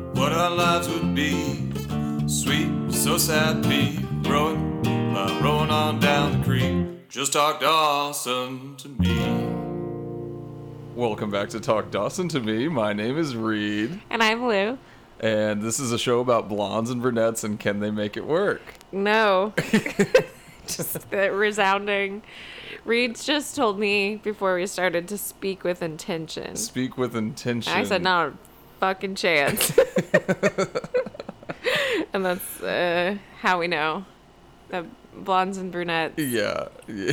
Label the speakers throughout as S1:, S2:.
S1: lives would be sweet, so sad, be rowing, uh, rowing on down the creek. Just talked awesome to me.
S2: Welcome back to Talk Dawson to me. My name is Reed,
S3: And I'm Lou.
S2: and this is a show about blondes and brunettes and can they make it work?
S3: No. just that resounding. Reed's just told me before we started to speak with intention.
S2: Speak with intention.
S3: I said, not a fucking chance. and that's uh, how we know that blondes and brunettes
S2: Yeah. yeah.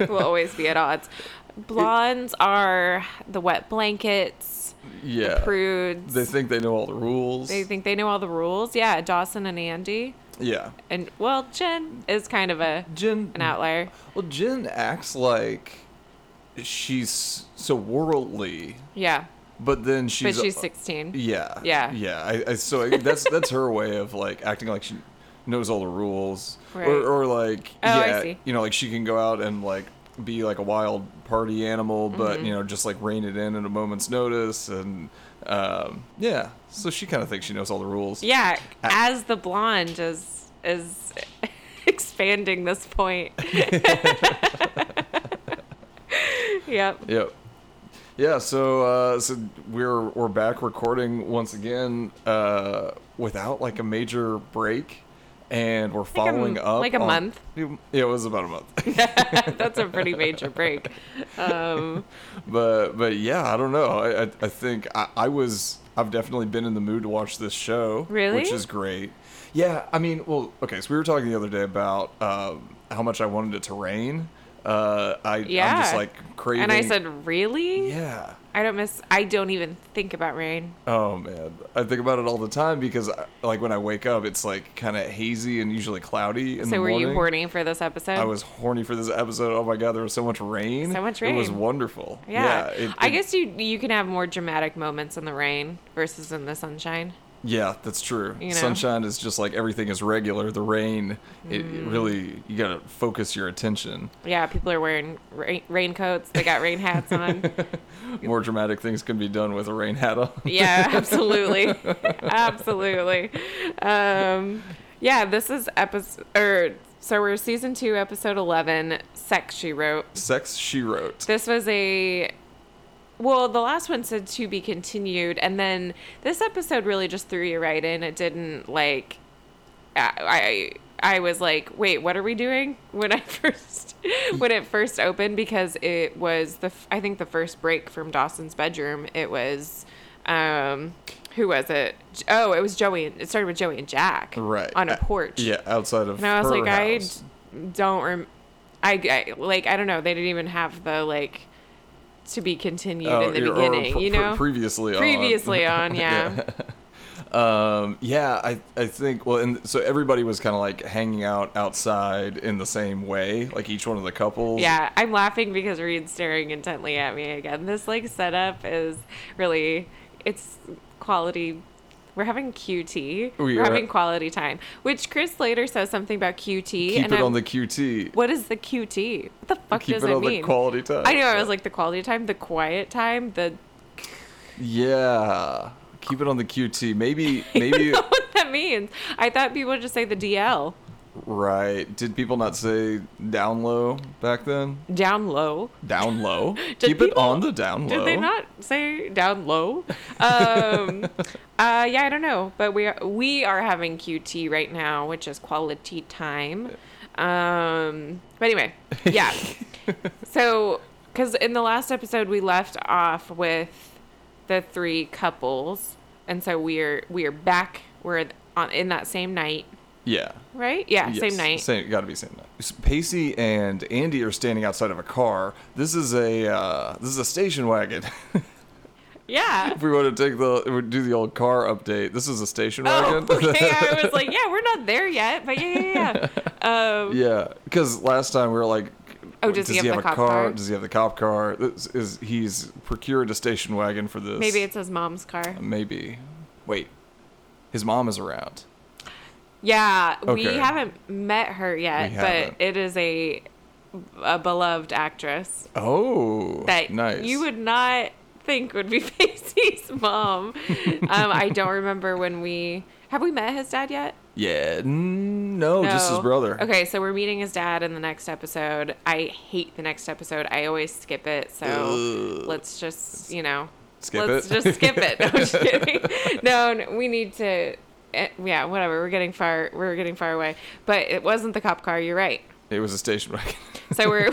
S3: will always be at odds. Blondes are the wet blankets,
S2: yeah.
S3: prudes.
S2: They think they know all the rules.
S3: they think they know all the rules. Yeah, Dawson and Andy.
S2: yeah.
S3: And, well, Jen is kind of a
S2: Jen.
S3: an outlier.
S2: Well, Jen acts like she's so worldly,
S3: Yeah.
S2: but then she's.
S3: but she's 16.
S2: Yeah.
S3: Yeah.
S2: Yeah. I, I, so I, that's that's her way of like acting like she knows all the rules,
S3: Right.
S2: or, or like
S3: Oh, I
S2: yeah,
S3: see.
S2: you know, like she can go out and like be like a wild party animal, but
S3: Mm-hmm.
S2: you know, just like rein it in at a moment's notice, and um, yeah. So she kind of thinks she knows all the rules.
S3: Yeah, as the blonde is is expanding this point. yep.
S2: Yep. Yeah, so uh, so we're we're back recording once again uh, without like a major break, and we're following up
S3: like a
S2: on-
S3: month?
S2: Yeah, it was about a month,
S3: That's a pretty major break. Um,
S2: but but yeah, I don't know. I I, I think I, I was I've definitely been in the mood to watch this show,
S3: Really?
S2: which is great. Yeah, I mean, well, okay, so we were talking the other day about um, how much I wanted it to rain. Uh, I I'm
S3: yeah.
S2: just like craving.
S3: And I said, "Really?
S2: yeah.
S3: I don't miss I don't even think about rain."
S2: Oh man, I think about it all the time because, I, like, when I wake up, it's like kind of hazy and usually cloudy. In
S3: So
S2: the
S3: were
S2: morning.
S3: you horny for this episode?
S2: I was horny for this episode. Oh my god, there was so much rain.
S3: So much
S2: It was
S3: rain.
S2: wonderful.
S3: Yeah.
S2: it-
S3: I
S2: it-
S3: guess you you can have more dramatic moments in the rain versus in the sunshine.
S2: Yeah, that's true.
S3: You know?
S2: Sunshine is just like everything is regular. The rain, it, it
S3: Mm.
S2: really you gotta focus your attention.
S3: Yeah, people are wearing rain, raincoats. They got rain hats on.
S2: More dramatic things can be done with a rain hat on.
S3: Yeah, absolutely. absolutely. Um, yeah, this is episode, or so we're season two, episode 11, Sex She Wrote.
S2: Sex she wrote.
S3: This was a, well, the last one said to be continued, and then this episode really just threw you right in. It didn't like, I, I, I was like, wait, what are we doing? When I first, when it first opened, because it was the, f- I think the first break from Dawson's bedroom, it was, um, who was it? J- Oh, it was Joey. and- It started with Joey and Jack,
S2: Right
S3: on a
S2: Uh,
S3: porch.
S2: Yeah, outside of.
S3: And I was
S2: her
S3: like, I
S2: house.
S3: d- don't rem- I, I like I don't know. They didn't even have the like to be continued
S2: Oh,
S3: in the
S2: yeah, or
S3: beginning,
S2: pre-
S3: you
S2: pre- uh,
S3: know.
S2: previously on.
S3: Previously on, yeah.
S2: Um, yeah, I, I think, well, and so everybody was kind of like hanging out outside in the same way, like each one of the couples.
S3: Yeah, I'm laughing because Reed's staring intently at me again. This like setup is really it's quality. We're having QT.
S2: We
S3: We are
S2: are-
S3: having quality time. Which Chris later says something about QT.
S2: Keep
S3: and
S2: it
S3: I'm,
S2: on the QT.
S3: What is the QT? What the fuck
S2: Keep
S3: does
S2: it
S3: that
S2: on
S3: mean?
S2: the quality time.
S3: I know. I was like the quality time, the quiet time, the
S2: Yeah. Keep it on the QT. Maybe, maybe,
S3: what that means. I thought people just say the DL.
S2: right. Did people not say down low back then?
S3: Down low.
S2: Down low.
S3: Did
S2: Keep it
S3: people-
S2: on the down low.
S3: Did they not say down low? Um, uh, yeah, I don't know, but we are, we are having QT right now, which is quality time. Um, but anyway, yeah. so, because in the last episode we left off with the three couples, and so we're we're back. We're on in that same night,
S2: Yeah.
S3: right? Yeah,
S2: Yes,
S3: same night.
S2: Same, gotta be same night. S- Pacey and Andy are standing outside of a car. This is a uh, this is a station wagon.
S3: Yeah.
S2: if we want to take the we do the old car update, this is a station
S3: Oh,
S2: wagon.
S3: okay. I was like, yeah, we're not there yet, but yeah, yeah, yeah. Um,
S2: yeah, because last time we were like,
S3: Oh, does he have the cop car?
S2: Does he have the cop car? This is he's procured a station wagon for this?
S3: Maybe it's his mom's car.
S2: maybe. Wait, his mom is around.
S3: Yeah, we
S2: Okay.
S3: haven't met her yet,
S2: We haven't.
S3: but it is a a beloved actress
S2: Oh,
S3: that
S2: nice.
S3: you would not think would be Pacey's mom. Um, I don't remember when we have we met his dad yet.
S2: Yeah, mm, no, just his
S3: No.
S2: brother.
S3: Okay, so we're meeting his dad in the next episode. I hate the next episode. I always skip it. So let's just, you know,
S2: Skip
S3: let's
S2: it?
S3: just skip it. No, I'm just kidding. No, no, we need to. eh, Yeah, whatever. We're getting far. We're getting far away. But it wasn't the cop car. You're right.
S2: It was a station wagon.
S3: So we're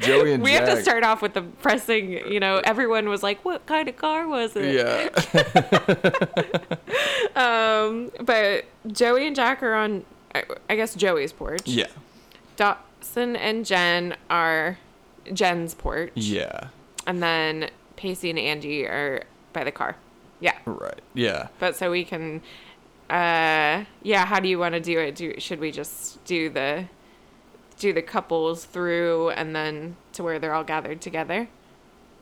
S2: Joey and
S3: we
S2: Jack.
S3: have to start off with the pressing. You know, everyone was like, "What kind of car was it?"
S2: Yeah,
S3: Um, but Joey and Jack are on. I- I guess Joey's porch.
S2: yeah,
S3: Dawson and Jen are Jen's porch,
S2: yeah.
S3: and then Pacey and Andy are by the car. Yeah,
S2: Right. Yeah.
S3: but so we can, uh, yeah. How do you want to do it? Do should we just do the, do the couples through and then to where they're all gathered together?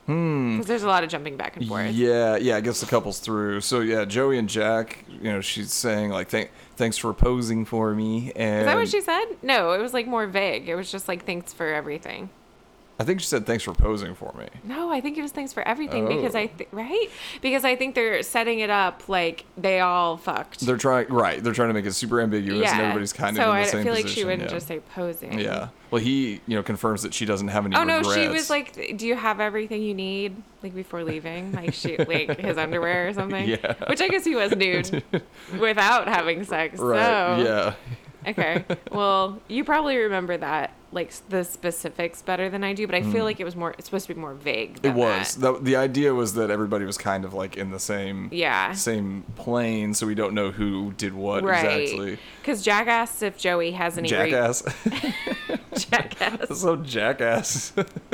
S3: Hmm. Because there's a lot of jumping back and forth.
S2: Yeah, yeah, I guess the couple's through. So yeah, Joey and Jack, you know, she's saying like thank thanks for posing for me and
S3: Is that what she said? No, it was like more vague. It was just like thanks for everything.
S2: I think she said thanks for posing for me.
S3: No, I think it was thanks for everything because
S2: Oh.
S3: I th- right because I think they're setting it up like they all fucked.
S2: They're trying right, they're trying to make it super ambiguous and everybody's kind
S3: so
S2: of in the
S3: I
S2: same
S3: feel
S2: position.
S3: like she wouldn't
S2: yeah.
S3: just say posing.
S2: Yeah. Well, he, you know, confirms that she doesn't have any
S3: Oh no, she
S2: regrets.
S3: was like, "Do you have everything you need?" Like before leaving, like she like his underwear or something.
S2: Yeah.
S3: Which I guess he was nude without having sex.
S2: Right.
S3: So
S2: Yeah.
S3: okay. Well, you probably remember that like s- the specifics better than I do, but I feel like it was more. It's supposed to be more vague.
S2: Mm. It
S3: Than
S2: was.
S3: that.
S2: The, the idea was that everybody was kind of like in the same
S3: Yeah.
S2: same plane, so we don't know who did what
S3: Right.
S2: exactly.
S3: Because Jack asks if Joey has any re-
S2: Jackass.
S3: jackass.
S2: so jackass.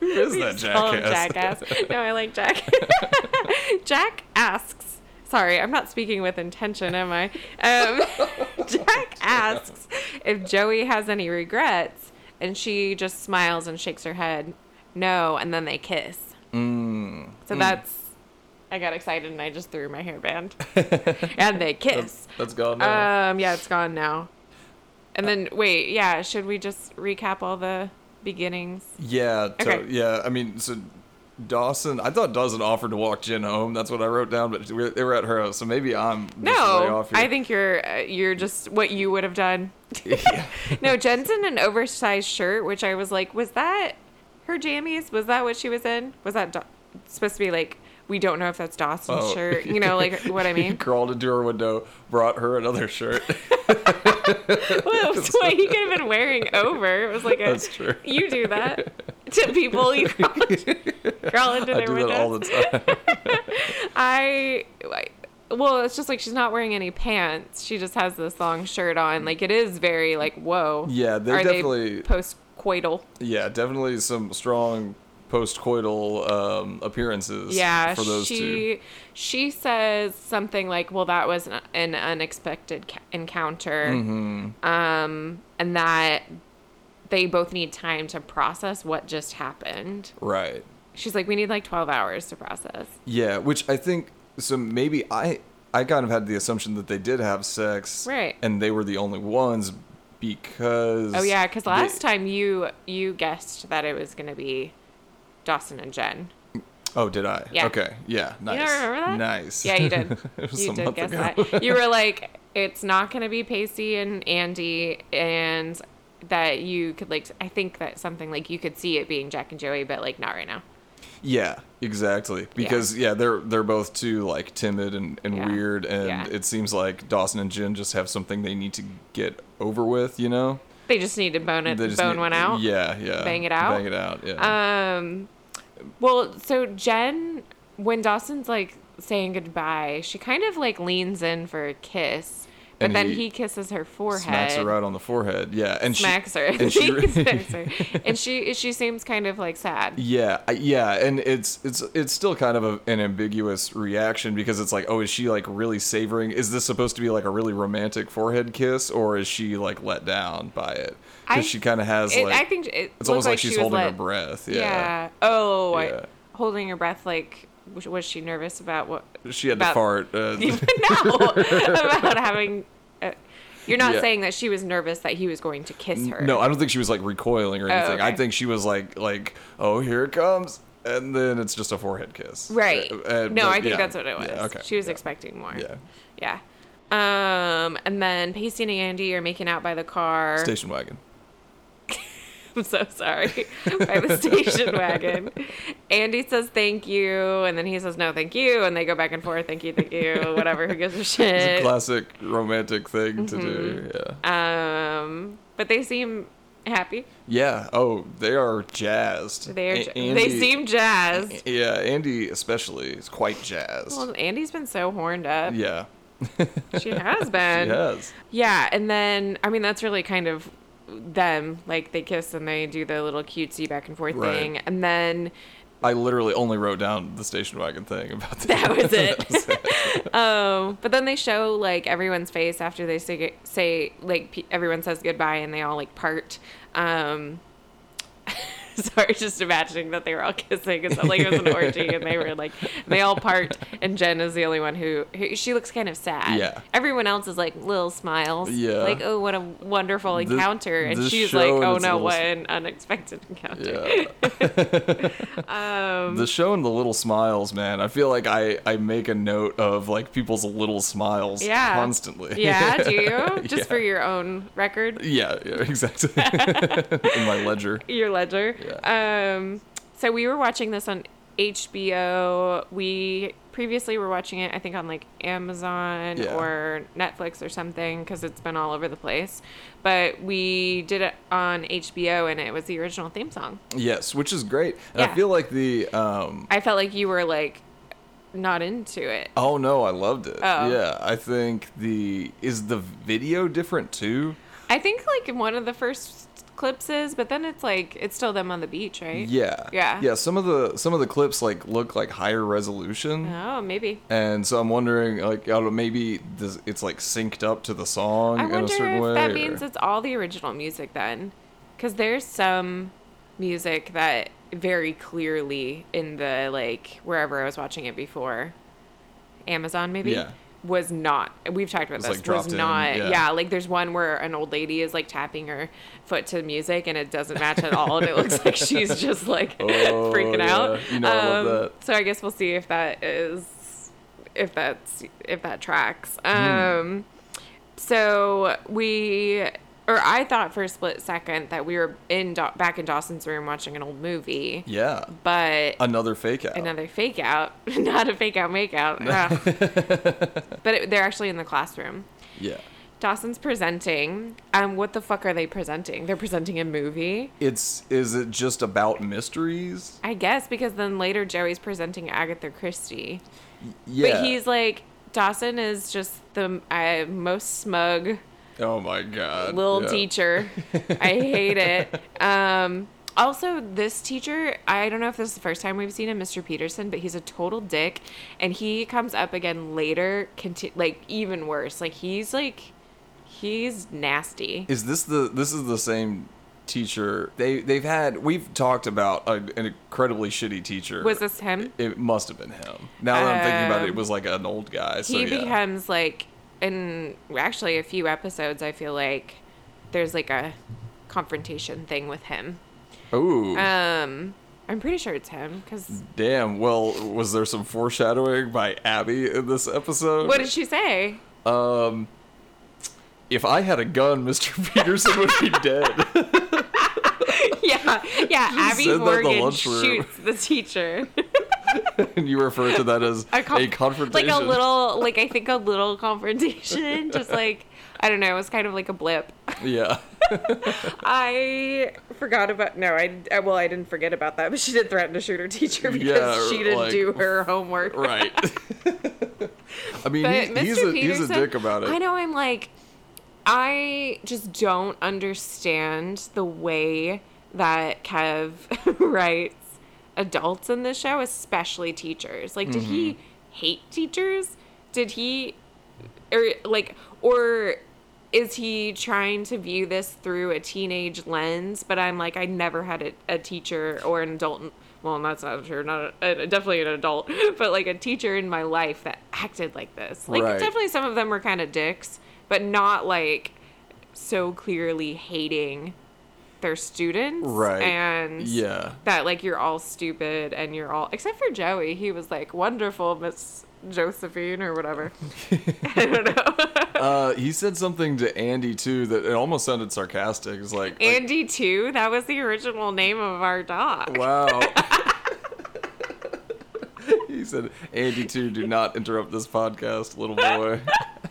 S2: who is
S3: We
S2: that
S3: just call him
S2: jackass?
S3: Jackass. No, I like Jack. Jack asks. Sorry, I'm not speaking with intention, am I? Um, Jack asks if Joey has any regrets, and she just smiles and shakes her head. No, and then they kiss.
S2: Mm.
S3: So that's. I got excited and I just threw my hairband. and they kiss.
S2: That's gone now.
S3: Um, yeah, it's gone now. And then wait, yeah, should we just recap all the beginnings?
S2: yeah, to-
S3: okay.
S2: yeah. I mean, so Dawson. I thought Dawson offered to walk Jen home. That's what I wrote down, but we, they were at her house, so maybe I'm just way
S3: No,
S2: off here.
S3: I think you're uh, you're just what you would have done. no, Jen's in an oversized shirt, which I was like, was that her jammies? Was that what she was in? Was that da- supposed to be like? We don't know if that's Dawson's
S2: Oh.
S3: shirt. You know, like what I
S2: He
S3: mean.
S2: crawled into her window, brought her another shirt.
S3: well, that's what he could have been wearing over. It was like a,
S2: That's true.
S3: You do that to people. You crawl, crawl into
S2: I
S3: their
S2: do
S3: windows.
S2: that all the time.
S3: I, I- well, it's just like she's not wearing any pants. She just has this long shirt on. Like it is very like whoa.
S2: Yeah, they
S3: Are
S2: definitely-
S3: post coital.
S2: Yeah, definitely some strong post-coital um, appearances.
S3: Yeah,
S2: for those two.
S3: she she says something like, "Well, that was an, an unexpected ca- encounter,"
S2: Mm-hmm.
S3: um, and that they both need time to process what just happened.
S2: Right.
S3: She's like, "We need like twelve hours to process." Oh,
S2: Yeah, which I think so. Maybe I I kind of had the assumption that they did have sex,
S3: Right.
S2: And they were the only ones because.
S3: Oh yeah, because
S2: they-
S3: last time you you guessed that it was gonna be Dawson and Jen.
S2: Oh, did I?
S3: Yeah.
S2: Okay. Yeah. Nice.
S3: You don't remember that?
S2: Nice.
S3: Yeah, you did.
S2: It was
S3: you
S2: a
S3: did
S2: month
S3: guess
S2: ago.
S3: that. You were like, it's not going to be Pacey and Andy, and that you could like. I think that something like you could see it being Jack and Joey, but like not right now.
S2: Yeah, exactly. Because yeah, they're they're both too like timid and, and
S3: Yeah.
S2: weird, and
S3: Yeah.
S2: it seems like Dawson and Jen just have something they need to get over with. You know,
S3: They just need to bone it,
S2: They just
S3: bone
S2: need-
S3: one out.
S2: Yeah, yeah.
S3: Bang it out?
S2: Bang it out. Yeah.
S3: Um, well, so Jen, when Dawson's like saying goodbye, she kind of like leans in for a kiss, but
S2: And
S3: then
S2: he
S3: he, kisses her forehead.
S2: smacks her right on the forehead. Yeah, and she-
S3: smacks her.
S2: and she-
S3: He smacks her. And she she seems kind of like sad.
S2: Yeah, I- yeah, and it's it's it's still kind of a, an ambiguous reaction because it's like, oh, is she like really savoring? Is this supposed to be like a really romantic forehead kiss, or is she like let down by it?
S3: I-
S2: Because she kind of has
S3: It,
S2: like
S3: I think it
S2: it's
S3: looked
S2: almost like,
S3: she
S2: she's
S3: was
S2: holding her
S3: let-
S2: breath. Yeah,
S3: Yeah. Oh, I-
S2: Yeah.
S3: holding her breath. Like, was- was she nervous about what?
S2: she had
S3: About-
S2: to fart. Uh,
S3: no, about having. Uh, you're not
S2: Yeah.
S3: saying that she was nervous that he was going to kiss her.
S2: no, I don't think she was like recoiling or
S3: Oh,
S2: anything. I
S3: okay.
S2: think she was like like, oh, here it comes. and then it's just a forehead kiss.
S3: Right.
S2: Uh, uh,
S3: no,
S2: but
S3: I think
S2: yeah.
S3: that's what it was.
S2: Yeah, okay.
S3: She was
S2: yeah.
S3: expecting more.
S2: Yeah.
S3: Yeah. Um, and then Pacey and Andy are making out by the car.
S2: Station wagon.
S3: I'm so sorry. by the station wagon. Andy says thank you, and then he says no, thank you, and they go back and forth, thank you, thank you, whatever. Who gives a
S2: It's a
S3: shit?
S2: classic romantic thing to do.
S3: Mm-hmm.
S2: Yeah.
S3: Um, but they seem happy.
S2: Yeah. Oh, they are jazzed.
S3: They are.
S2: A-
S3: ja- they
S2: Andy-
S3: seem jazzed.
S2: Yeah, Andy especially is quite jazzed.
S3: Well, Andy's been so horned up.
S2: yeah.
S3: She has been.
S2: yes.
S3: Yeah, and then I mean that's really kind of them. Like they kiss and they do the little cutesy back and forth
S2: Right.
S3: thing, and then
S2: I literally only wrote down the station wagon thing about that.
S3: that was it. um, but then they show like everyone's face after they say say like pe- everyone says goodbye and they all like part. Um, sorry, just imagining that they were all kissing. It's like it was an orgy and they were like they all part, and Jen is the only one who, who she looks kind of sad.
S2: Yeah.
S3: everyone else is like little smiles.
S2: Yeah.
S3: like oh what a wonderful
S2: This-
S3: encounter, and
S2: this
S3: she's
S2: show
S3: like
S2: and
S3: oh
S2: its
S3: no
S2: little
S3: what
S2: s-
S3: an unexpected encounter.
S2: Yeah.
S3: Um,
S2: the show and the little smiles, man. I feel like I, I make a note of like people's little smiles
S3: Yeah.
S2: constantly.
S3: Yeah, do you? Just
S2: Yeah.
S3: for your own record,
S2: Yeah, yeah, exactly. In my ledger.
S3: your ledger. Um, so we were watching this on HBO. We previously were watching it, I think, on like Amazon
S2: Yeah.
S3: or Netflix or something because it's been all over the place. But we did it on HBO, and it was the original theme song.
S2: Yes, which is great. And
S3: Yeah.
S2: I feel like the um
S3: I felt like you were like not into it.
S2: Oh no, I loved it.
S3: Oh.
S2: Yeah, I think the is the video different too.
S3: I think like one of the first clips is, but then it's like it's still them on the beach, right?
S2: Yeah.
S3: Yeah.
S2: Yeah, some of the some of the clips like look like higher resolution.
S3: Oh, maybe.
S2: And so I'm wondering like I don't know maybe this, it's like synced up to the song
S3: I
S2: in a
S3: wonder
S2: certain
S3: if
S2: way.
S3: that
S2: or-
S3: means it's all the original music then, because there's some music that very clearly in the like wherever I was watching it before, Amazon maybe.
S2: Yeah.
S3: Was not. We've talked about
S2: It's,
S3: this.
S2: like, dropped
S3: was
S2: in,
S3: not.
S2: yeah.
S3: Yeah. Like there's one where an old lady is like tapping her foot to music and it doesn't match at all, and it looks like she's just like
S2: Oh,
S3: freaking
S2: yeah.
S3: out. Um,
S2: You know I love that.
S3: So I guess we'll see if that is if that's if that tracks.
S2: Hmm.
S3: Um so we or I thought for a split second that we were in Daw- back in Dawson's room watching an old movie.
S2: Yeah.
S3: But
S2: Another fake out.
S3: another fake out, not a fake out make out. Ugh. but it, they're actually in the classroom.
S2: Yeah.
S3: Dawson's presenting. Um what the fuck are they presenting? They're presenting a movie.
S2: It's is it just about mysteries?
S3: I guess because then later Joey's presenting Agatha Christie.
S2: Yeah.
S3: But he's like Dawson is just the uh, most smug
S2: Oh my god.
S3: little
S2: yeah.
S3: teacher. I hate it. Um, also, this teacher, I don't know if this is the first time we've seen him, Mr. Peterson, but he's a total dick, and he comes up again later, conti- like even worse. Like he's like, he's nasty.
S2: Is this the this is the same teacher they they've had we've talked about a, an incredibly shitty teacher.
S3: Was this him?
S2: It must have been him. Now that I'm thinking about it, it
S3: Um,
S2: was like an old guy. So
S3: he
S2: yeah.
S3: becomes like in actually a few episodes. I feel like there's like a confrontation thing with him.
S2: Ooh,
S3: Um, I'm pretty sure it's him because
S2: damn. Well, was there some foreshadowing by Abby in this episode?
S3: what did she say?
S2: if I had a gun, Mr. Peterson would be dead.
S3: yeah, yeah. Abby
S2: said that in the
S3: Morgan
S2: lunchroom.
S3: shoots the teacher.
S2: and you refer to that as a,
S3: conf-
S2: confrontation.
S3: Like a little, like I think a little confrontation. Just like I don't know, it was kind of like a blip.
S2: Yeah.
S3: I forgot about no, I I- well I didn't forget about that, but she did threaten to shoot her teacher because
S2: Yeah,
S3: she didn't
S2: like-
S3: do her homework.
S2: Right. I mean,
S3: But
S2: he-
S3: Mr.
S2: he's, a,
S3: Peterson,
S2: he's a dick about it.
S3: I know. I'm like, I just don't understand the way that Kev writes adults in this show, especially teachers. Like, did
S2: Mm-hmm.
S3: he hate teachers? Did he, or like, or is he trying to view this through a teenage lens? But I'm like, I never had a, a teacher or an adult. Well, that's not true. Not a, definitely an adult, but like a teacher in my life that acted like this. Like
S2: Right.
S3: definitely some of them were kind of dicks, but not like so clearly hating they're students,
S2: Right.
S3: And
S2: Yeah.
S3: that like you're all stupid and you're all except for Joey. He was like wonderful Miss Josephine or whatever. I don't know.
S2: Uh, he said something to Andy too that it almost sounded sarcastic. It's like, like,
S3: Andy too. That was the original name of our dog.
S2: wow. he said, Andy too, do not interrupt this podcast, little boy.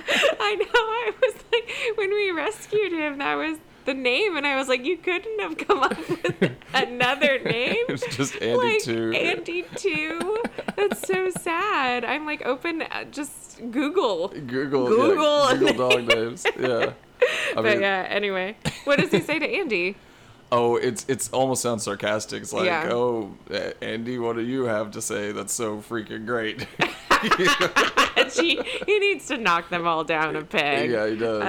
S3: I know. I was like, when we rescued him, that was the name, and I was like, you couldn't have come up with another name.
S2: It's just Andy too.
S3: Andy two. That's so sad. I'm like, open, uh, just Google.
S2: Google,
S3: Google
S2: yeah, Google dog names. Yeah. I
S3: But yeah. Anyway, what does he say to Andy?
S2: Oh, it's it's almost sounds sarcastic. It's like,
S3: Yeah.
S2: oh, A- Andy, what do you have to say? That's so freaking great.
S3: Gee, he needs to knock them all down a peg.
S2: yeah, he does.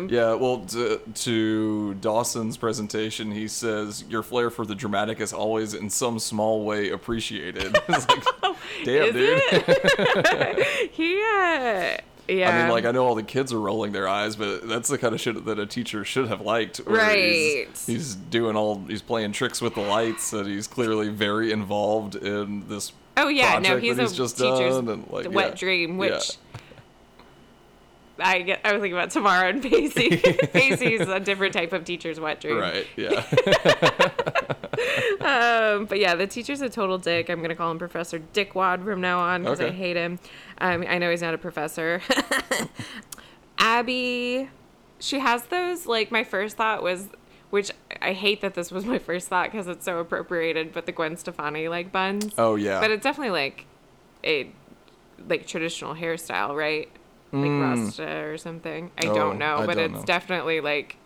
S3: Um,
S2: yeah, well, to, to Dawson's presentation, he says your flair for the dramatic is always in some small way appreciated. it's like, damn,
S3: Oh, Is
S2: dude.
S3: it? he, uh, yeah.
S2: I mean, like, I know all the kids are rolling their eyes, but that's the kind of shit that a teacher should have liked. where he's-
S3: Right.
S2: He's, doing all, he's playing tricks with the lights, and he's clearly very involved in this.
S3: Oh yeah, no,
S2: project
S3: he's
S2: that
S3: a
S2: he's just
S3: teacher's
S2: done, and, like,
S3: wet
S2: yeah.
S3: dream,
S2: Yeah.
S3: which I get. I was thinking about Tamara and Pacey. Pacey's a different type of teacher's wet dream,
S2: Right. Yeah.
S3: Um, but yeah, the teacher's a total dick. I'm gonna call him Professor Dickwad from now on because I
S2: Okay.
S3: hate him. Um, I know he's not a professor. Abby, she has those. Like my first thought was, which I hate that this was my first thought because it's so appropriated, but the Gwen Stefani like buns.
S2: Oh yeah.
S3: But it's definitely like a like traditional hairstyle, right? Like Rasta or something. I
S2: Hmm. Oh,
S3: don't know,
S2: I
S3: but
S2: don't
S3: it's
S2: know.
S3: definitely like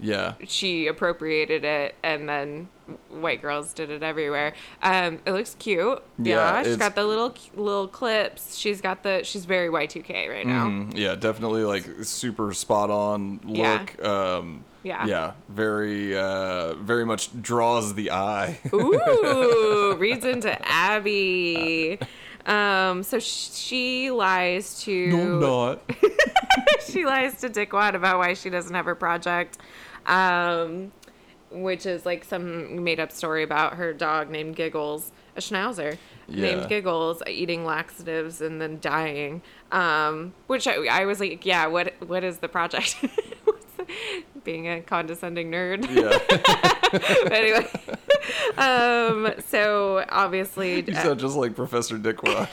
S2: yeah.
S3: she appropriated it and then white girls did it everywhere. Um it looks cute.
S2: Yeah,
S3: Yeah, she's
S2: it's-
S3: got the little little clips. She's got the she's very Y2K right now.
S2: Mm, yeah, definitely like super spot on
S3: Yeah.
S2: look. Yeah. Um
S3: Yeah.
S2: Yeah, very uh very much draws the eye.
S3: Ooh, reads into Abby. Um, so sh- she lies to
S2: not.
S3: she lies to Dickwad about why she doesn't have her project, um, which is like some made up story about her dog named Giggles, a schnauzer
S2: Yeah.
S3: named Giggles, eating laxatives and then dying. Um, which I, I was like, yeah, what what is the project? What's the- Being a condescending nerd.
S2: Yeah.
S3: But anyway, um, so obviously,
S2: You
S3: uh,
S2: sound just like Professor Dickwad.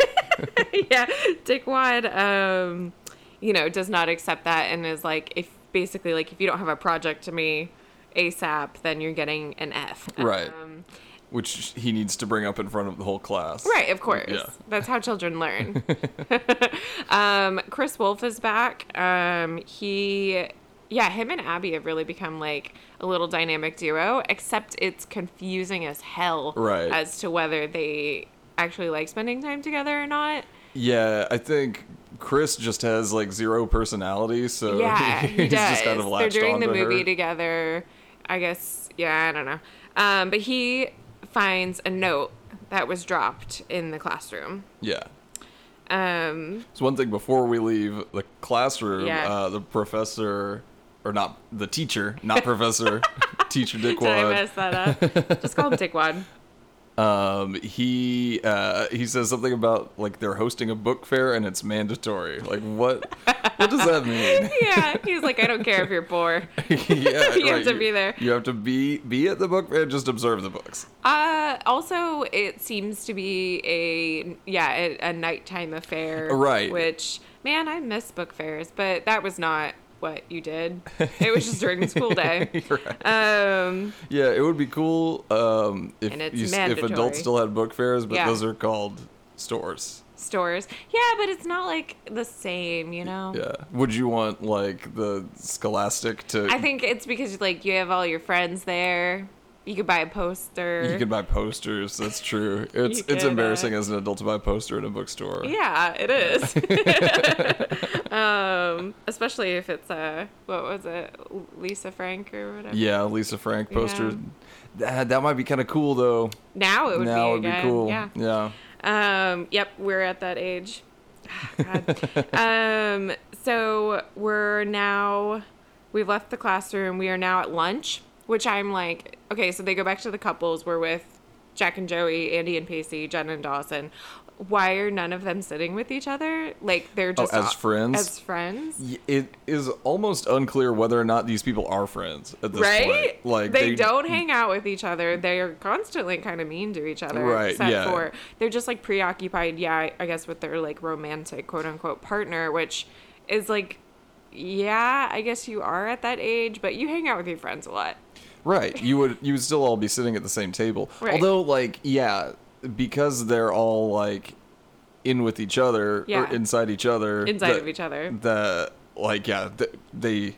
S3: yeah, Dickwad, um, you know, does not accept that and is like, if basically like if you don't have a project to me ASAP, then you're getting an F.
S2: Right.
S3: Um,
S2: Which he needs to bring up in front of the whole class.
S3: right. Of course.
S2: Yeah.
S3: That's how children learn. um, Chris Wolf is back. Um, he. Yeah, him and Abby have really become like a little dynamic duo, except it's confusing as hell
S2: Right.
S3: as to whether they actually like spending time together or not.
S2: Yeah, I think Chris just has like zero personality, so
S3: Yeah, he
S2: he's
S3: does.
S2: just kind of
S3: They're
S2: latched
S3: doing the
S2: onto
S3: movie
S2: her.
S3: together. I guess. Yeah, I don't know. Um, but he finds a note that was dropped in the classroom.
S2: yeah.
S3: Um,
S2: So one thing before we leave the classroom,
S3: Yeah.
S2: uh, the professor, or not the teacher, not professor, teacher
S3: did I
S2: Dickwad.
S3: mess that up? Just call him Dickwad.
S2: Um, he uh, he says something about like they're hosting a book fair and it's mandatory. Like what? what does that mean?
S3: Yeah, he's like, I don't care if you're poor.
S2: yeah,
S3: You have to be there.
S2: You have to be be at the book fair. Just observe the books.
S3: Uh, also, it seems to be a yeah a, a nighttime affair,
S2: Right.
S3: Which man, I miss book fairs, but that was not what you did. It was just during the school day.
S2: Right.
S3: Um,
S2: Yeah, it would be cool um, if
S3: And it's
S2: you s- if
S3: mandatory.
S2: adults still had book fairs, but
S3: Yeah.
S2: those are called stores.
S3: stores. Yeah, but it's not like the same, you know.
S2: Yeah. Would you want like the Scholastic to?
S3: I think it's because like you have all your friends there. You could buy a poster.
S2: you can buy posters. That's true. It's
S3: could,
S2: it's
S3: uh,
S2: embarrassing as an adult to buy a poster in a bookstore.
S3: yeah, it is. um, especially if it's uh, what was it, Lisa Frank or whatever.
S2: Yeah, Lisa Frank poster.
S3: Yeah.
S2: That that might be kind of cool though.
S3: Now it would
S2: now
S3: be
S2: would
S3: again.
S2: be cool.
S3: Yeah.
S2: yeah.
S3: Um, yep, we're at that age. Ah, God. um, so we're now, we've left the classroom. We are now at lunch. which I'm like, okay, so they go back to the couples. We're with Jack and Joey, Andy and Pacey, Jen and Dawson. Why are none of them sitting with each other? Like they're just
S2: Oh, as
S3: all-
S2: friends?
S3: As friends,
S2: Y- It is almost unclear whether or not these people are friends at this
S3: right?
S2: point. Like
S3: they, don't hang out with each other. They are constantly kind of mean to each other.
S2: Right,
S3: Except
S2: yeah.
S3: for they're just like preoccupied. Yeah, I- I guess with their like romantic quote unquote partner, which is like, yeah, I guess you are at that age, but you hang out with your friends a lot.
S2: Right. You would you would still all be sitting at the same table.
S3: Right.
S2: Although like yeah, because they're all like in with each other
S3: Yeah.
S2: or inside each other.
S3: Inside
S2: the-
S3: of each other.
S2: The like yeah, th they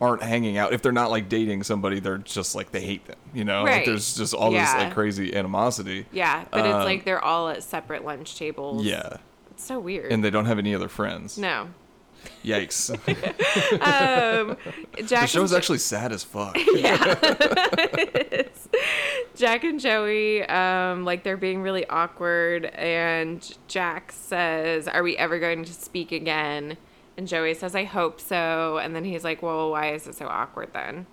S2: aren't hanging out. If they're not like dating somebody, they're just like they hate them, you know?
S3: Right.
S2: Like there's just all this
S3: Yeah.
S2: like crazy animosity.
S3: Yeah, but
S2: Um,
S3: it's like they're all at separate lunch tables.
S2: Yeah.
S3: It's so weird.
S2: And they don't have any other friends.
S3: no.
S2: Yikes.
S3: Jack
S2: the show's
S3: and,
S2: actually sad as fuck.
S3: Jack and Joey, um, like they're being really awkward, and Jack says, "Are we ever going to speak again?" And Joey says, "I hope so." And then he's like, "Well, why is it so awkward then?"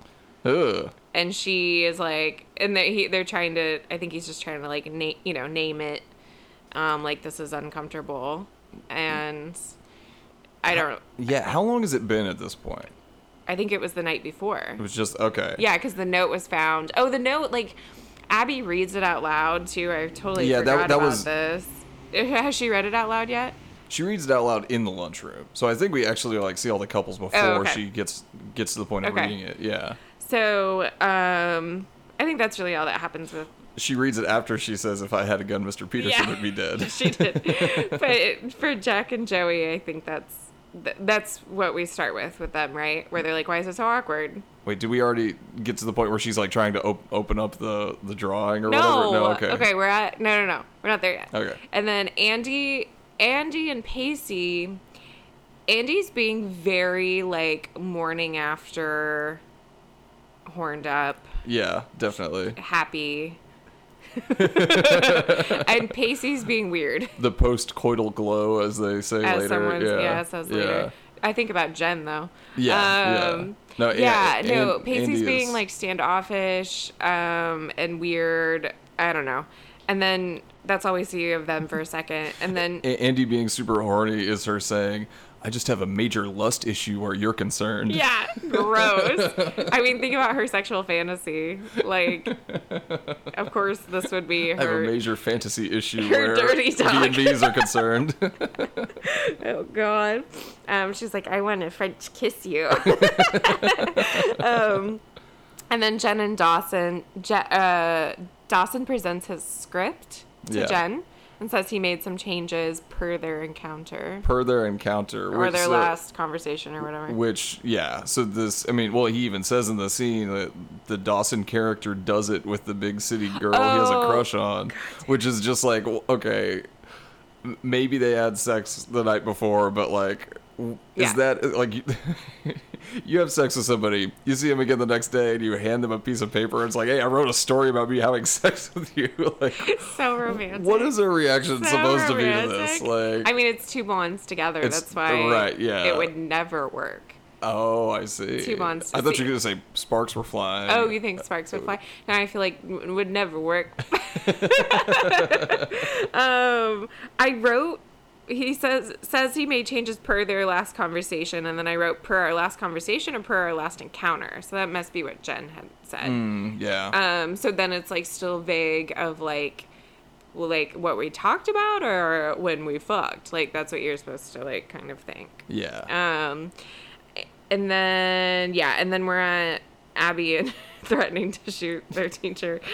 S2: Ugh.
S3: And she is like, and they he, they're trying to. I think he's just trying to like name you know name it, um, like this is uncomfortable, and I don't.
S2: Yeah, how long has it been at this point?
S3: I think it was the night before.
S2: It was just okay.
S3: Yeah, because the note was found. Oh, the note like Abby reads it out loud too. I totally
S2: Yeah, that-
S3: forgot
S2: that
S3: about
S2: was-
S3: this. Has she read it out loud yet?
S2: She reads it out loud in the lunchroom. So I think we actually like see all the couples before
S3: Oh, okay.
S2: she gets gets to the point of
S3: Okay.
S2: reading it. Yeah.
S3: So um, I think that's really all that happens with.
S2: She reads it after she says, "If I had a gun, Mr. Peterson
S3: Yeah.
S2: would be dead."
S3: She did, but for Jack and Joey, I think that's th- that's what we start with with them, right? Where they're like, "Why is it so awkward?"
S2: Wait, did we already get to the point where she's like trying to op- open up the the drawing or
S3: No.
S2: whatever? No, okay.
S3: we're at no, no, no. We're not there yet.
S2: Okay.
S3: And then Andy, Andy and Pacey, Andy's being very like morning after, horned up,
S2: Yeah, definitely.
S3: happy. and Pacey's being weird,
S2: The post-coital glow, as they say
S3: as
S2: later.
S3: someone's
S2: yeah,
S3: yeah, says later. I think about Jen though.
S2: Yeah,
S3: Um,
S2: yeah. No,
S3: yeah,
S2: yeah,
S3: no.
S2: and-
S3: Pacey's
S2: Andy
S3: being
S2: is-
S3: like standoffish um, and weird. I don't know. And then that's all we see of them for a second. And then
S2: A- Andy being super horny is her saying, "I just have a major lust issue where you're concerned."
S3: yeah, gross. I mean, think about her sexual fantasy. Like, of course, this would be
S2: I have a
S3: her.
S2: major fantasy issue
S3: her
S2: where
S3: dirty talk.
S2: B&Bs are concerned.
S3: Oh God. Um, she's like, I want to French kiss you. um, and then Jen and Dawson. Je- uh, Dawson presents his script to
S2: Yeah.
S3: Jen and says he made some changes per their encounter
S2: per their encounter.
S3: or their
S2: so-
S3: last conversation or whatever.
S2: Which, yeah. So this, I mean, well, he even says in the scene that the Dawson character does it with the big city girl he has a
S3: Oh.
S2: crush on, which is just like, w- okay, m- maybe they had sex the night before, but like, w- is
S3: Yeah.
S2: that uh, like you, you have sex with somebody, you see them again the next day, and you hand them a piece of paper, and it's like, hey, I wrote a story about me having sex with you. like,
S3: so romantic.
S2: what is their reaction
S3: So
S2: supposed to be to
S3: romantic.
S2: this? Like,
S3: I mean, it's two bonds together.
S2: It's-
S3: That's why
S2: right, yeah.
S3: it would never work.
S2: Oh, I see.
S3: Two months to
S2: I thought
S3: see
S2: you were gonna say sparks were flying.
S3: Oh, you think sparks would fly? No, I feel like w- would never work. um, I wrote. He says says he made changes per their last conversation, and then I wrote per our last conversation or per our last encounter. So that must be what Jen had said.
S2: Mm, yeah.
S3: Um, so then it's like still vague of like, well, like what we talked about or when we fucked. Like that's what you're supposed to like kind of think.
S2: yeah.
S3: Um, and then yeah, and then we're at Abby and threatening to shoot their teacher.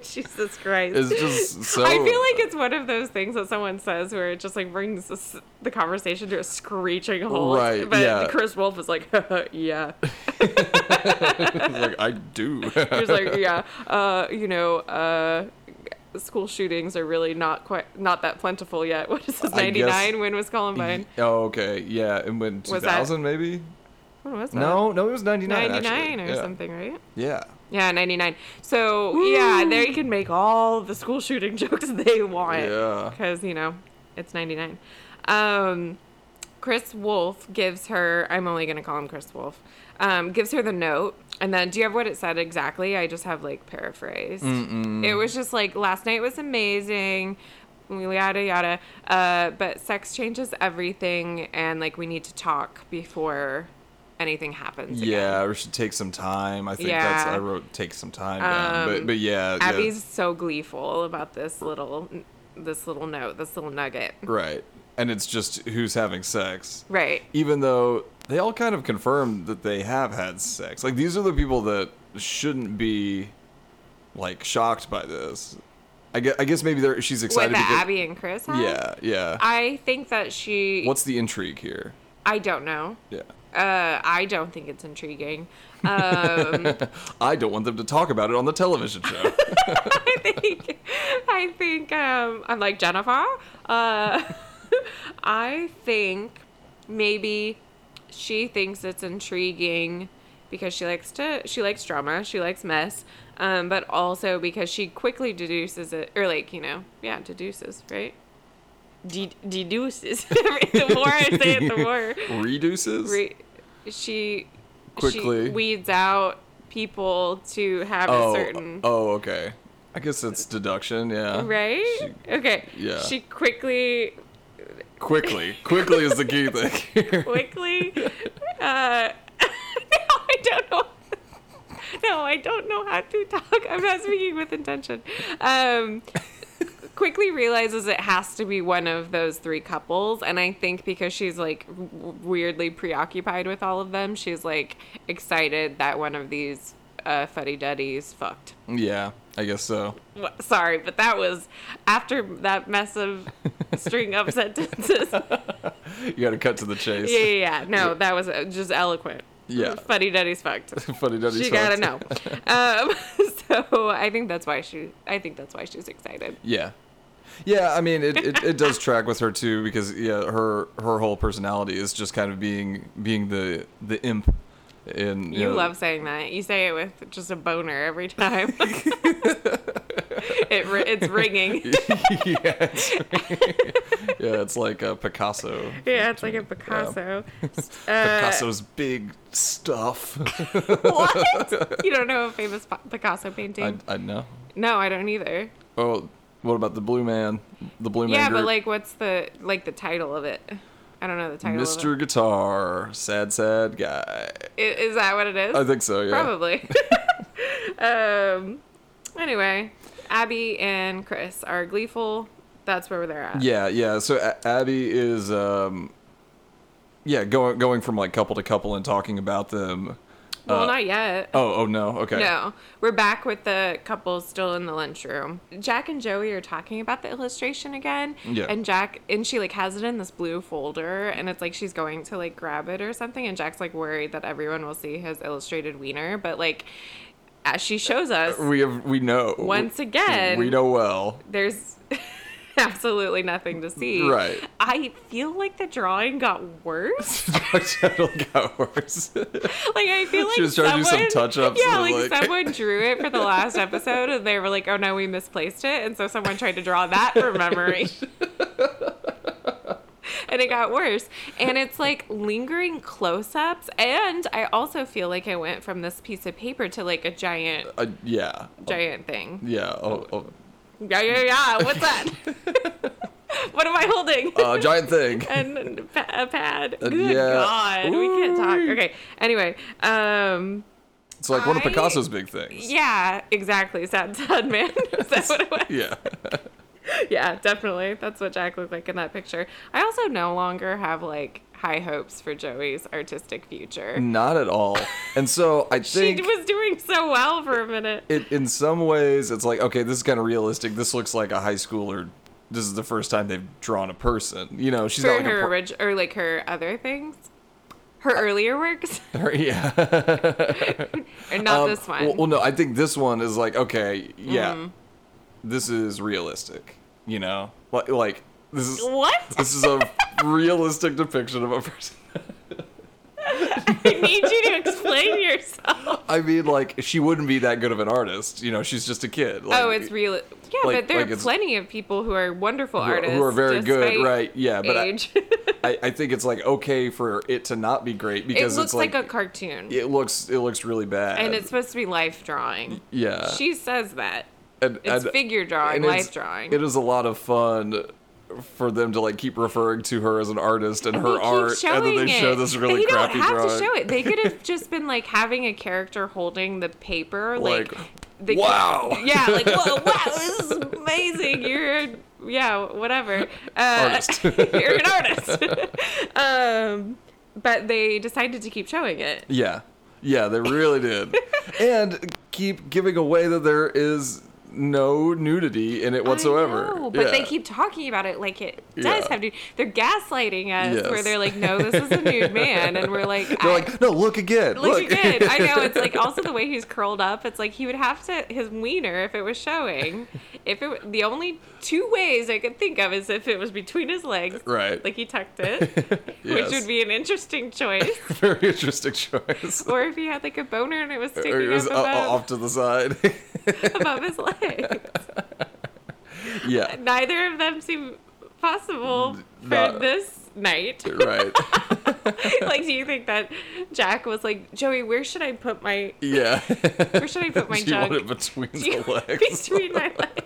S3: Jesus Christ!
S2: it's just so.
S3: I feel like it's one of those things that someone says where it just like brings this, the conversation to a screeching halt.
S2: Right,
S3: But
S2: yeah.
S3: Chris Wolf is like, yeah. uh,
S2: it's like I do.
S3: He's like, yeah. Uh, you know, uh, school shootings are really not quite not that plentiful yet. What is this?
S2: I
S3: Ninety
S2: guess-
S3: nine. When was Columbine?
S2: oh, okay. Yeah, and when two
S3: Was that-
S2: thousand maybe?
S3: When was that?
S2: No, no, it was ninety nine.
S3: Ninety nine or
S2: yeah.
S3: something, right?
S2: Yeah.
S3: Yeah, 99. So, yeah, they can make all the school shooting jokes they want.
S2: Yeah.
S3: Because, you know, it's 99. Um, Chris Wolf gives her, I'm only going to call him Chris Wolf, um, gives her the note And then, do you have what it said exactly? I just have like paraphrased. It was just like last night was amazing, yada yada. Uh, but sex changes everything, and like we need to talk before anything happens. again."
S2: Yeah, we should take some time. I think that's
S3: Yeah. Um,
S2: I wrote take some time down. But but yeah, yeah.
S3: Abby's so gleeful about this little, this little note, this little nugget.
S2: right. And it's just who's having sex.
S3: Right.
S2: Even though they all kind of confirmed that they have had sex. Like these are the people that shouldn't be like shocked by this. I guess, I guess maybe they're, she's
S3: What
S2: excited
S3: that
S2: because
S3: Abby and Chris had.
S2: Yeah, yeah.
S3: I think that she.
S2: What's the intrigue here?
S3: I don't know.
S2: Yeah.
S3: Uh, I don't think it's intriguing.
S2: I don't want them to talk about it on the television show.
S3: I think, I think, um, I'm like Jennifer. Uh, I think maybe she thinks it's intriguing because she likes to, she likes drama, she likes mess, um, but also because she quickly deduces it, or like you know, yeah, deduces, right? De- deduces. the more I say it, the more
S2: Reduces?
S3: re- she
S2: Quickly.
S3: she weeds out people to have
S2: oh,
S3: a certain.
S2: oh, okay. I guess that's deduction, yeah.
S3: Right?
S2: She-
S3: okay.
S2: yeah.
S3: She quickly,
S2: Quickly. Quickly is the key thing here.
S3: quickly. uh, no, I don't know. No, I don't know how to talk. I'm not speaking with intention. Um, quickly realizes it has to be one of those three couples, and I think because she's like w- weirdly preoccupied with all of them, she's like excited that one of these uh, fuddy duddies fucked.
S2: Yeah, I guess so.
S3: Wha- sorry, but that was after that mess of string of sentences. yeah,
S2: You got to cut to the chase.
S3: yeah, yeah. No, that was uh, just eloquent.
S2: Yeah.
S3: Funny daddy's fucked.
S2: Funny Duddy's
S3: she gotta
S2: fucked.
S3: know. Um, so I think that's why she. I think that's why she's excited.
S2: Yeah. Yeah, I mean it, it, it does track with her too because yeah, her her whole personality is just kind of being being the the imp in
S3: You
S2: know,
S3: love saying that. You say it with just a boner every time. it ri- it's ringing.
S2: yeah, it's, yeah, it's like a Picasso.
S3: Yeah, it's like a Picasso.
S2: Picasso's big stuff.
S3: uh, What? You don't know a famous Pa- Picasso painting?
S2: I, I know.
S3: no, I don't either.
S2: Oh, what about the Blue Man? The Blue Man.
S3: Yeah, but
S2: group?
S3: like, what's the like the title of it? I don't know the title.
S2: Mr.
S3: Of
S2: Guitar, sad, sad guy.
S3: it. I- Is that what it is?
S2: I think so. Yeah.
S3: Probably. um. Anyway, Abby and Chris are gleeful. That's where they're at.
S2: Yeah, yeah. So A- Abby is, um, yeah, going going from like couple to couple and talking about them.
S3: Well,
S2: Uh,
S3: not yet.
S2: Oh, oh no. Okay.
S3: No, we're back with the couple still in the lunchroom. Jack and Joey are talking about the illustration again.
S2: Yeah.
S3: And Jack and she like has it in this blue folder, and it's like she's going to like grab it or something, and Jack's like worried that everyone will see his illustrated wiener, but like as she shows us
S2: We have Uh, we know
S3: once again,
S2: We know well.
S3: there's absolutely nothing to see.
S2: Right.
S3: I feel like the drawing got worse.
S2: Our channel got worse.
S3: like I feel like
S2: She was trying to do some
S3: someone-
S2: touch-ups
S3: Yeah,
S2: and
S3: like,
S2: they're like-
S3: someone drew it for the last episode, and they were like, "Oh no, we misplaced it," and so someone tried to draw that from memory. And it got worse. And it's like lingering close ups. And I also feel like I went from this piece of paper to like a giant,
S2: uh, yeah.
S3: giant thing.
S2: Yeah. Oh, oh.
S3: Yeah, yeah, yeah. What's that? what am I holding?
S2: Uh, giant thing.
S3: and pa- a pad. Good
S2: Uh, yeah.
S3: God, we can't talk.
S2: Ooh.
S3: Okay. Anyway, um,
S2: It's like one of
S3: I-
S2: Picasso's big things.
S3: yeah, exactly. Sad, sad man. Is that what it was?
S2: Yeah.
S3: Yeah, definitely. That's what Jack looked like in that picture. I also no longer have like high hopes for Joey's artistic future.
S2: Not at all. And so I
S3: She
S2: think
S3: was doing so well for a minute.
S2: it in some ways it's like okay, this is kind of realistic. This looks like a high schooler. This is the first time they've drawn a person. You know, she's
S3: For
S2: not like a
S3: her
S2: pro-
S3: orig- or like her other things, her earlier works,
S2: Her- yeah.
S3: or not
S2: Um,
S3: this one. Mm-hmm.
S2: Well, well, no, I think this one is like okay, yeah, this is realistic. You know, like, like this is
S3: what?
S2: this is a realistic depiction of a person.
S3: I need you to explain yourself.
S2: I mean, like she wouldn't be that good of an artist. You know, she's just a kid. Like,
S3: oh, it's real. Yeah,
S2: like-
S3: but there
S2: like
S3: are
S2: it's-
S3: plenty of people who are wonderful
S2: who are-
S3: artists
S2: who are very good,
S3: despite
S2: right? Yeah, but I,
S3: Age.
S2: I, I think it's like okay for it to not be great
S3: It
S2: because
S3: looks
S2: it's
S3: like,
S2: like,
S3: a cartoon.
S2: it looks it looks really bad
S3: and it's supposed to be life drawing.
S2: yeah
S3: she says that.
S2: and,
S3: It's
S2: and-
S3: figure drawing,
S2: and
S3: life
S2: it's-
S3: drawing.
S2: It is a lot of fun for them to like keep referring to her as an artist and, her
S3: they keep
S2: art, and then
S3: showing
S2: they show
S3: it.
S2: this really
S3: they
S2: crappy
S3: don't have
S2: drawing.
S3: to show it. They could have just been like having a character holding the paper, like,
S2: Like,
S3: they could-
S2: wow.
S3: yeah, like whoa, wow, this is amazing. You're a, yeah, whatever. Uh,
S2: Artist.
S3: you're an artist. um, but they decided to keep showing it.
S2: Yeah, yeah, they really did, and keep giving away that there is no nudity in it whatsoever.
S3: I know, but they
S2: Yeah.
S3: keep talking about it like it does
S2: Yeah.
S3: have to. They're gaslighting us, where
S2: Yes.
S3: they're like, "No, this is a nude man," and we're like,
S2: They're
S3: I-
S2: like, no, look again.
S3: Look, you did. I know. It's like also the way he's curled up. It's like he would have to his wiener if it was showing. If it were- the only two ways I could think of is if it was between his legs,
S2: Right.
S3: Like he tucked it,
S2: Yes.
S3: which would be an interesting choice.
S2: very interesting choice.
S3: Or if he had like a boner and it was sticking
S2: Or it was o-
S3: up
S2: o-
S3: above,
S2: off to the side.
S3: above his leg.
S2: yeah,
S3: Neither of them seem possible for
S2: Not-
S3: this night.
S2: right.
S3: like, do you think that Jack was like, Joey, where should I put my
S2: Yeah.
S3: where should I put my
S2: she
S3: junk?
S2: wanted between
S3: Do you-
S2: the legs.
S3: Between my legs.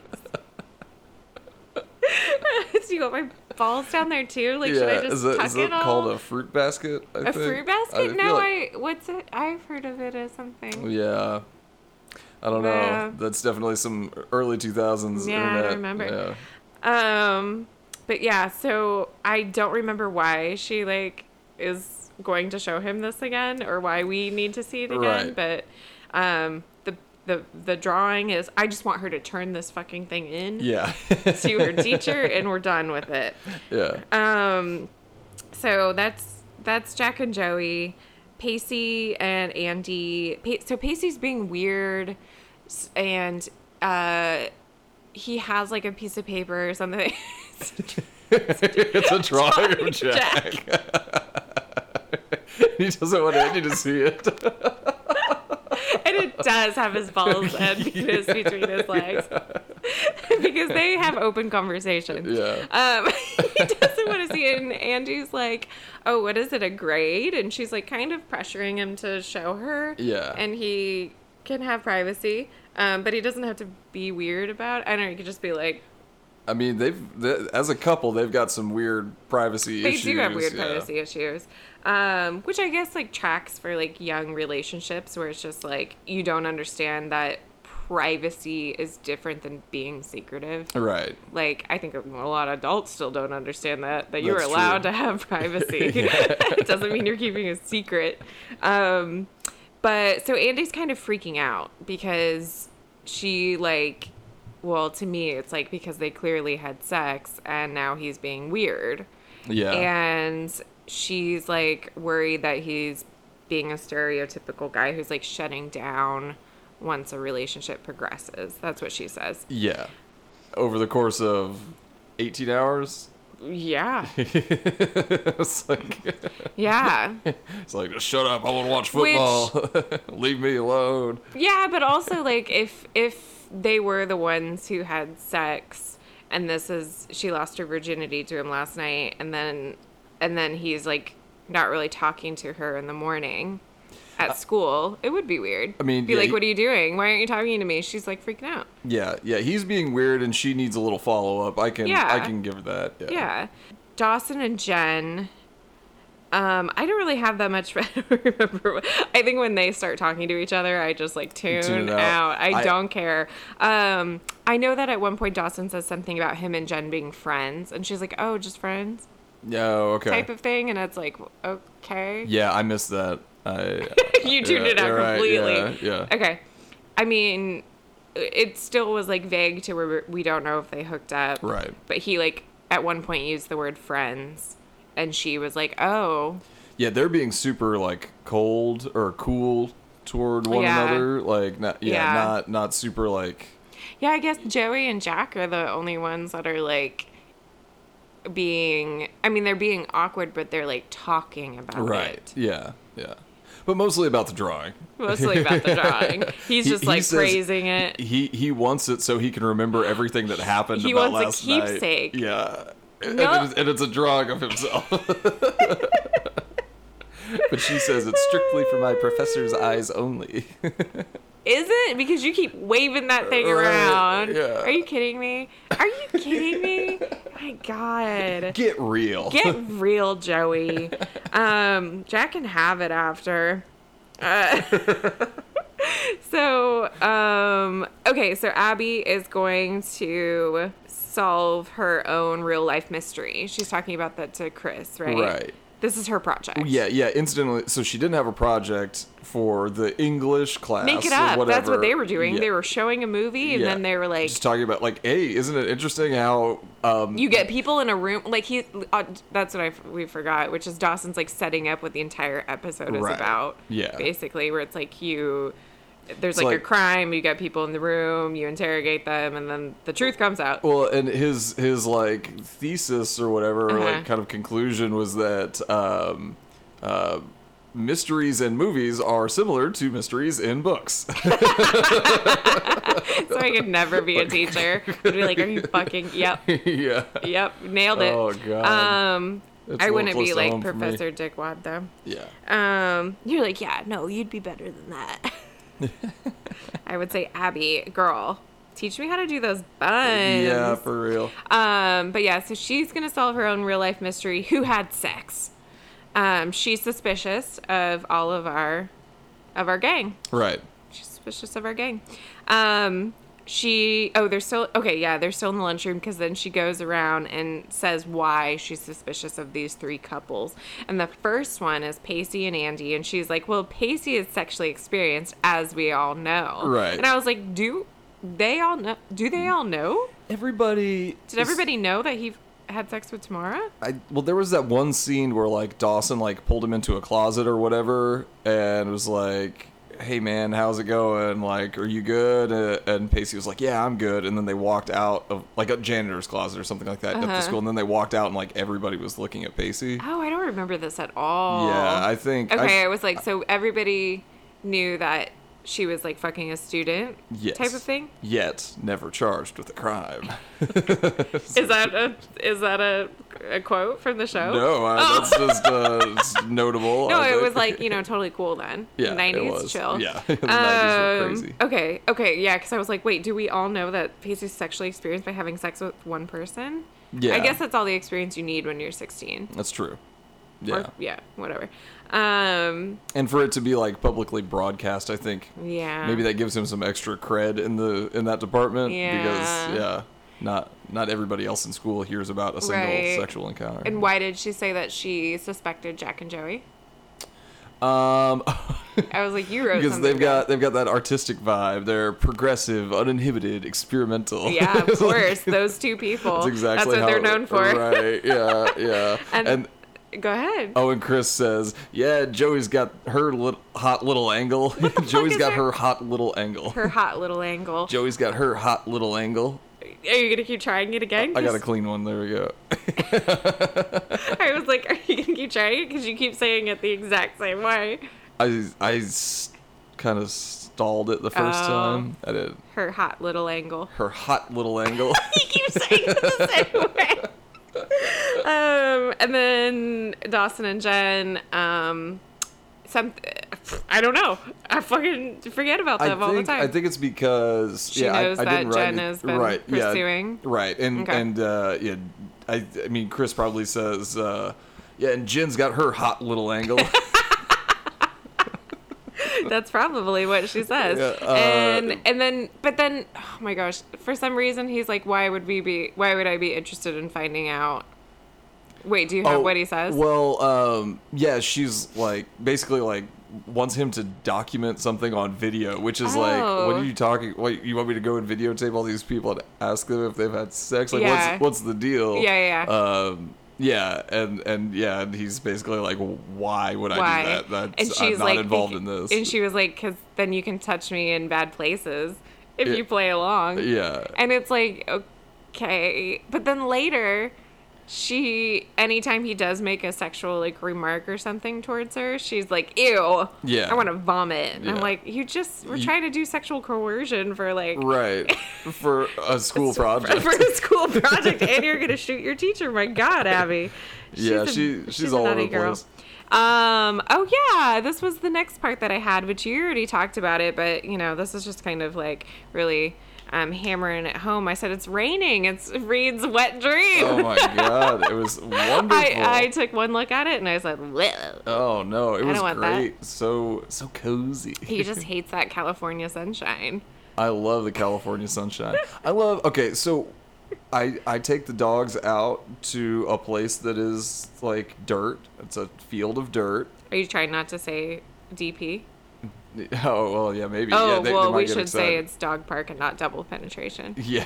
S3: Do you want my balls down there too? Like, should I just
S2: is it,
S3: tuck
S2: is
S3: it
S2: it
S3: all?
S2: called a fruit basket? I
S3: A
S2: think?
S3: fruit
S2: I
S3: basket?
S2: feel
S3: No,
S2: like-
S3: I. What's it? I've heard of it as something.
S2: Yeah. I don't
S3: Yeah.
S2: know. That's definitely some early 2000s
S3: Yeah, I don't
S2: internet.
S3: remember.
S2: Yeah.
S3: Um, but yeah, so I don't remember why she like is going to show him this again, or why we need to see it again.
S2: Right.
S3: But um, the the the drawing is. I just want her to turn this fucking thing in
S2: Yeah.
S3: to her teacher, and we're done with it.
S2: yeah.
S3: Um, so that's that's Jack and Joey, Pacey and Andy. Pa- so Pacey's being weird, s- and uh, he has like a piece of paper or something.
S2: it's a drawing of Jack. he doesn't want Andy to see it.
S3: and it does have his balls and penis between his legs because they have open conversations.
S2: Yeah.
S3: Um, he doesn't want to see it, and Andy's like, "Oh, what is it? A grade?" And she's like, kind of pressuring him to show her.
S2: Yeah.
S3: And he can have privacy, um, but he doesn't have to be weird about. It. I don't know. He could just be like,
S2: I mean, they've they, as a couple, they've got some weird privacy
S3: they
S2: issues.
S3: do have weird
S2: yeah.
S3: privacy issues um, which i guess like tracks for like young relationships where it's just like you don't understand that privacy is different than being secretive
S2: Right.
S3: like i think a lot of adults still don't understand that that you're
S2: That's true.
S3: allowed to have privacy it doesn't mean you're keeping a secret um, but so andy's kind of freaking out because she like well to me it's like because they clearly had sex and now he's being weird
S2: Yeah.
S3: and she's like worried that he's being a stereotypical guy who's like shutting down once a relationship progresses. That's what she says.
S2: yeah. Over the course of 18 hours,
S3: Yeah.
S2: it's like
S3: Yeah.
S2: it's like shut up. I want to watch football. Leave me alone.
S3: yeah, but also like if if they were the ones who had sex and this is she lost her virginity to him last night and then and then he's like not really talking to her in the morning at school, it would be weird.
S2: Uh, I mean,
S3: be
S2: yeah,
S3: like,
S2: you-
S3: what are you doing? Why aren't you talking to me? She's like freaking out.
S2: Yeah, yeah, he's being weird, and she needs a little follow up. I can,
S3: Yeah.
S2: I can give her that. Yeah.
S3: Yeah. Dawson and Jen. Um, I don't really have that much. I don't remember. what- I think when they start talking to each other, I just like tune,
S2: Tune it
S3: out.
S2: out.
S3: I,
S2: I-
S3: don't care. Um, I know that at one point Dawson says something about him and Jen being friends, and she's like, "Oh, just friends,"
S2: Yeah, oh, okay.
S3: type of thing, and it's like, okay,
S2: yeah, I missed that. I.
S3: you tuned
S2: yeah,
S3: it out
S2: you're right,
S3: completely.
S2: yeah, yeah.
S3: Okay. I mean, it still was like vague to where we don't know if they hooked up.
S2: Right.
S3: But he like at one point used the word friends, and she was like, "Oh,
S2: yeah, they're being super like cold or cool toward one
S3: Yeah.
S2: another. Like, not, yeah,
S3: Yeah.
S2: not, not super like.
S3: yeah, I guess Joey and Jack are the only ones that are like." being i mean they're being awkward but they're like talking about it
S2: Yeah, yeah, but mostly about the drawing.
S3: mostly about the drawing he's
S2: He-
S3: just
S2: he
S3: like
S2: says-
S3: praising it
S2: He he wants it so he can remember everything that happened.
S3: He
S2: about
S3: wants a
S2: last night.
S3: keepsake.
S2: Yeah. and,
S3: No.
S2: it's, and it's a drawing of himself. but she says it's strictly for my professor's eyes only.
S3: Is it? Because you keep waving that thing
S2: Right,
S3: around.
S2: yeah.
S3: Are you kidding me? Are you kidding me? My God.
S2: Get real.
S3: Get real, Joey. Um, Jack can have it after. Uh, so, um, okay, so Abby is going to solve her own real life mystery. She's talking about that to Chris, right?
S2: Right.
S3: This is her project.
S2: yeah, yeah, incidentally. So she didn't have a project for the English class.
S3: Make it
S2: or
S3: up. That's
S2: whatever.
S3: what they were doing.
S2: Yeah.
S3: They were showing a movie, and
S2: Yeah.
S3: then they were like,
S2: just talking about like, hey, isn't it interesting how um,
S3: you get people in a room like he uh, that's what I f- we forgot which is Dawson's like setting up what the entire episode is
S2: Right.
S3: about
S2: Yeah.
S3: basically where it's like you there's like, a
S2: like-
S3: crime you got people in the room you interrogate them and then the truth comes out
S2: Well, and his his like thesis or whatever, or
S3: Uh-huh.
S2: like kind of conclusion was that um, uh, mysteries in movies are similar to mysteries in books.
S3: so I could never be a teacher I'd be like are you fucking yep
S2: yeah,
S3: yep nailed it
S2: Oh, God.
S3: um
S2: That's a
S3: I
S2: little
S3: wouldn't
S2: close
S3: be
S2: to
S3: like
S2: home for me.
S3: Professor Dickwad though
S2: yeah.
S3: Um, you're like, yeah, no, you'd be better than that. I would say, Abby, girl, teach me how to do those buns.
S2: Yeah, for real.
S3: Um, but yeah, so she's gonna solve her own real life mystery. Who had sex? Um, she's suspicious of all of our, of our gang.
S2: Right.
S3: She's suspicious of our gang. Um, she oh they're still okay yeah they're still in the lunchroom because then she goes around and says why she's suspicious of these three couples and the first one is Pacey and Andy and she's like well Pacey is sexually experienced as we all know
S2: Right.
S3: and I was like do they all know do they all know
S2: Everybody.
S3: did everybody know that he had sex with Tamara
S2: I, well, there was that one scene where like Dawson like pulled him into a closet or whatever, and was like, "Hey man, how's it going? Like, are you good?" Uh, and Pacey was like, "Yeah, I'm good." And then they walked out of like a janitor's closet or something like that at
S3: Uh-huh.
S2: the school, and then they walked out and like everybody was looking at Pacey.
S3: oh I don't remember this at all
S2: Yeah, I think.
S3: Okay, I,
S2: I,
S3: was like, so everybody knew that she was like fucking a student
S2: yes.
S3: type of thing.
S2: Yet never charged with a crime.
S3: Is that a is that a, a quote from the show?
S2: No, I,
S3: Oh.
S2: that's just uh, it's notable.
S3: No,
S2: I
S3: it
S2: think.
S3: was like you know totally cool then.
S2: Yeah, it
S3: 90s
S2: was.
S3: chill.
S2: Yeah, the 90s were
S3: Um,
S2: crazy.
S3: Okay, okay, yeah, because I was like, wait, do we all know that Pacey's sexually experienced by having sex with one person? I
S2: Yeah.
S3: guess that's all the experience you need when you're 16.
S2: that's true.
S3: Or-
S2: Yeah.
S3: yeah, whatever. Um,
S2: and for it to be like publicly broadcast i think
S3: yeah.
S2: maybe that gives him some extra cred in the in that department
S3: Yeah.
S2: because yeah not not everybody else in school hears about a single
S3: Right.
S2: sexual encounter
S3: And why did she say that she suspected Jack and Joey?
S2: um
S3: I was like, you wrote
S2: because
S3: something
S2: they've
S3: down.
S2: got they've got that artistic vibe they're progressive uninhibited experimental
S3: Yeah, of
S2: It's like-
S3: course. Those two people.
S2: that's exactly
S3: what
S2: how
S3: they're known for.
S2: right yeah yeah
S3: And-
S2: and
S3: Go ahead.
S2: Oh, and Chris says, "Yeah, Joey's got her lit- hot little angle. Joey's
S3: is
S2: got
S3: her-
S2: her hot little angle.
S3: Her hot little angle.
S2: Joey's got her hot little angle.
S3: Are you gonna keep trying it again?
S2: I got a
S3: 'Cause
S2: clean one. There we go.
S3: I was like, are you gonna keep trying it? Because you keep saying it the exact same way.
S2: I I s- kind of stalled it the first
S3: Oh.
S2: time. I did
S3: Her hot little angle.
S2: her hot little angle.
S3: You keep saying it the same way. Um, and then Dawson and Jen. Um, some. I don't know. I fucking forget about
S2: I
S3: them all the
S2: think
S3: time.
S2: I think it's because
S3: She
S2: yeah, I-
S3: knows
S2: I,
S3: that
S2: didn't write
S3: Jen
S2: it-
S3: has been
S2: right, yeah,
S3: pursuing.
S2: right, and
S3: Okay.
S2: and uh, yeah, I I mean Chris probably says uh, yeah, and Jen's got her hot little angle.
S3: That's probably what she says.
S2: Yeah, uh,
S3: and and then but then oh my gosh, for some reason he's like, Why would we be why would I be interested in finding out? Wait, do you have what he says?
S2: Oh, Well, um, yeah, she's like basically like wants him to document something on video, which is like,
S3: Oh.
S2: what are you talking? What you want me to go and videotape all these people and ask them if they've had sex? Like,
S3: Yeah.
S2: what's what's the deal?
S3: Yeah, yeah, yeah.
S2: Um, yeah, and and yeah, and he's basically like, why would I
S3: why?
S2: do that? That's I'm not involved in this.
S3: And she was like, Cause then you can touch me in bad places if
S2: Yeah.
S3: you play along.
S2: yeah,
S3: And it's like, okay. But then later she anytime he does make a sexual like remark or something towards her, she's like, "Ew,
S2: Yeah.
S3: I want to vomit." And I'm
S2: Yeah.
S3: like, "You just we're
S2: You-
S3: trying to do sexual coercion for like
S2: Right. For a school project.
S3: for a school project, and you're gonna shoot your teacher. My God, Abby.
S2: Yeah, she- she's all over
S3: naughty
S2: the place.
S3: Um. Oh yeah, this was the next part that I had, which you already talked about it, but you know, this is just kind of like really um, hammering it home. I said it's raining. It's Reed's wet dream.
S2: Oh my god, it was wonderful.
S3: I, I took one look at it and I said, whoa.
S2: oh no, it was
S3: want that.
S2: great. So so cozy.
S3: He just hates that California sunshine.
S2: I love the California sunshine. I love. Okay, so I I take the dogs out to a place that is like dirt. It's a field of dirt.
S3: Are you trying not to say DP?
S2: Oh well, yeah, maybe.
S3: Oh,
S2: yeah, they, they
S3: well,
S2: might
S3: we
S2: get
S3: should say
S2: excited.
S3: it's dog park and not double penetration.
S2: Yeah,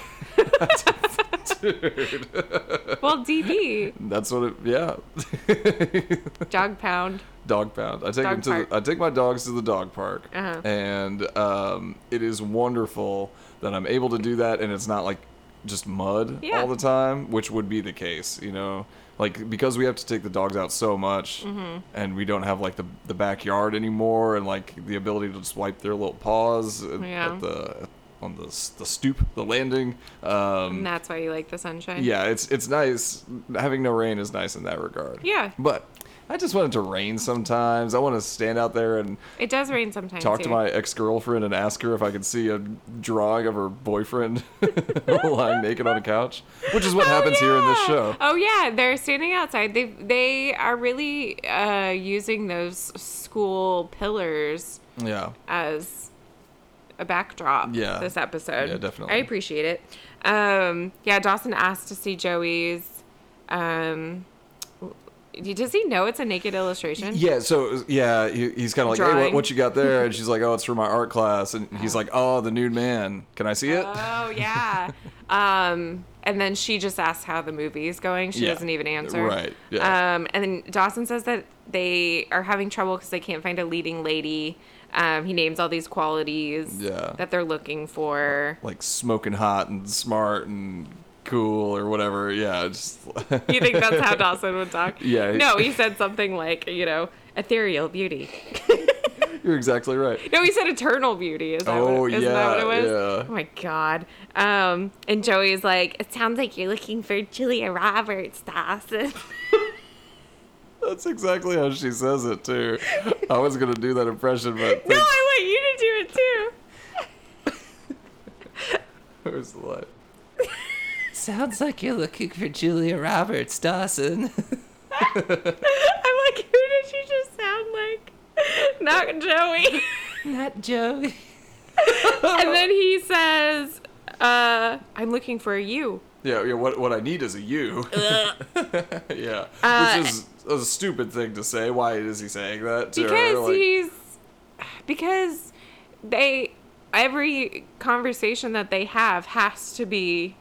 S3: well, DP,
S2: that's what it. Yeah,
S3: dog pound.
S2: dog pound. I take
S3: Dog
S2: them to.
S3: park.
S2: The, I take my dogs to the dog park,
S3: Uh-huh.
S2: and um, it is wonderful that I'm able to do that, and it's not like just mud
S3: Yeah.
S2: all the time, which would be the case, you know. Like because we have to take the dogs out so much,
S3: Mm-hmm.
S2: and we don't have like the the backyard anymore, and like the ability to just wipe their little paws at,
S3: Yeah.
S2: at the on the s- the stoop, the landing. Um,
S3: And that's why you like the sunshine.
S2: yeah, it's it's nice. Having no rain is nice in that regard.
S3: Yeah.
S2: But I just want it to rain sometimes. I want to stand out there and
S3: It does rain sometimes.
S2: talk to
S3: here.
S2: my ex girlfriend and ask her if I could see a drawing of her boyfriend lying naked on a couch, which is what
S3: Oh,
S2: happens here in this
S3: yeah.
S2: show.
S3: Oh yeah, they're standing outside. They they are really uh, using those school pillars
S2: Yeah.
S3: as a backdrop
S2: Yeah.
S3: this episode.
S2: Yeah, definitely.
S3: I appreciate it. Um, yeah, Dawson asked to see Joey's. Um, does he know it's a naked illustration?
S2: Yeah, so yeah, he, he's kind of like, "Hey, what,
S3: Drawing.
S2: what you got there?" And she's like, "Oh, it's for my art class." And he's like, "Oh, the nude man. Can I see it?"
S3: Oh yeah. um, and then she just asks how the movie's going. She
S2: Yeah.
S3: doesn't even answer.
S2: Right, yeah.
S3: Um, and then Dawson says that they are having trouble because they can't find a leading lady. Um, he names all these qualities
S2: Yeah.
S3: that they're looking for.
S2: like smoking hot and smart and cool or whatever. Yeah, just
S3: You think that's how Dawson would talk?
S2: Yeah.
S3: No, he said something like, you know, ethereal beauty.
S2: you're exactly right.
S3: No, he said eternal beauty. Is that,
S2: Oh,
S3: what, isn't that what it was?
S2: yeah, yeah.
S3: Oh my god. Um, and Joey's like, it sounds like you're looking for Julia Roberts, Dawson.
S2: That's exactly how she says it too. I was gonna do that impression, but
S3: No, I want you to do it too.
S2: there's a lot.
S4: Sounds like you're looking for Julia Roberts, Dawson.
S3: I'm like, who did you just sound like? Not Joey.
S4: Not Joey.
S3: and then he says, uh, I'm looking for you.
S2: Yeah, yeah. What what I need is a you. yeah,
S3: Uh,
S2: which is a stupid thing to say. Why is he saying that? To her?
S3: Because
S2: Like,
S3: he's because they every conversation that they have has to be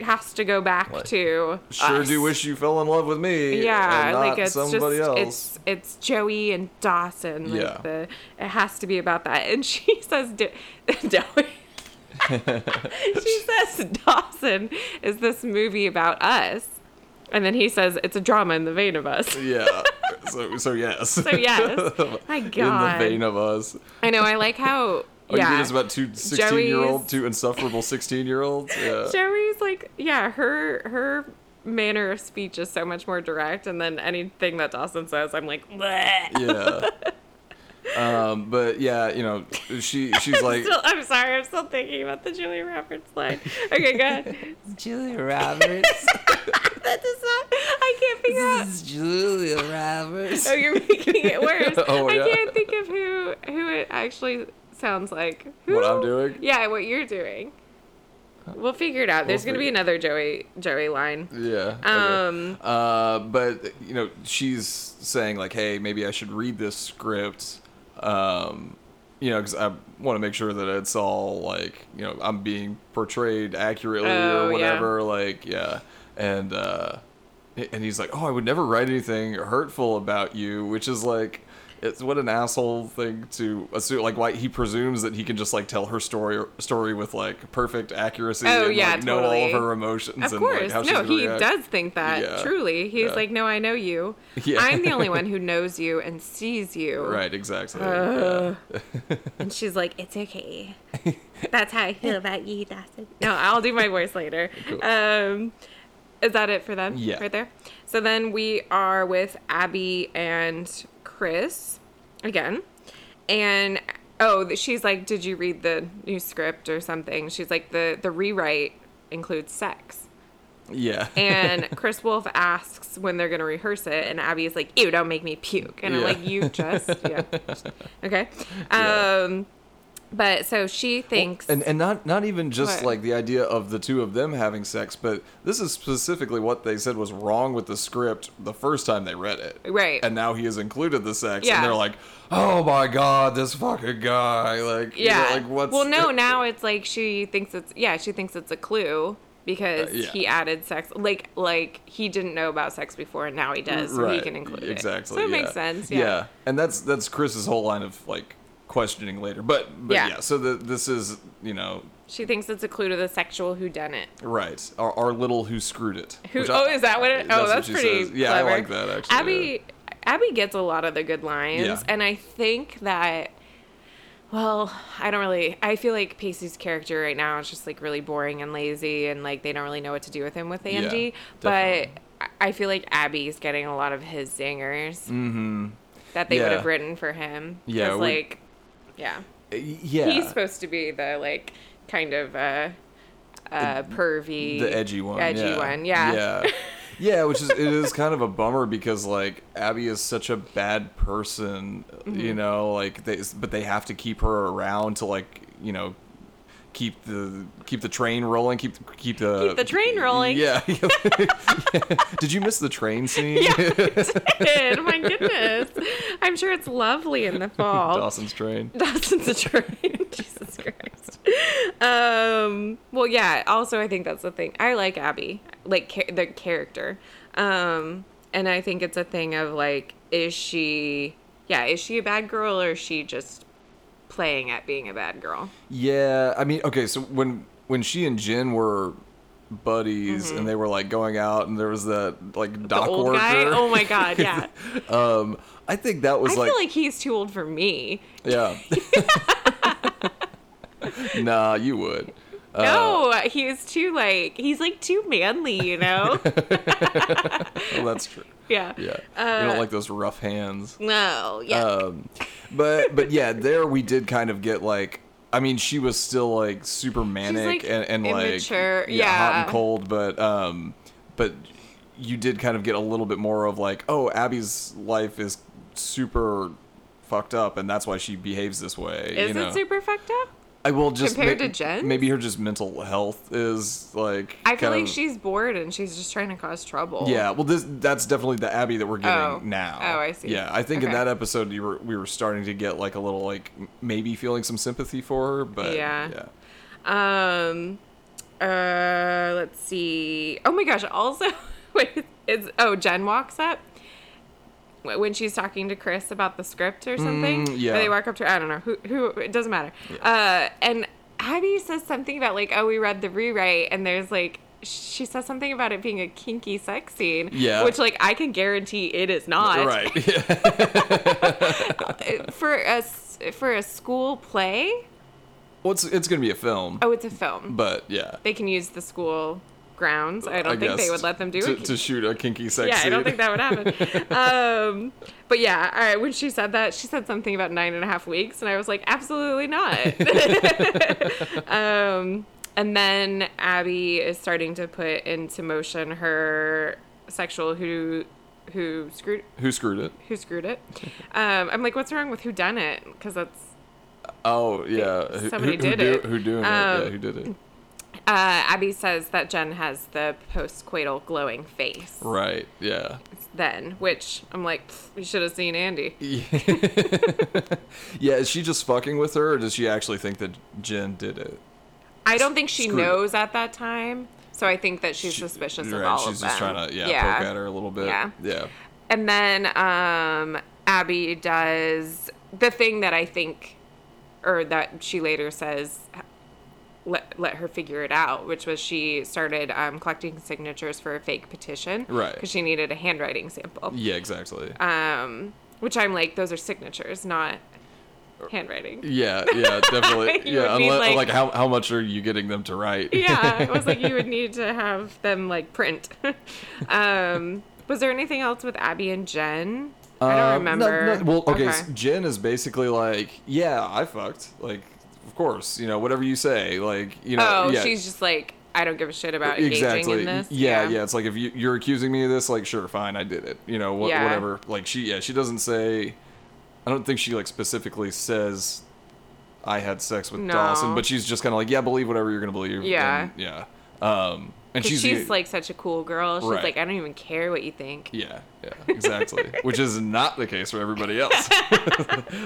S3: has to go back
S2: Like,
S3: to
S2: sure
S3: us.
S2: do wish you fell in love with me.
S3: yeah
S2: and not
S3: like it's
S2: somebody
S3: just
S2: else.
S3: it's it's joey and dawson like
S2: Yeah.
S3: the it has to be about that and she says Do- joey she says dawson is this movie about us and then he says it's a drama in the vein of us
S2: Yeah. So so yes. So
S3: yes. My God.
S2: In the vein of us.
S3: i know i like how
S2: Oh, you
S3: yeah
S2: think it's about two 16 year old, two insufferable 16 year olds? Yeah.
S3: joey's like yeah her her manner of speech is so much more direct and then anything that dawson says i'm like bleh.
S2: yeah. Um, but yeah, you know, she she's like,
S3: Still- I'm sorry, I'm still thinking about the Julia Roberts line. Okay, go ahead.
S4: Julia Roberts.
S3: that does not. I can't figure out.
S4: this is Julia Roberts.
S3: Oh, you're making it worse.
S2: Oh,
S3: I
S2: yeah.
S3: can't think of who who it actually sounds like. Who?
S2: What I'm doing?
S3: Yeah, what you're doing. We'll figure it out. There's gonna be
S2: figure-
S3: another Joey Joey line.
S2: yeah. okay.
S3: Um.
S2: Uh, but you know, she's saying like, hey, maybe I should read this script. Um, you know, because I want to make sure that it's all like, you know, I'm being portrayed accurately
S3: Oh, yeah.
S2: or whatever. Like, yeah, and uh, and he's like, oh, I would never write anything hurtful about you, which is like. It's what an asshole thing to assume. Like, why he presumes that he can just like tell her story story with like perfect accuracy.
S3: Oh,
S2: and,
S3: yeah,
S2: like, know all
S3: totally.
S2: of her emotions.
S3: Of
S2: and,
S3: course.
S2: like, how she's
S3: no,
S2: gonna
S3: he
S2: react.
S3: does think that.
S2: Yeah.
S3: Truly. He's
S2: Yeah.
S3: like, no, I know you.
S2: Yeah.
S3: I'm the only one who knows you and sees you.
S2: Right, exactly.
S3: Ugh. and she's like, it's okay. That's how I feel about you, Dawson. No, I'll do my voice later.
S2: Cool.
S3: Um, is that it for them?
S2: Yeah.
S3: Right there? So then we are with Abby and Chris again. And oh, th- she's like, did you read the new script or something? She's like, the, the rewrite includes sex.
S2: yeah.
S3: And Chris Wolf asks when they're going to rehearse it, and Abby is like, "Ew, don't make me puke." And I'm
S2: Yeah.
S3: like, "You just, yeah, okay." Um,
S2: Yeah.
S3: but so she thinks,
S2: And and not not even just
S3: What?
S2: like the idea of the two of them having sex, but this is specifically what they said was wrong with the script the first time they read it.
S3: Right.
S2: And now he has included the sex,
S3: Yeah.
S2: and they're like, "Oh my god, this fucking guy!" Like, you know,
S3: yeah,
S2: like what's
S3: well, no, now it's like she thinks it's yeah, she thinks it's a clue because
S2: Uh, yeah.
S3: he added sex, like like he didn't know about sex before, and now he does, so he can include it.
S2: exactly.
S3: so it
S2: yeah.
S3: makes sense. Yeah,
S2: and that's that's Chris's whole line of like questioning later, but but
S3: Yeah.
S2: yeah. so the, this is you know
S3: she thinks it's a clue to the sexual whodunit.
S2: right our, our little who screwed it.
S3: Who,
S2: which I-
S3: oh, is that what? It, oh,
S2: what
S3: that's,
S2: she
S3: pretty.
S2: says. Yeah,
S3: clever.
S2: I like that actually. yeah.
S3: Abby, Abby gets a lot of the good lines,
S2: Yeah.
S3: and I think that. Well, I don't really. I feel like Pacey's character right now is just like really boring and lazy, and like they don't really know what to do with him with Andy. but
S2: definitely.
S3: I- I feel like Abby's getting a lot of his zingers that they would
S2: Mm-hmm. Yeah.
S3: have written for him.
S2: Yeah,
S3: 'Cause,
S2: we-
S3: like, yeah.
S2: Yeah.
S3: he's supposed to be the like kind of uh, uh, pervy,
S2: the edgy one.
S3: edgy
S2: yeah.
S3: one. Yeah,
S2: Yeah. Yeah, which is it is kind of a bummer because like Abby is such a bad person,
S3: Mm-hmm.
S2: you know, like they but they have to keep her around to like, you know, keep the keep the train rolling, keep keep the
S3: Keep the train rolling.
S2: Yeah. Did you miss the train scene?
S3: kid. Oh My goodness. I'm sure it's lovely in the fall.
S2: Dawson's train.
S3: Dawson's a train. Jesus Christ. Um, well, yeah. Also, I think that's the thing. I like Abby, like cha- the character. Um, and I think it's a thing of like, is she, yeah, is she a bad girl or is she just playing at being a bad girl?
S2: Yeah, I mean, okay, so when when she and Jen were buddies and they were like going out and there was that like
S3: Mm-hmm. the
S2: dock
S3: old
S2: worker.
S3: guy? Oh my God. Yeah.
S2: um, I think that
S3: I
S2: was
S3: feel
S2: like,
S3: like he's too old for me.
S2: yeah. nah, you would.
S3: no, he's too like he's like too manly, you know?
S2: Well, that's true.
S3: yeah.
S2: Yeah, you
S3: Uh,
S2: don't like those rough hands.
S3: No, yeah.
S2: Um, but but yeah, there we did kind of get like. I mean, she was still like super manic
S3: like,
S2: and, and
S3: immature,
S2: like hot
S3: yeah.
S2: and cold, but um, but you did kind of get a little bit more of like, oh, Abby's life is super fucked up, and that's why she behaves this way.
S3: Is
S2: you know?
S3: it super fucked up?
S2: I will just
S3: Compared to Jen's?
S2: Maybe her just mental health is like.
S3: I feel like
S2: kind of-
S3: she's bored and she's just trying to cause trouble.
S2: Yeah, well, this that's definitely the Abby that we're getting
S3: Oh.
S2: now.
S3: Oh, I see.
S2: Yeah, I think in
S3: Okay.
S2: that episode you were we were starting to get like a little like m- maybe feeling some sympathy for her, but
S3: Yeah.
S2: yeah,
S3: Um uh let's see. Oh my gosh, also wait, is oh, Jen walks up wh- when she's talking to Chris about the script or something.
S2: Mm, yeah.
S3: Or they walk up to I don't know who who it doesn't matter. Uh and Abby says something about like, oh, we read the rewrite and there's like she says something about it being a kinky sex scene.
S2: Yeah.
S3: Which like I can guarantee it is not.
S2: right. Yeah.
S3: For a s- for a school play.
S2: well, it's it's gonna be a film,
S3: Oh, it's a film.
S2: but yeah,
S3: they can use the school grounds. I don't think they
S2: guess
S3: would let them do
S2: to,
S3: it.
S2: to shoot a kinky sex.
S3: yeah, I don't think
S2: scene.
S3: that would happen. um, but yeah, all right. When she said that, she said something about nine and a half weeks, and I was like, absolutely not. um, and then Abby is starting to put into motion her sexual who who screwed
S2: Who screwed it?
S3: who screwed it. Um, I'm like, what's wrong with who done it? Because that's
S2: Oh yeah, who,
S3: Somebody
S2: who,
S3: did
S2: who do-
S3: it.
S2: Who doing it?
S3: Um,
S2: Yeah, who did it?
S3: uh, Abby says that Jen has the postcoital glowing face.
S2: Right. Yeah.
S3: then, which I'm like, "Pfft, you should have seen Andy.
S2: Yeah. Is she just fucking with her, or does she actually think that Jen did it?
S3: I don't think she
S2: Screwed it.
S3: knows at that time, so I think that she's
S2: She-
S3: suspicious of
S2: right,
S3: all
S2: She's
S3: of them.
S2: just trying to yeah, poke at her a little bit.
S3: Yeah.
S2: Yeah.
S3: And then um, Abby does the thing that I think, or that she later says, let, let her figure it out, which was she started um, collecting signatures for a fake petition.
S2: Right.
S3: Because she needed a handwriting sample.
S2: Yeah, exactly.
S3: Um, which I'm like, those are signatures, not handwriting.
S2: yeah, yeah, definitely.
S3: You
S2: yeah,
S3: would be
S2: unle-
S3: like-
S2: like, how how much are you getting them to write?
S3: Yeah, it was like you would need to have them like print. um, was there anything else with Abby and Jen? I don't
S2: Um, no,
S3: remember.
S2: no, well, okay, so Jen is basically like, yeah, I fucked. Like, of course, you know, whatever you say, like, you know,
S3: oh,
S2: yeah,
S3: she's just like, I don't give a shit about engaging
S2: exactly.
S3: in this.
S2: Yeah, yeah, It's like if you, you're accusing me of this, like, sure, fine, I did it. You know, wha-
S3: Yeah.
S2: whatever. Like, she, yeah, she doesn't say. I don't think she like specifically says, I had sex with
S3: No.
S2: Dawson, but she's just kind of like, yeah, believe whatever you're gonna believe.
S3: Yeah.
S2: and- yeah. Um, and
S3: 'Cause
S2: she's
S3: She's,
S2: the-
S3: like such a cool girl. She's
S2: Right.
S3: like, I don't even care what you think.
S2: Yeah, yeah, exactly. Which is not the case for everybody else.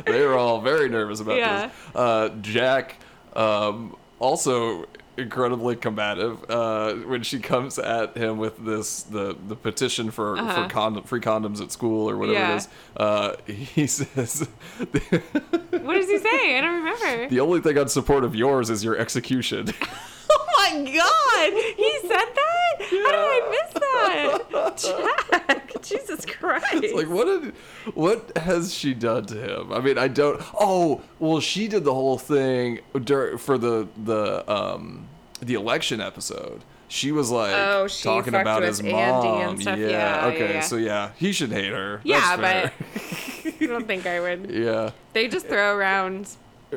S2: they were all very nervous about
S3: Yeah.
S2: this. Uh, Jack, um, also incredibly combative, uh, when she comes at him with this the the petition for
S3: Uh-huh.
S2: for condom, free condoms at school or whatever
S3: Yeah.
S2: it is. Uh, he says,
S3: What does he say? I don't remember.
S2: "The only thing on support of yours is your execution."
S3: oh my god! He said that? How did I miss that? Jack, Jesus Christ.
S2: It's like what did, what has she done to him? I mean, I don't. Oh, well, she did the whole thing dur- for the the um the election episode. She was like
S3: Oh, she
S2: talking
S3: fucked
S2: about
S3: with
S2: his
S3: Andy
S2: mom.
S3: and stuff. Yeah,
S2: Yeah.
S3: yeah,
S2: Okay.
S3: yeah.
S2: So yeah, he should hate her.
S3: yeah,
S2: That's
S3: but
S2: fair.
S3: I don't think I would.
S2: yeah,
S3: They just throw around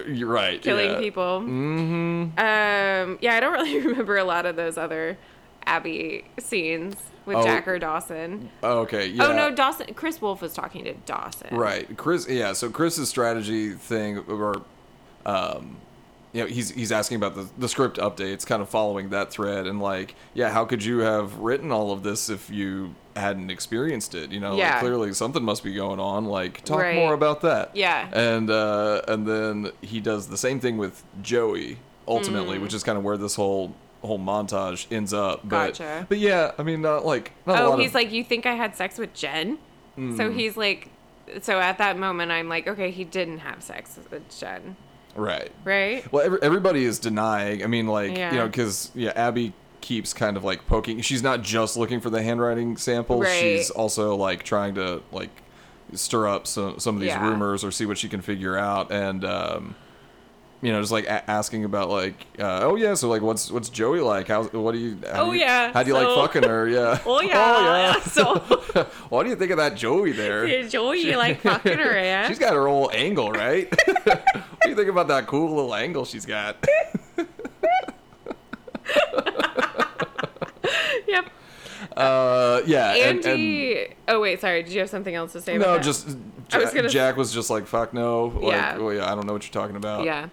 S2: you're right.
S3: killing
S2: yeah.
S3: people.
S2: Mm-hmm.
S3: Um, yeah, I don't really remember a lot of those other Abby scenes with
S2: Oh.
S3: Jack or Dawson.
S2: Okay. Yeah.
S3: Oh no, Dawson. Chris Wolf was talking to Dawson.
S2: Right. Chris yeah, so Chris's strategy thing or um you know, he's he's asking about the, the script updates, kind of following that thread and like, yeah, how could you have written all of this if you hadn't experienced it? You know,
S3: Yeah.
S2: like clearly something must be going on. Like talk
S3: Right.
S2: more about that.
S3: Yeah.
S2: And uh and then he does the same thing with Joey
S3: Mm.
S2: ultimately, which is kind of where this whole whole montage ends up. But
S3: Gotcha.
S2: but yeah, I mean not like not a
S3: Oh,
S2: lot
S3: he's
S2: of, Mm.
S3: like, you think I had sex with Jen? So he's like, so at that moment, I'm like, okay, he didn't have sex with Jen,
S2: right.
S3: right?
S2: Well, every, everybody is denying. I mean, like
S3: Yeah.
S2: you know, because yeah, Abby keeps kind of like poking. She's not just looking for the handwriting samples.
S3: Right.
S2: She's also like trying to like stir up some some of these
S3: Yeah.
S2: rumors or see what she can figure out and. um you know, just like a- asking about like, uh, oh yeah, so like, what's what's Joey like? How's what do you?
S3: Oh,
S2: How do you,
S3: yeah,
S2: how do you like
S3: so-
S2: fucking her? Yeah.
S3: Oh yeah. So
S2: oh yeah. what do you think of that Joey there?
S3: Joey like fucking her ass.
S2: She's got her old angle, right? what do you think about that cool little angle she's got?
S3: yep.
S2: Uh, yeah, and, and-
S3: Andy. oh wait, sorry. Did you have something else to say? about
S2: no,
S3: that?
S2: just
S3: I was
S2: Jack,
S3: gonna-
S2: Jack was just like, "Fuck no!" Like,
S3: Yeah.
S2: "Oh, yeah, I don't know what you're talking about.
S3: yeah.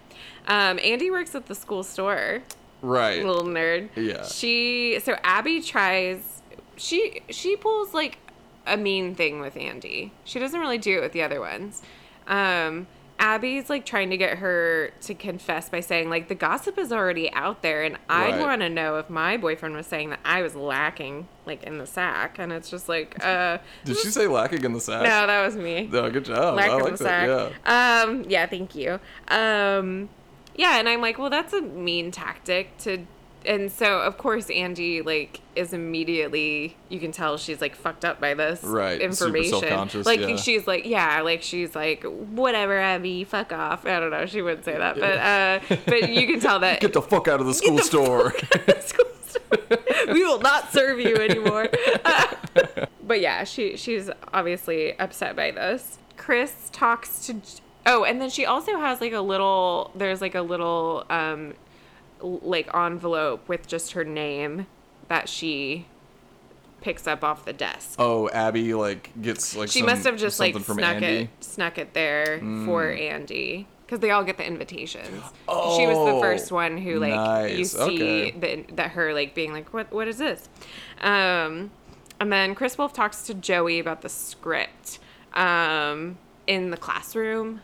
S3: Um, Andy works at the school store.
S2: right.
S3: little nerd.
S2: Yeah.
S3: She so Abby tries she she pulls like a mean thing with Andy. She doesn't really do it with the other ones. Um Abby's like trying to get her to confess by saying like the gossip is already out there and I'd
S2: Right.
S3: want to know if my boyfriend was saying that I was lacking like in the sack and it's just like uh
S2: Did she say lacking in the sack?
S3: no that was me.
S2: No, good job.
S3: Lack
S2: Oh, I
S3: of
S2: like
S3: the
S2: that.
S3: sack.
S2: Yeah.
S3: Um, yeah, thank you. Um, yeah, and I'm like, well, that's a mean tactic to. And so, of course, Andy like is immediately. You can tell she's like fucked up by this
S2: Right, super
S3: information.
S2: self-conscious,
S3: like
S2: yeah.
S3: she's like, yeah, like she's like, whatever, Abby, fuck off. I don't know. She wouldn't say that, but uh, but you can tell that
S2: Get the fuck out of the school
S3: the
S2: store.
S3: School store. we will not serve you anymore. Uh, but yeah, she she's obviously upset by this. Chris talks to J- oh, and then she also has like a little. There's like a little um, l- like envelope with just her name that she picks up off the desk.
S2: oh, Abby like gets like
S3: she
S2: some-
S3: must have just like
S2: something from
S3: snuck
S2: Andy. Mm.
S3: it snuck it there for Andy. Because they all get the invitations. she was the
S2: Oh,
S3: first one who like you
S2: nice.
S3: see
S2: Okay.
S3: the, that her like being like, what what is this? Um, and then Chris Wolf talks to Joey about the script um, in the classroom.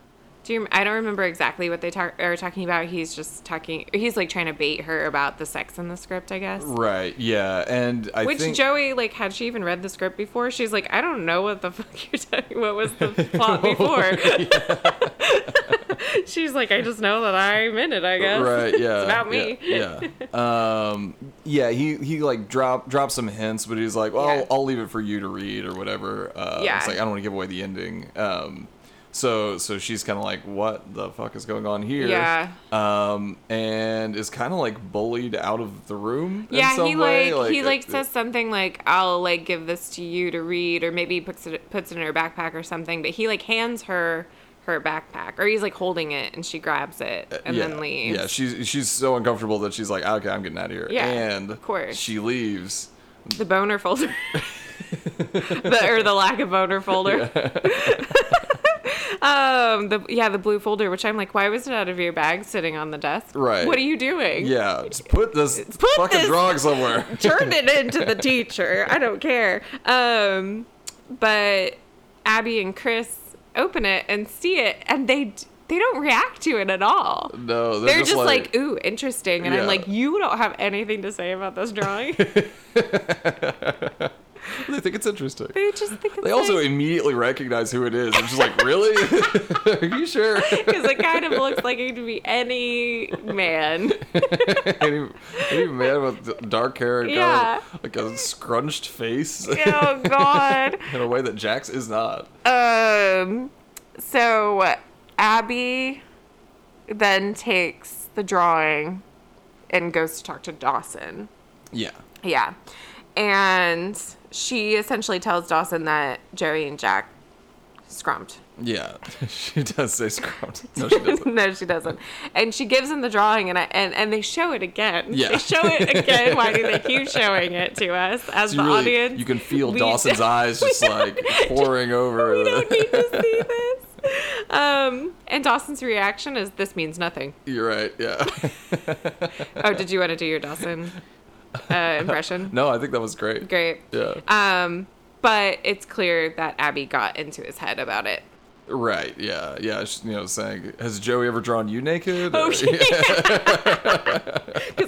S3: Do Do you, rem- I don't remember exactly what they talk, are talking about. He's just talking. He's like trying to bait her about the sex in the script, I guess.
S2: Right. Yeah. And I
S3: Which
S2: think
S3: Joey, like, had she even read the script before? She's like, I don't know what the fuck you're talking. What was the plot
S2: Oh,
S3: before? She's like, I just know that I'm in it. I guess.
S2: Right. Yeah.
S3: it's about me.
S2: Yeah. yeah. Um. Yeah. He he like drop drops some hints, but he's like, well,
S3: Yeah.
S2: I'll leave it for you to read or whatever. Uh,
S3: Yeah.
S2: It's like I don't want to give away the ending. Um. So so she's kind of like, what the fuck is going on here?
S3: Yeah.
S2: Um. And is kind of like bullied out of the room. in
S3: Yeah,
S2: some
S3: he
S2: way. uh,
S3: like, he
S2: it-
S3: like
S2: it-
S3: says something like I'll like give this to you to read, or maybe he puts it puts it in her backpack or something. But he like hands her her backpack, or he's like holding it and she grabs it and
S2: yeah,
S3: then leaves.
S2: Yeah, she's she's so uncomfortable that she's like, "Ah, okay, I'm getting out of here.
S3: Yeah,
S2: and
S3: of course.
S2: she leaves.
S3: the boner folder, the, or the lack of boner folder. um, the yeah, the blue folder, which I'm like, why was it out of your bag sitting on the desk?
S2: Right.
S3: What are you doing?
S2: Yeah, just put this
S3: Put
S2: fucking
S3: this-
S2: drug somewhere.
S3: turn it into the teacher. I don't care. Um, but Abby and Chris open it and see it, and they they don't react to it at all.
S2: No, they're,
S3: They're just like, ooh, interesting. And
S2: Yeah.
S3: I'm like, you don't have anything to say about this drawing.
S2: they think it's interesting.
S3: they just think it's
S2: They also
S3: like,
S2: immediately recognize who it is. I'm just like, really? Are you sure?
S3: because it kind of looks like it could be any man.
S2: any, any man with dark hair and
S3: Yeah.
S2: kind of like a scrunched face
S3: oh God.
S2: in a way that Jax is not.
S3: Um, so Abby then takes the drawing and goes to talk to Dawson.
S2: Yeah.
S3: Yeah. And she essentially tells Dawson that Joey and Jack scrumped.
S2: Yeah. she does say scrubbed. No, she doesn't.
S3: no, she doesn't. And she gives him the drawing, and I, and, and they show it again.
S2: Yeah.
S3: They show it again. Why do they keep showing it to us as
S2: So
S3: the
S2: you, really-
S3: audience?
S2: you can feel
S3: We-
S2: Dawson's eyes just like pouring over.
S3: we
S2: the-
S3: don't need to see this. Um, and Dawson's reaction is, "This means nothing."
S2: You're right. Yeah.
S3: Oh, did you want to do your Dawson uh, impression?
S2: No, I think that was great.
S3: Great.
S2: Yeah.
S3: Um, but it's clear that Abby got into his head about it.
S2: Right. Yeah. Yeah. She, you know, saying, "Has Joey ever drawn you naked?"
S3: Oh,
S2: Or-
S3: she- because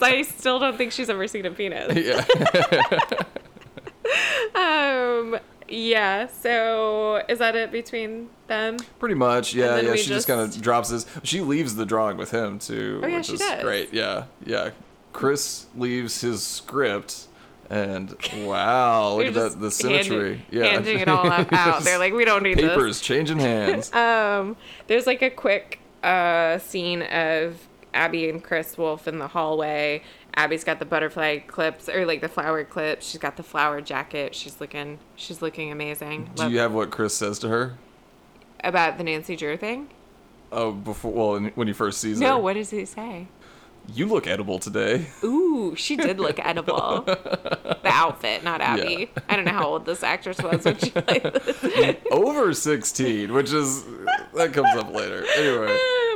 S3: I still don't think she's ever seen a penis.
S2: yeah.
S3: Um, yeah. So is that it between them?
S2: Pretty much, yeah,
S3: then
S2: yeah.
S3: we
S2: She
S3: just-
S2: just, kind of drops this. She leaves the drawing with him too,
S3: Oh, yeah,
S2: which
S3: she
S2: is
S3: does.
S2: great. Yeah, yeah. Chris leaves his script, and wow, look
S3: They're
S2: at
S3: just
S2: that the
S3: handing-
S2: symmetry.
S3: handing
S2: yeah,
S3: it all up out. They're like, we don't need
S2: papers changing hands.
S3: this. Um, there's like a quick uh scene of Abby and Chris Wolf in the hallway. Abby's got the butterfly clips or like the flower clips. She's got the flower jacket. She's looking, she's looking amazing.
S2: Do
S3: Love-
S2: you have what Chris says to her?
S3: about the Nancy Drew thing?
S2: Oh, before well, in- when he first sees her,
S3: No. What does he say?
S2: you look edible today.
S3: Ooh, she did look edible. The outfit, not Abby. I don't know how old this actress was when she played this.
S2: Over sixteen, which is that comes up later. Anyway,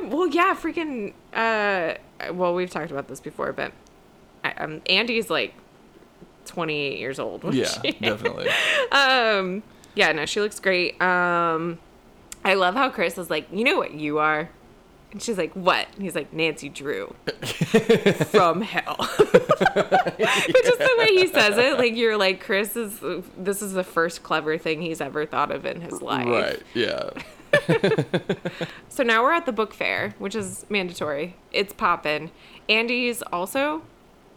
S3: Um, well, yeah, freaking. Uh, well, we've talked about this before, but I, um, Andy's like 28 years old. when
S2: yeah,
S3: she-
S2: definitely.
S3: um, yeah, no, she looks great. Um, I love how Chris is like, you know what you are? And she's like, what? And he's like, Nancy Drew from hell. but just the way he says it, like, you're like, Chris is, this is the first clever thing he's ever thought of in his life.
S2: Right? Yeah.
S3: So now we're at the book fair, which is mandatory. It's poppin'. Andy's also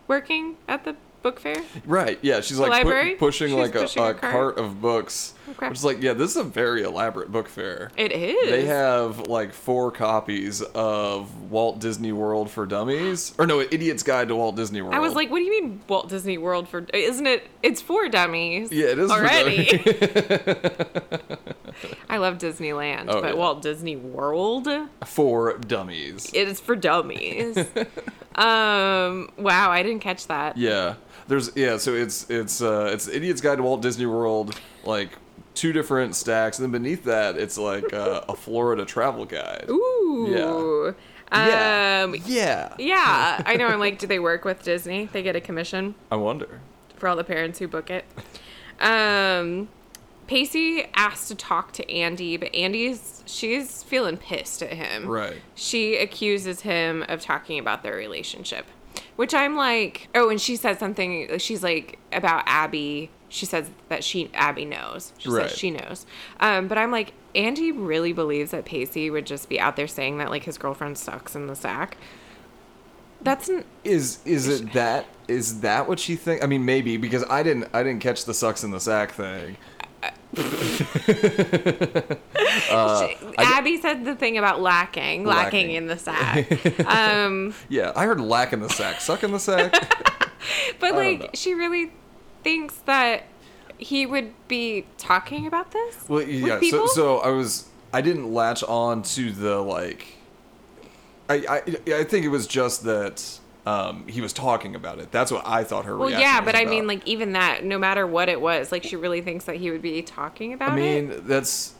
S3: working at the book fair.
S2: Right. Yeah, she's like pu-
S3: library?
S2: pushing
S3: She's
S2: like a,
S3: pushing
S2: a,
S3: a
S2: cart.
S3: cart.
S2: of books.
S3: Okay.
S2: Which is like, yeah, this is a very elaborate book fair.
S3: It is.
S2: They have like four copies of Walt Disney World for Dummies, or no, Idiot's Guide to Walt Disney World.
S3: I was like, what do you mean Walt Disney World for? Isn't it? It's for dummies.
S2: Yeah, it is for
S3: already. I love Disneyland,
S2: Oh,
S3: but
S2: yeah.
S3: Walt Disney World, it
S2: for Dummies.
S3: is for dummies. um, wow, I didn't catch that.
S2: yeah, there's yeah, so it's it's uh it's Idiot's Guide to Walt Disney World, like two different stacks, and then beneath that it's like uh, a Florida travel guide.
S3: Ooh.
S2: Yeah.
S3: Um,
S2: yeah.
S3: yeah, I know. I'm like, do they work with Disney? They get a commission.
S2: I wonder.
S3: for all the parents who book it. Um, Pacey asked to talk to Andy, but Andy's she's feeling pissed at him.
S2: Right.
S3: She accuses him of talking about their relationship, which I'm like, oh, and she said something. She's like about Abby. She says that she Abby knows. She
S2: Right.
S3: says she knows. Um, but I'm like, Andy really believes that Pacey would just be out there saying that like his girlfriend sucks in the sack. That's n-
S2: Is is it that is that what she think? I mean, maybe because I didn't I didn't catch the sucks in the sack thing.
S3: She- Abby said the thing about lacking, lacking,
S2: Uh, Lacking.
S3: in the sack. um,
S2: Yeah, I heard lack in the sack, suck in the sack.
S3: but
S2: know.
S3: like, she really thinks that he would be talking about this.
S2: Well,
S3: with
S2: yeah. So
S3: people?
S2: so I was I didn't latch on to the like. I I I think it was just that um he was talking about it. That's what I thought her.
S3: well,
S2: reaction
S3: yeah,
S2: was
S3: but I mean,
S2: about.
S3: like, even that, no matter what it was, like, she really thinks that he would be talking about
S2: I mean,
S3: it.
S2: that's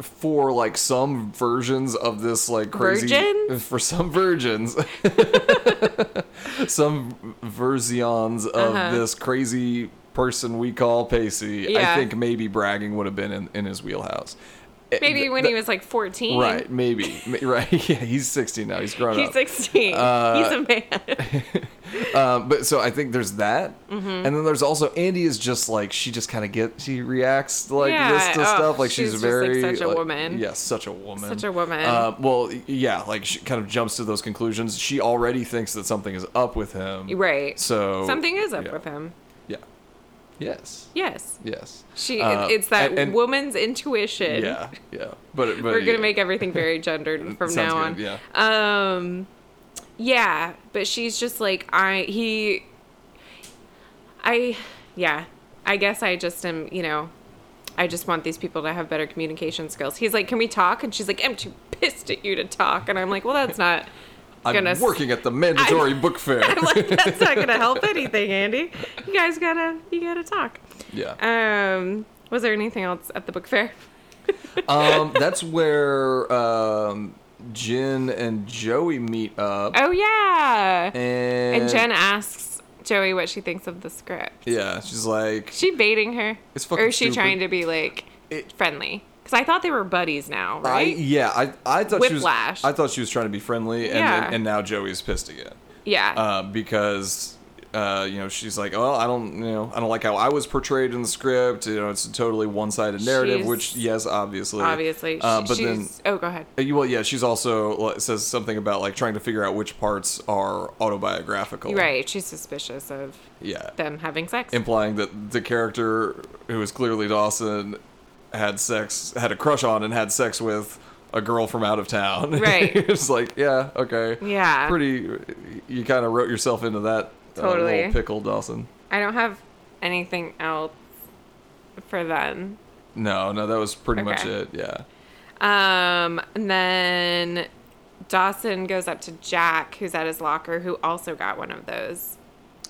S2: for like some versions of this like crazy
S3: Virgins?
S2: for some virgins some versions of
S3: Uh-huh.
S2: this crazy person we call Pacey. I
S3: Yeah.
S2: think maybe bragging would have been in, in his wheelhouse. Eh,
S3: Maybe
S2: th-
S3: when he
S2: th-
S3: was like 14.
S2: right, maybe Ma- right. Yeah, he's 16 now. He's grown
S3: He's
S2: up.
S3: 16.
S2: Uh,
S3: He's a man.
S2: Um, but so I think there's that,
S3: Mm-hmm.
S2: and then there's also Andy is just like she just kind of get she reacts like
S3: Yeah,
S2: this to
S3: oh,
S2: stuff like
S3: she's
S2: she's,
S3: just, like,
S2: very
S3: such a woman.
S2: Yeah, such a woman.
S3: Such a woman.
S2: Uh, well, y- yeah, like she kind of jumps to those conclusions. She already thinks that something is up with him.
S3: right.
S2: So
S3: Something is up
S2: yeah,
S3: with him.
S2: Yeah. Yes.
S3: Yes.
S2: Yes.
S3: She,
S2: Uh,
S3: it's that
S2: and- and-
S3: woman's intuition.
S2: Yeah. Yeah. But, but
S3: We're
S2: yeah.
S3: gonna make everything very gendered from
S2: Sounds
S3: now on.
S2: good,
S3: Yeah. Um, yeah, but she's just like I he, I, yeah. I guess I just am. You know, I just want these people to have better communication skills. He's like, "Can we talk?" And she's like, "I'm too pissed at you to talk." And I'm like, "Well, that's not."
S2: I'm
S3: gonna s-
S2: working at the mandatory book fair.
S3: I'm like, "That's not gonna help anything, Andy. You guys gotta you gotta talk."
S2: yeah.
S3: Um, was there anything else at the book fair?
S2: um, that's where um, Jin and Joey meet up.
S3: Oh yeah.
S2: And,
S3: And Jen asks Joey what she thinks of the script.
S2: Yeah, she's like,
S3: Is she baiting her?
S2: It's fucking
S3: or is she
S2: stupid.
S3: trying to be like
S2: It-
S3: friendly? Because I thought they were buddies now,
S2: I,
S3: right?
S2: yeah, I, I thought she was,
S3: Whiplash.
S2: I thought she was trying to be friendly, and
S3: Yeah.
S2: then, and now Joey's pissed again.
S3: yeah.
S2: uh, because uh, you know she's like, oh, I don't, you know, I don't like how I was portrayed in the script. You know, it's a totally one-sided narrative.
S3: She's-
S2: which, yes, obviously,
S3: Obviously,
S2: Uh,
S3: She-
S2: but then,
S3: she's. oh, go ahead.
S2: uh, well, yeah, she's also like, says something about like trying to figure out which parts are autobiographical.
S3: Right, she's suspicious of
S2: Yeah.
S3: them having sex.
S2: Implying that the character who is clearly Dawson had sex, had a crush on, and had sex with a girl from out of town.
S3: Right.
S2: it's like, yeah, okay,
S3: Yeah.
S2: pretty. You kind of wrote yourself into that uh, little
S3: Totally.
S2: pickle, Dawson.
S3: I don't have anything else for them.
S2: No, no, that was pretty much
S3: Okay.
S2: it. Yeah.
S3: Um, and then Dawson goes up to Jack, who's at his locker, who also got one of those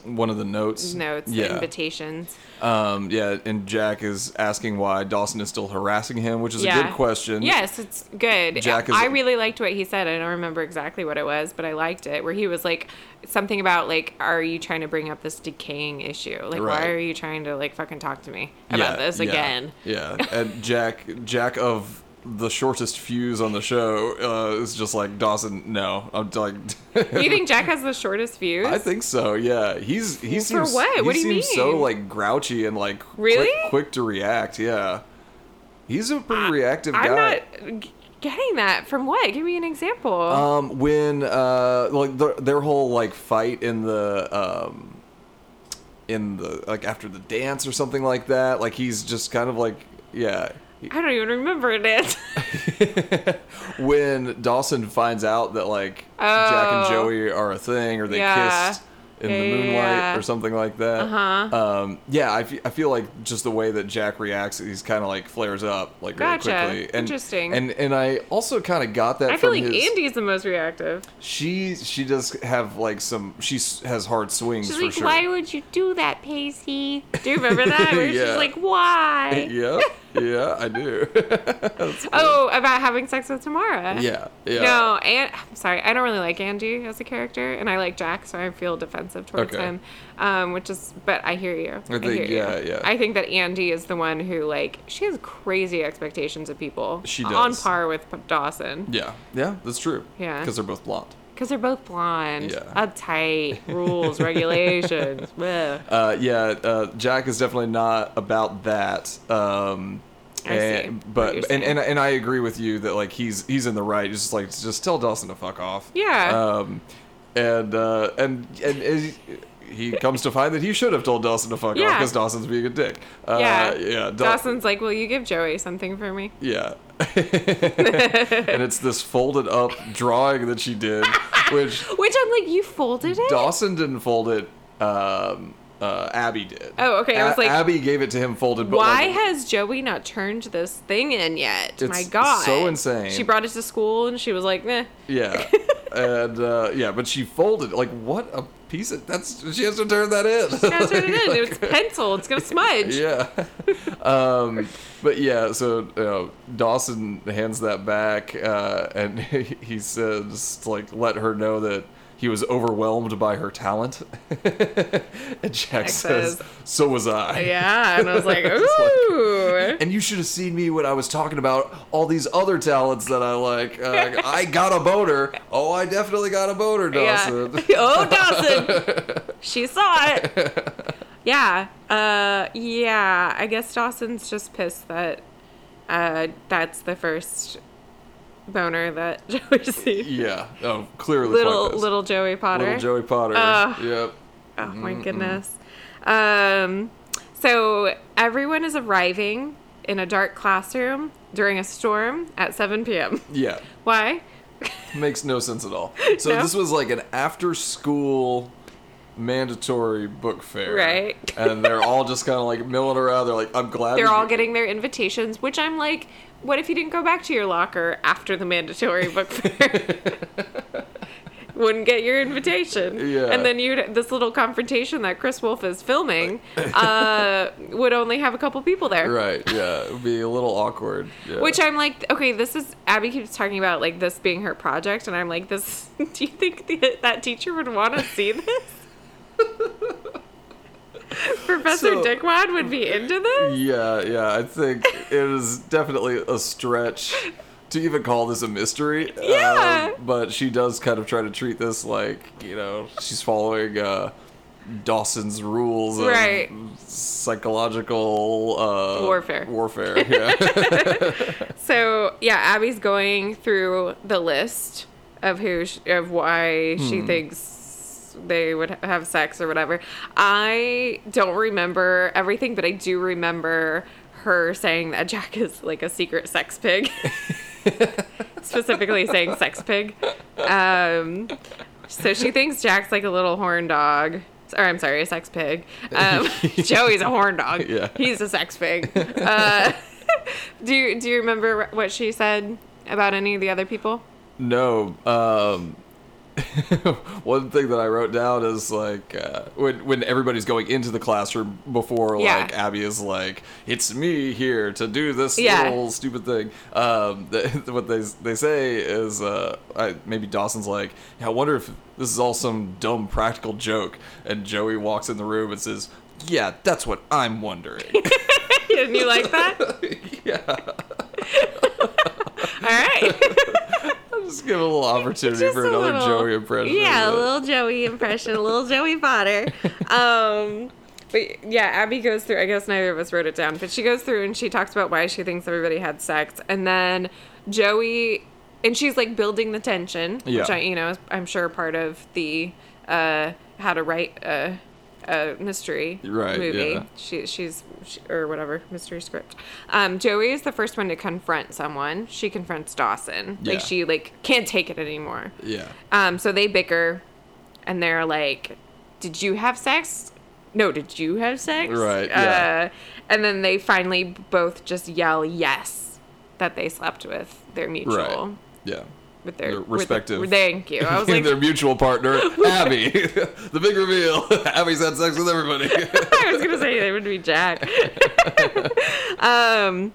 S2: One of the notes.
S3: notes, the
S2: Yeah.
S3: invitations.
S2: um, yeah, and Jack is asking why Dawson is still harassing him, which is a good question.
S3: Yes, it's good.
S2: Jack is-
S3: I really liked what he said. I don't remember exactly what it was, but I liked it. Where he was like something about like, "Are you trying to bring up this decaying issue? Like,
S2: Right.
S3: why are you trying to like fucking talk to me
S2: Yeah,
S3: about this
S2: yeah,
S3: again?"
S2: Yeah. And Jack Jack of the shortest fuse on the show uh, is just like Dawson, no. I'm like
S3: Do you think Jack has the shortest views?
S2: I think so. Yeah. He's he
S3: For
S2: seems
S3: what?
S2: he
S3: What do you
S2: seems so
S3: mean?
S2: like grouchy and like quick-
S3: Really?
S2: quick, to react. Yeah. He's a pretty reactive
S3: I'm
S2: guy.
S3: not g- getting that from what? Give me an example.
S2: Um, when uh, like their, their whole like fight in the um, in the like after the dance or something like that. Like he's just kind of like yeah.
S3: I don't even remember it.
S2: When Dawson finds out that like Jack and
S3: Oh.
S2: Joey are a thing, or they
S3: Yeah.
S2: kissed in
S3: Yeah,
S2: the
S3: yeah,
S2: moonlight
S3: yeah.
S2: or something like that.
S3: Uh-huh.
S2: Um, yeah, I fe- I feel like just the way that Jack reacts, he's kind of like flares up like really
S3: Gotcha.
S2: quickly. And,
S3: Interesting.
S2: And and I also kind of got that.
S3: I feel
S2: from
S3: like
S2: his-
S3: Andy's the most reactive.
S2: She she does have like some she s- has hard swings
S3: She's
S2: for
S3: like,
S2: sure.
S3: "Why would you do that, Pacey?" Do you remember that? Where
S2: Yeah.
S3: she's like, "Why?"
S2: Yep. yeah, I do.
S3: Oh, about having sex with Tamara.
S2: yeah, yeah.
S3: No, and I'm sorry, I don't really like Andy as a character, and I like Jack, so I feel defensive towards
S2: Okay.
S3: him. Um, which is, but I hear you.
S2: I think-
S3: hear you.
S2: yeah, yeah.
S3: I think that Andy is the one who like she has crazy expectations of people.
S2: She
S3: on
S2: does.
S3: par with P- Dawson
S2: Yeah, yeah, that's true.
S3: Yeah.
S2: because they're both blonde.
S3: because they're both blonde,
S2: Yeah.
S3: uptight, rules, regulations. bleh.
S2: Uh, yeah, uh, Jack is definitely not about that. Um,
S3: I
S2: and,
S3: see what
S2: but
S3: you're
S2: and,
S3: saying.
S2: and and I agree with you that like he's he's in the right. He's just like just tell Dawson to fuck off.
S3: Yeah.
S2: Um, and uh, and and. and he comes to find that he should have told Dawson to fuck off
S3: Yeah.
S2: because Dawson's being a dick. Uh,
S3: yeah,
S2: yeah. Daw-
S3: Dawson's like, will you give Joey something for me?
S2: Yeah. and it's this folded up drawing that she did, which
S3: Which I'm like, you folded it.
S2: Dawson didn't fold it. Um, uh, Abby did.
S3: Oh, okay, I was like-
S2: Abby gave it to him folded. But
S3: Why
S2: like,
S3: has Joey not turned this thing in yet? My
S2: It's
S3: God,
S2: so insane.
S3: She brought it to school and she was like, "Meh."
S2: Yeah. and uh, yeah, but she folded. Like what a piece of that's. She has to turn that in.
S3: Gotta turn it in. It's pencil. It's gonna smudge.
S2: yeah. um, but yeah, so uh, Dawson hands that back, uh, and he, he says, like, let her know that he was overwhelmed by her talent. and Jack says,
S3: says,
S2: so was I.
S3: Yeah, and I was like,
S2: It's like-
S3: ooh.
S2: And you should have seen me when I was talking about all these other talents that I like. Uh, I got a boner. Oh, I definitely got a boner,
S3: Yeah.
S2: Dawson.
S3: oh, Dawson. She saw it. Yeah. Uh, yeah. I guess Dawson's just pissed that uh, that's the first boner that Joey's seen.
S2: Yeah. Oh, clearly. quite
S3: Little
S2: pissed.
S3: little Joey Potter.
S2: Little Joey Potter.
S3: Ugh.
S2: yep.
S3: Oh my goodness. Um, so everyone is arriving in a dark classroom during a storm at 7 p.m.
S2: Yeah.
S3: Why?
S2: Makes no sense at all. So
S3: No?
S2: this was like an after school mandatory book fair.
S3: Right.
S2: and they're all just kind of like milling around. They're like, I'm glad
S3: They're
S2: that
S3: all
S2: you-
S3: getting their invitations, which I'm like, what if you didn't go back to your locker after the mandatory book fair? Wouldn't get your invitation,
S2: Yeah.
S3: and then you would this little confrontation that Chris Wolf is filming uh, would only have a couple people there.
S2: Right. Yeah. It would be a little awkward. Yeah.
S3: Which I'm like, okay, this is Abby keeps talking about like this being her project, and I'm like, this. Do you think the, that teacher would want to see this? Professor
S2: So-
S3: Dickwad would be into this.
S2: Yeah, yeah. I think it is definitely a stretch to even call this a mystery. Um,
S3: Yeah.
S2: but she does kind of try to treat this like, you know, she's following uh, Dawson's rules of
S3: Right.
S2: psychological uh,
S3: Warfare.
S2: Warfare, yeah.
S3: So yeah, Abby's going through the list of who sh- of why
S2: Hmm.
S3: she thinks they would have sex or whatever. I don't remember everything, but I do remember her saying that Jack is like a secret sex pig. Specifically saying sex pig. Um, so she thinks Jack's like a little horn dog. Or I'm sorry, a sex pig. Um, Joey's a horn dog.
S2: Yeah.
S3: He's a sex pig. Uh, do you, do you remember what she said about any of the other people?
S2: no. Um, one thing that I wrote down is like uh, when when everybody's going into the classroom before
S3: Yeah.
S2: like Abby is like it's me here to do this
S3: Yeah.
S2: little stupid thing. Um, th- what they they say is uh, I, maybe Dawson's like I wonder if this is all some dumb practical joke, and Joey walks in the room and says. Yeah, that's what I'm wondering.
S3: Didn't you like that? All
S2: yeah,
S3: right.
S2: just give it a little opportunity
S3: Just
S2: for
S3: a
S2: another
S3: little-
S2: Joey impression.
S3: Yeah, a
S2: but-
S3: little Joey impression, a little Joey Potter. Um, but yeah, Abby goes through, I guess neither of us wrote it down, but she goes through and she talks about why she thinks everybody had sex. And then Joey, and she's like building the tension,
S2: Yeah.
S3: which I, you know, is, I'm sure part of the uh, how to write a, a mystery
S2: Right,
S3: movie.
S2: yeah.
S3: she, she's she, or whatever mystery script um joey is the first one to confront someone she confronts dawson
S2: Yeah.
S3: like she like can't take it anymore
S2: yeah.
S3: um so they bicker and they're like did you have sex no did you have sex
S2: Right, yeah.
S3: uh, and then they finally both just yell yes that they slept with their mutual
S2: Right. Yeah.
S3: with their,
S2: Their
S3: with their-
S2: respective-
S3: thank you i was like
S2: their mutual partner, Abby. the big reveal. Abby's had sex with everybody.
S3: I was gonna say they would be Jack. um,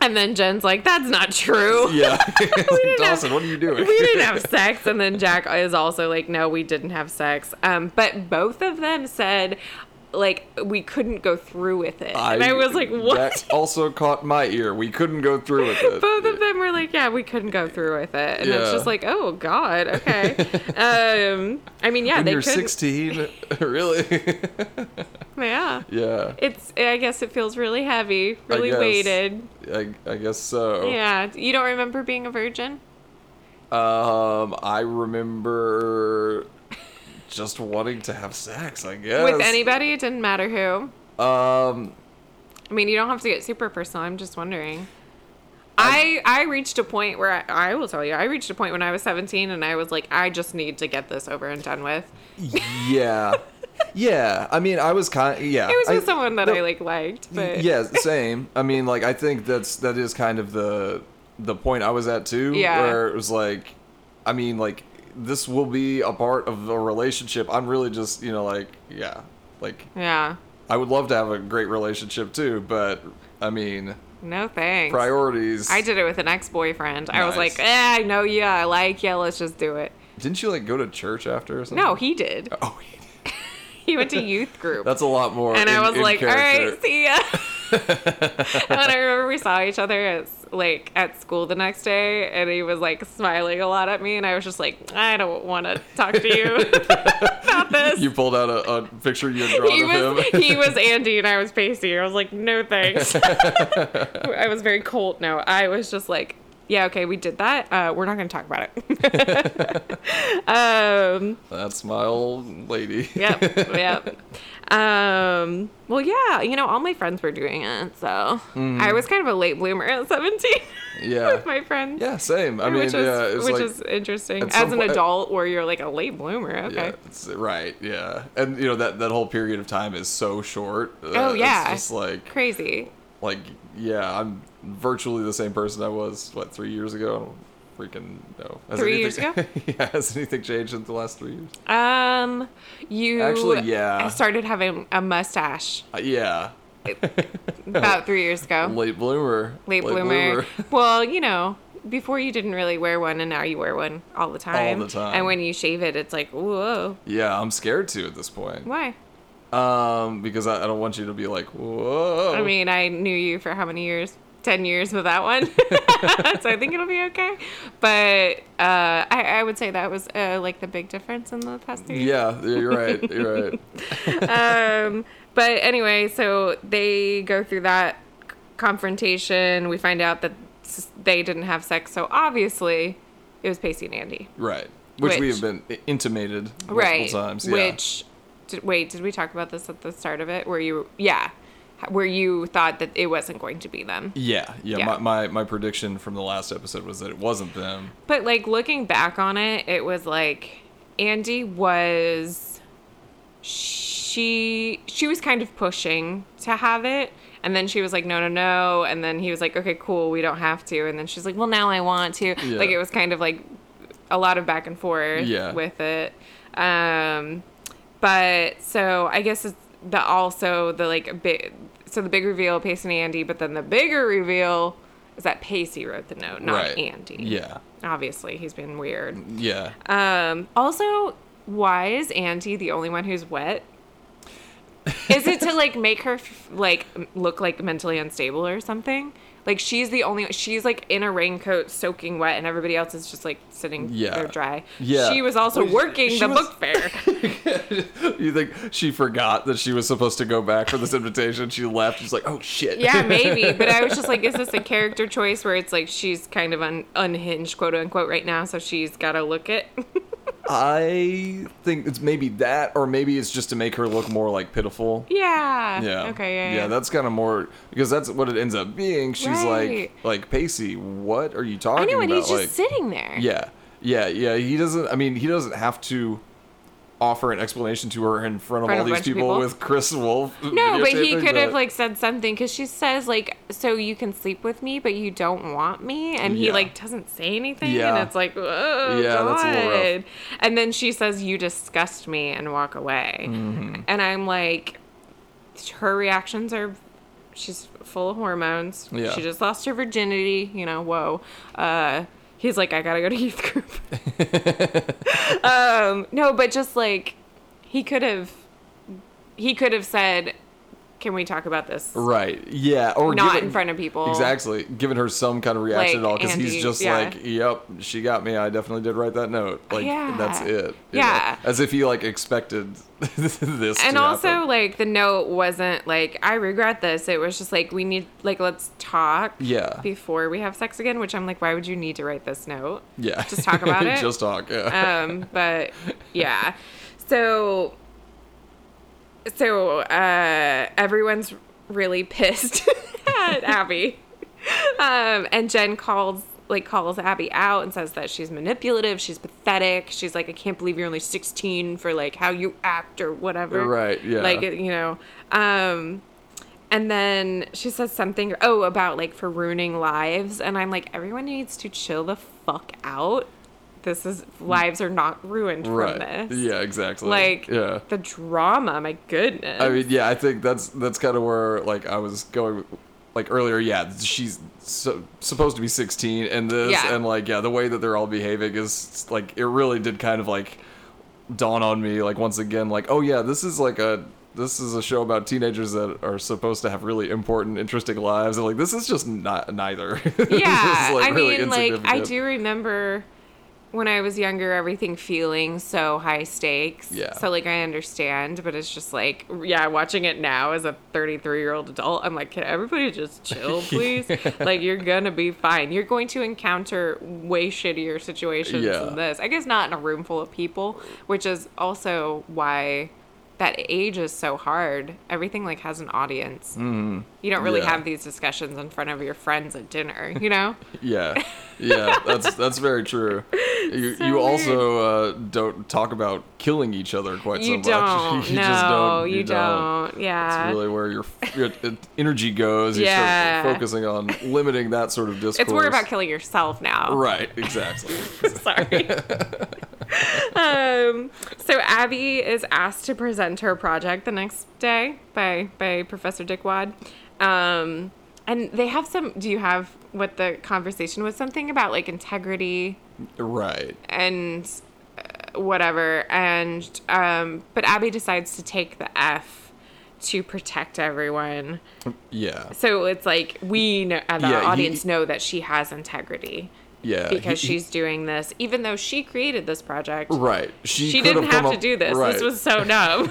S3: And then Jen's like, "That's not true.
S2: Yeah.
S3: have-
S2: Dawson, what are you doing?
S3: We didn't have sex." And then Jack is also like, "No, we didn't have sex." Um, but both of them said, like, we couldn't go through with it, and I was like, "What?"
S2: That also caught my ear. We couldn't go through with it.
S3: both of them were like, yeah, we couldn't go through with it, and it's
S2: Yeah.
S3: just like, oh god, okay. um, I mean, yeah,
S2: when
S3: they
S2: you're
S3: could,
S2: 16, really?
S3: yeah.
S2: yeah.
S3: It's, I guess, it feels really heavy,
S2: I
S3: really
S2: guess. Oh.
S3: weighted.
S2: I, I guess so.
S3: Yeah, you don't remember being a virgin?
S2: Um, I remember just wanting to have sex. I guess
S3: With anybody, it didn't matter who.
S2: Um,
S3: I mean, you don't have to get super personal. I'm just wondering. I I reached a point where I, I will tell you, I reached a point when I was 17, and I was like, I just need to get this over and done with.
S2: yeah, yeah. I mean, I was kind. yeah,
S3: It was
S2: I-
S3: with someone that I
S2: no,
S3: like liked, but
S2: Yeah, same. I mean, like I think that's that is kind of the the point I was at too,
S3: Yeah.
S2: where it was like, I mean, like this will be a part of a relationship. I'm really just you know like yeah, like
S3: yeah,
S2: I would love to have a great relationship too, but I mean
S3: no thanks.
S2: priorities.
S3: I did it with an ex boyfriend. I was
S2: Nice.
S3: like, eh, I know you. I like you. Let's just do it.
S2: Didn't you like go to church after or something?
S3: No, he did.
S2: Oh, he did.
S3: He went to youth group.
S2: that's a lot more.
S3: and I
S2: in-
S3: was
S2: in
S3: like, all
S2: character.
S3: right, see ya. and I remember we saw each other at, s- like at school the next day, and he was like smiling a lot at me, and I was just like, I don't want to talk to you about this.
S2: You pulled out a, a picture you had drawn
S3: he
S2: of
S3: was
S2: him.
S3: he was Andy and I was Pacey. I was like, no thanks. I was very cold. No, I was just like, yeah, okay, we did that. Uh, we're not going to talk about it. um,
S2: That's my old lady.
S3: yep, yep. Um, well, yeah, you know, all my friends were doing it, so I was kind of a late bloomer at seventeen
S2: Mm-hmm. Yeah.
S3: with my friends.
S2: yeah, same. I mean,
S3: which is
S2: yeah, it's
S3: which
S2: like,
S3: is interesting
S2: at
S3: as
S2: some
S3: an
S2: point-
S3: adult, where you're like a late bloomer.
S2: yeah,
S3: Okay,
S2: it's- right, yeah, and you know that that whole period of time is so short. uh,
S3: Oh, yeah.
S2: it's just like
S3: crazy.
S2: like yeah, I'm virtually the same person I was what three years ago. I don't freaking know. Has
S3: Three years
S2: anything- yeah, has anything changed in the last three years?
S3: Um, you
S2: Actually, yeah.
S3: started having a mustache
S2: Uh, yeah,
S3: about three years ago. Oh. Late,
S2: late bloomer.
S3: bloomer. well, you know, before you didn't really wear one, and now you wear one all the time.
S2: the time.
S3: And when you shave it, it's like, whoa,
S2: Yeah, I'm scared to at this point.
S3: why?
S2: Um, because I, I don't want you to be like, whoa.
S3: I mean, I knew you for how many years? 10 years with that one. so I think it'll be okay. But uh, I, I would say that was uh, like the big difference in the past three years.
S2: Yeah, you're right. You're right.
S3: Um, but anyway, so they go through that c- confrontation. We find out that s- they didn't have sex. So obviously, it was Pacey and Andy.
S2: Right. Which, we
S3: Which-
S2: have been i- intimated multiple
S3: right
S2: times. Yeah.
S3: which did, wait did we talk about this at the start of it where you yeah where you thought that it wasn't going to be them
S2: yeah, yeah.
S3: Yeah.
S2: My, my my prediction from the last episode was that it wasn't them.
S3: But like looking back on it, it was like Andy was she she was kind of pushing to have it and then she was like no no no and then he was like okay cool we don't have to and then she's like well now I want to
S2: Yeah.
S3: like it was kind of like a lot of back and forth
S2: Yeah.
S3: with it um but so I guess it's the also the like big so the big reveal Pace and Andy but then the bigger reveal is that Pacey wrote the note not
S2: right.
S3: Andy
S2: Yeah.
S3: obviously he's been weird
S2: Yeah.
S3: um also why is auntie the only one who's wet is it to like make her f- like m- look like mentally unstable or something like she's the only she's like in a raincoat soaking wet and everybody else is just like sitting
S2: Yeah.
S3: there dry
S2: Yeah.
S3: she was also
S2: Well, she-
S3: working
S2: she
S3: the
S2: was-
S3: book fair
S2: you think she forgot that she was supposed to go back for this invitation? She left. She's like, oh shit.
S3: yeah maybe but i was just like is this a character choice where it's like she's kind of un- unhinged quote unquote right now so she's gotta look it
S2: I think it's maybe that, or maybe it's just to make her look more like pitiful.
S3: yeah
S2: Yeah.
S3: okay yeah,
S2: Yeah, that's kind of more because that's what it ends up being. She's
S3: Right.
S2: like, like Pacey, what are you talking
S3: i know
S2: about?
S3: and he's just
S2: like,
S3: sitting there
S2: yeah, yeah, yeah. He doesn't. I mean, he doesn't have to offer an explanation to her in front of
S3: Front
S2: all
S3: of a
S2: these
S3: bunch of
S2: people,
S3: people.
S2: with Chris Wolf.
S3: No, but he
S2: videotaping,
S3: could have
S2: but-
S3: like said something because she says like, "So you can sleep with me, but you don't want me," and he
S2: Yeah.
S3: like doesn't say anything,
S2: Yeah.
S3: and it's like, "Oh
S2: Yeah,
S3: god!"
S2: that's a little rough.
S3: And then she says, "You disgust
S2: Mm-hmm.
S3: me," and walk away, and I'm like, her reactions are she's full of hormones.
S2: Yeah.
S3: She just lost her virginity. You know, whoa. Uh, he's like, I gotta go to youth group. um, no, but just like he could have, he could have said, "Can we talk about this?"
S2: Right. Yeah. Or
S3: Not
S2: given-
S3: in front of people.
S2: Exactly. Giving her some kind of reaction
S3: Like,
S2: at all because
S3: Andy,
S2: he's just
S3: yeah.
S2: like, "Yep, she got me. I definitely did write that note. Like
S3: Yeah.
S2: that's it." you
S3: Yeah.
S2: know? As if he like expected this.
S3: and
S2: to
S3: also
S2: happen.
S3: like the note wasn't like i regret this it was just like we need like let's talk
S2: Yeah.
S3: before we have sex again which i'm like why would you need to write this note
S2: yeah.
S3: just talk about it
S2: just talk. Yeah.
S3: um but yeah so so uh everyone's really pissed at abby um and jen calls like calls abby out and says that she's manipulative she's pathetic she's like i can't believe you're only 16 for like how you act or whatever
S2: Right, yeah.
S3: like you know um and then she says something oh about like for ruining lives and i'm like everyone needs to chill the fuck out this is lives are not ruined from
S2: right.
S3: this
S2: Yeah. Exactly.
S3: like
S2: yeah.
S3: the drama my goodness
S2: I mean, yeah, I think that's that's kind of where like I was going, like earlier. Yeah, she's so, supposed to be sixteen, and this,
S3: Yeah.
S2: and like yeah, the way that they're all behaving is like it really did kind of like dawn on me, like once again, like oh yeah, this is like a this is a show about teenagers that are supposed to have really important, interesting lives, and like this is just not neither. This is,
S3: yeah i
S2: really
S3: mean like i
S2: insignificant.
S3: do remember when i was younger everything feeling so high stakes
S2: Yeah.
S3: so like i understand but it's just like yeah watching it now as a 33 year old adult i'm like can everybody just chill please like you're gonna be fine you're going to encounter way shittier situations
S2: Yeah.
S3: than this i guess not in a room full of people which is also why that age is so hard everything like has an audience you don't really
S2: Yeah.
S3: have these discussions in front of your friends at dinner, you know?
S2: Yeah, yeah, that's that's very true. You
S3: So
S2: you
S3: weird.
S2: also uh, don't talk about killing each other quite so
S3: you
S2: much.
S3: don't. no, you, don't. Yeah.
S2: It's really where your, your uh, energy goes. You
S3: Yeah.
S2: start focusing on limiting that sort of discourse.
S3: it's more about killing yourself now.
S2: right, exactly.
S3: Sorry. um, so Abby is asked to present her project the next day by by Professor Dick Wad. Um, and they have some do you have what the conversation was something about like integrity
S2: right.
S3: and uh, whatever and um but abby decides to take the f to protect everyone
S2: Yeah.
S3: so it's like we know and the
S2: Yeah, he-
S3: audience know that she has integrity
S2: Yeah.
S3: because
S2: he- he-
S3: she's doing this even though she created this project
S2: right. She,
S3: she
S2: could
S3: didn't have
S2: come
S3: to
S2: up-
S3: do this
S2: Right.
S3: this was so dumb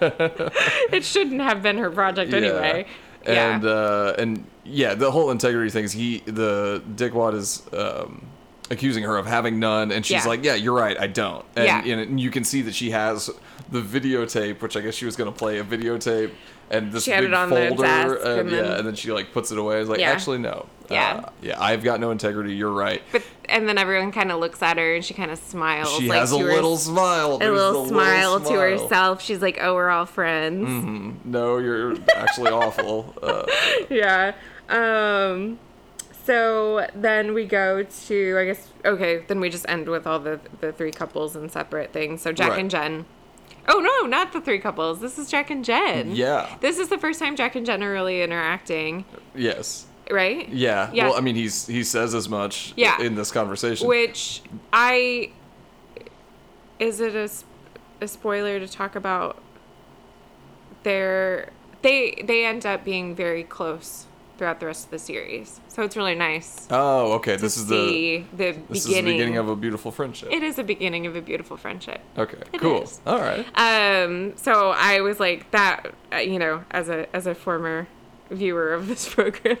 S3: it shouldn't have been her project anyway yeah
S2: And uh, and yeah, the whole integrity thing is he the dickwad is um, accusing her of having none, and she's
S3: Yeah.
S2: like, "Yeah, you're right, I don't." And,
S3: Yeah.
S2: and you can see that she has the videotape, which I guess she was going to play a videotape, and this
S3: She
S2: big
S3: had it on the
S2: folder,
S3: desk,
S2: and,
S3: and
S2: yeah,
S3: then-
S2: and then she like puts it away. It's like,
S3: Yeah.
S2: actually, no.
S3: Yeah.
S2: Uh, yeah, I've got no integrity. You're right.
S3: but and then everyone kind of looks at her and she kind of smiles
S2: She
S3: like
S2: has a
S3: to her-
S2: little smile.
S3: a
S2: There's the
S3: little smile to
S2: smile.
S3: herself she's like oh we're all friends
S2: No, you're actually awful. Uh,
S3: yeah. Um so then we go to I guess okay, then we just end with all the the three couples and separate things. So Jack
S2: Right.
S3: and Jen. Oh no, not the three couples. This is Jack and Jen.
S2: Yeah.
S3: This is the first time Jack and Jen are really interacting,
S2: yes.
S3: right?
S2: Yeah.
S3: Yeah.
S2: Well, I mean, he's he says as much
S3: Yeah.
S2: in this conversation.
S3: Which I is it a, sp- a spoiler to talk about their they they end up being very close throughout the rest of the series. So it's really nice.
S2: oh, okay. This
S3: to
S2: is the
S3: see the,
S2: this is the
S3: beginning.
S2: beginning of a beautiful friendship.
S3: it is a beginning of a beautiful friendship.
S2: okay.
S3: it
S2: cool.
S3: is.
S2: All right.
S3: Um, so I was like that, uh, you know, as a as a former viewer of this program,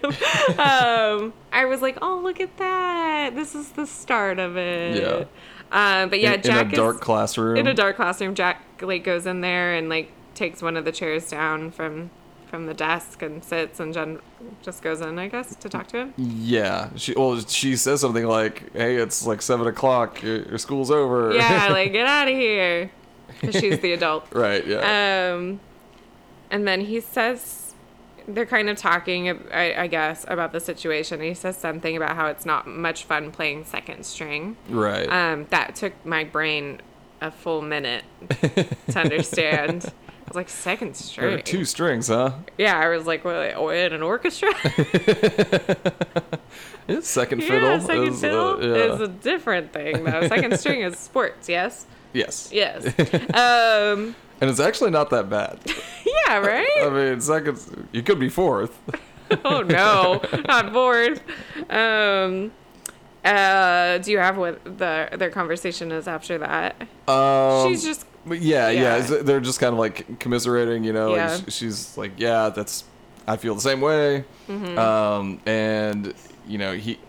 S3: um, I was like, oh look at that! This is the start of it.
S2: Yeah.
S3: Uh, but yeah,
S2: in,
S3: Jack
S2: in a
S3: is
S2: dark classroom.
S3: in a dark classroom. Jack like goes in there and like takes one of the chairs down from from the desk and sits, and Jen just goes in, I guess, to talk to him.
S2: yeah. She well, she says something like, "Hey, it's like seven o'clock. Your, your school's over."
S3: yeah, like get out of here. 'Cause she's the adult.
S2: right. Yeah.
S3: Um, and then he says they're kind of talking, I, I guess, about the situation. He says something about how it's not much fun playing second string.
S2: right.
S3: uh, Um, that took my brain a full minute to understand. I was like, second string.
S2: There are two strings, huh?
S3: Yeah, I was like, what, oh, in an orchestra?
S2: It's second fiddle.
S3: yeah, second
S2: is, uh,
S3: fiddle
S2: yeah.
S3: is a different thing, though. Second string is sports, yes?
S2: yes.
S3: Yes. Um,
S2: And it's actually not that bad.
S3: yeah,
S2: I
S3: right?
S2: mean, second, you could be fourth.
S3: Oh, no. Not bored. Um, uh, do you have what the their conversation is after that?
S2: Um,
S3: She's just
S2: But yeah, yeah,
S3: Yeah.
S2: is it- They're just kind of like commiserating, you know.
S3: Yeah.
S2: And sh- she's like, yeah, that's. I feel the same way.
S3: Mm-hmm.
S2: Um, and you know he.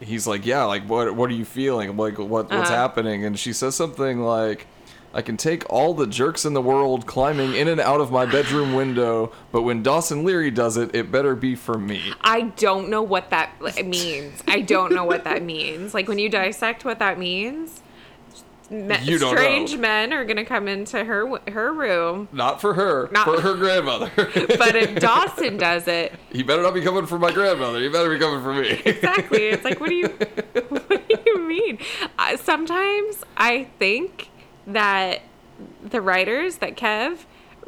S2: He's like, yeah, like what? What are you feeling? Like what? What's
S3: Uh-huh.
S2: happening? And she says something like, "I can take all the jerks in the world climbing in and out of my bedroom window, but when Dawson Leary does it, it better be for me."
S3: I don't know what that li- means. I don't know what that means. Like when you dissect what that means, me-
S2: You don't know.
S3: strange men are gonna come into her w- her room.
S2: Not for her,
S3: Not-
S2: for her grandmother.
S3: But if Dawson does it,
S2: he better not be coming for my grandmother. He better be coming for me.
S3: exactly. It's like what do you what do you mean? I sometimes I think that the writers that Kev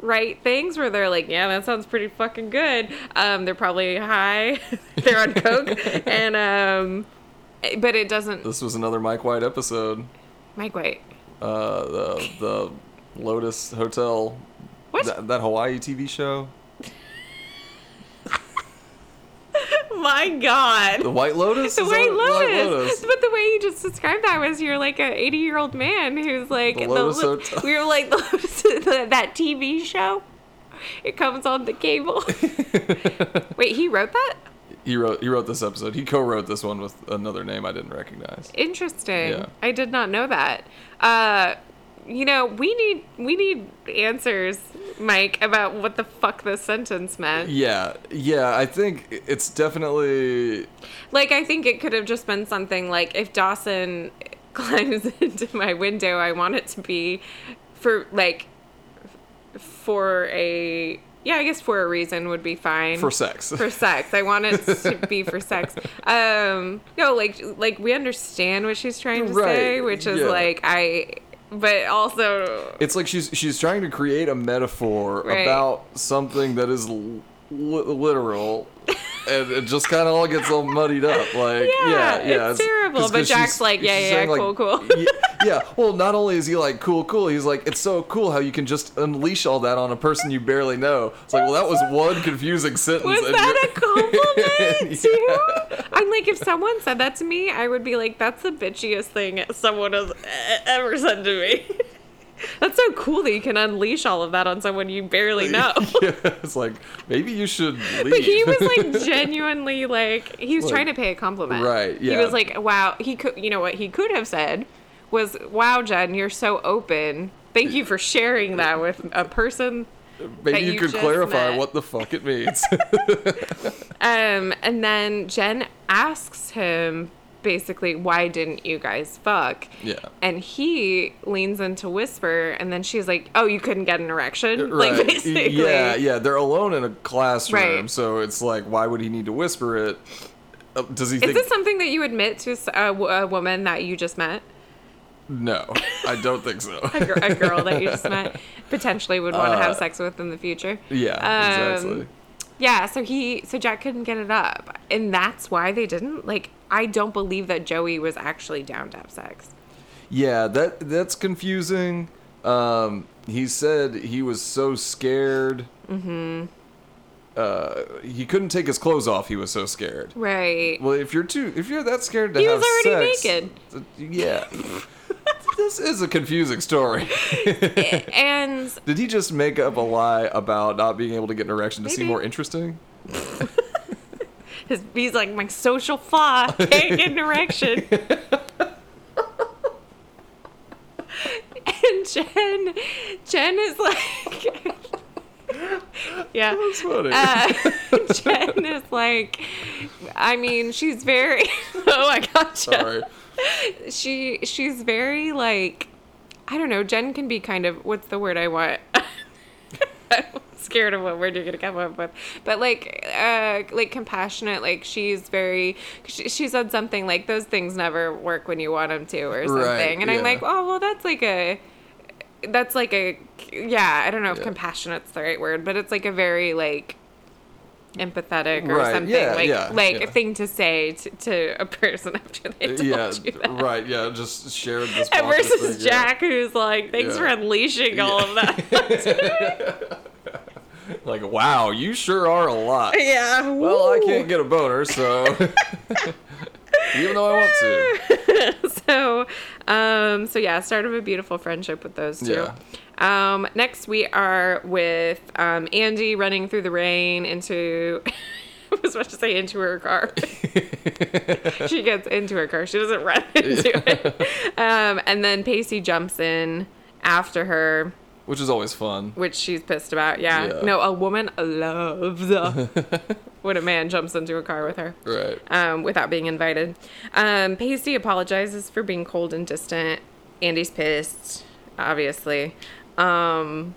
S3: write things where they're like, yeah, that sounds pretty fucking good. Um, they're probably high, they're on coke, and um, but it doesn't.
S2: this was another Mike White episode.
S3: Mike White.
S2: uh, the the Lotus Hotel,
S3: What?
S2: that, that Hawaii TV show,
S3: My God.
S2: the White Lotus.
S3: The
S2: Is that
S3: White
S2: what-
S3: Lotus. But the way you just described that was you're like an 80 year old man who's like
S2: The Lotus
S3: lo-
S2: Hotel.
S3: we were like the Lotus, that TV show. It comes on the cable. Wait, he wrote that?
S2: He wrote he wrote this episode. He co-wrote this one with another name I didn't recognize.
S3: Interesting.
S2: Yeah.
S3: I did not know that. Uh, you know, we need we need answers, Mike, about what the fuck this sentence meant.
S2: Yeah, yeah. I think it's definitely
S3: Like, I think it could have just been something like if Dawson climbs into my window, I want it to be for like for a yeah, I guess for a reason would be fine.
S2: for sex.
S3: For sex, I want it to be for sex. Um, no, like like we understand what she's trying to say,
S2: Right,
S3: which is
S2: yeah.
S3: like I, but also
S2: it's like she's she's trying to create a metaphor
S3: Right.
S2: about something that is l- li- literal. and it just kind of all gets all muddied up. Like,
S3: Yeah,
S2: yeah, yeah,
S3: it's
S2: 'cause-
S3: terrible,
S2: 'cause
S3: but
S2: she's-
S3: Jack's like, yeah,
S2: she's
S3: yeah,
S2: saying, like,
S3: cool, cool.
S2: y- yeah. Well, not only is he like cool, cool, he's like, it's so cool how you can just unleash all that on a person you barely know. It's like, well, that was one confusing sentence.
S3: Was
S2: and
S3: that a
S2: you're-
S3: compliment to you? I'm like, if someone said that to me, I would be like, that's the bitchiest thing someone has e- ever said to me. that's so cool that you can unleash all of that on someone you barely know.
S2: yeah, it's like maybe you should leave.
S3: But he was like genuinely like he was
S2: Like,
S3: trying to pay a compliment.
S2: right,
S3: He
S2: yeah.
S3: was like, "Wow, he could you know what he could have said was, "Wow, Jen, you're so open. Thank you for sharing that with a person
S2: maybe
S3: that
S2: you
S3: you
S2: could
S3: just
S2: clarify
S3: met.
S2: what the fuck it means.
S3: Um, and then Jen asks him basically, why didn't you guys fuck?
S2: Yeah.
S3: And he leans into whisper, and then she's like, oh, you couldn't get an erection? Like, basically.
S2: Uh, Yeah, yeah. They're alone in a classroom,
S3: Right.
S2: so it's like, why would he need to whisper it? Uh, Does he
S3: Is
S2: think?
S3: this something that you admit to s- a, w- a woman that you just met?
S2: no, I don't think so.
S3: A, gir- a girl that you just met potentially would want to have sex with in the future?
S2: Uh, yeah,
S3: Um,
S2: exactly.
S3: Yeah, so he so Jack couldn't get it up. And that's why they didn't. Like, I don't believe that Joey was actually down to have sex.
S2: Yeah, that that's confusing. Um, he said he was so scared. Mm-hmm. Uh, he couldn't take his clothes off. He was so scared.
S3: Right.
S2: Well, if you're too, if you're that scared to
S3: He
S2: have
S3: was already
S2: sex,
S3: naked.
S2: th- yeah. this is a confusing story.
S3: and
S2: Did he just make up a lie about not being able to get an erection to seem
S3: Maybe.
S2: more interesting?
S3: his, he's like my social flaw can't get an erection and jen jen is like yeah
S2: That's funny.
S3: uh, jen is like i mean she's very oh my god Jen.
S2: Sorry.
S3: she she's very like I don't know. Jen can be kind of what's the word I want. I'm scared of what word you're gonna come up with, but like uh, like compassionate. Like she's very. She, she said something like those things never work when you want them to or something, and
S2: yeah.
S3: I'm like, oh well, that's like a that's like a yeah. I don't know if compassionate's the right word, but it's like a very like empathetic or
S2: Right,
S3: something
S2: yeah,
S3: like
S2: yeah,
S3: like
S2: yeah.
S3: a thing to say t- to a person after they told
S2: yeah,
S3: you that.
S2: right. Yeah, just shared this.
S3: And
S2: box of
S3: versus
S2: things, yeah.
S3: Jack, who's like, thanks
S2: Yeah.
S3: for unleashing all of that.
S2: Like, wow, you sure are a lot.
S3: yeah.
S2: Well, I can't get a boner, so even though I want to.
S3: so um so yeah start of a beautiful friendship with those two
S2: Yeah.
S3: um next we are with um andy running through the rain into I was about to say into her car. she gets into her car. She doesn't run into it. Um, and then Pacey jumps in after her,
S2: Which is always fun.
S3: which she's pissed about. Yeah.
S2: Yeah.
S3: No, a woman loves uh, when a man jumps into a car with her
S2: Right.
S3: um, without being invited. Um, Pasty apologizes for being cold and distant. Andy's pissed, obviously. Um,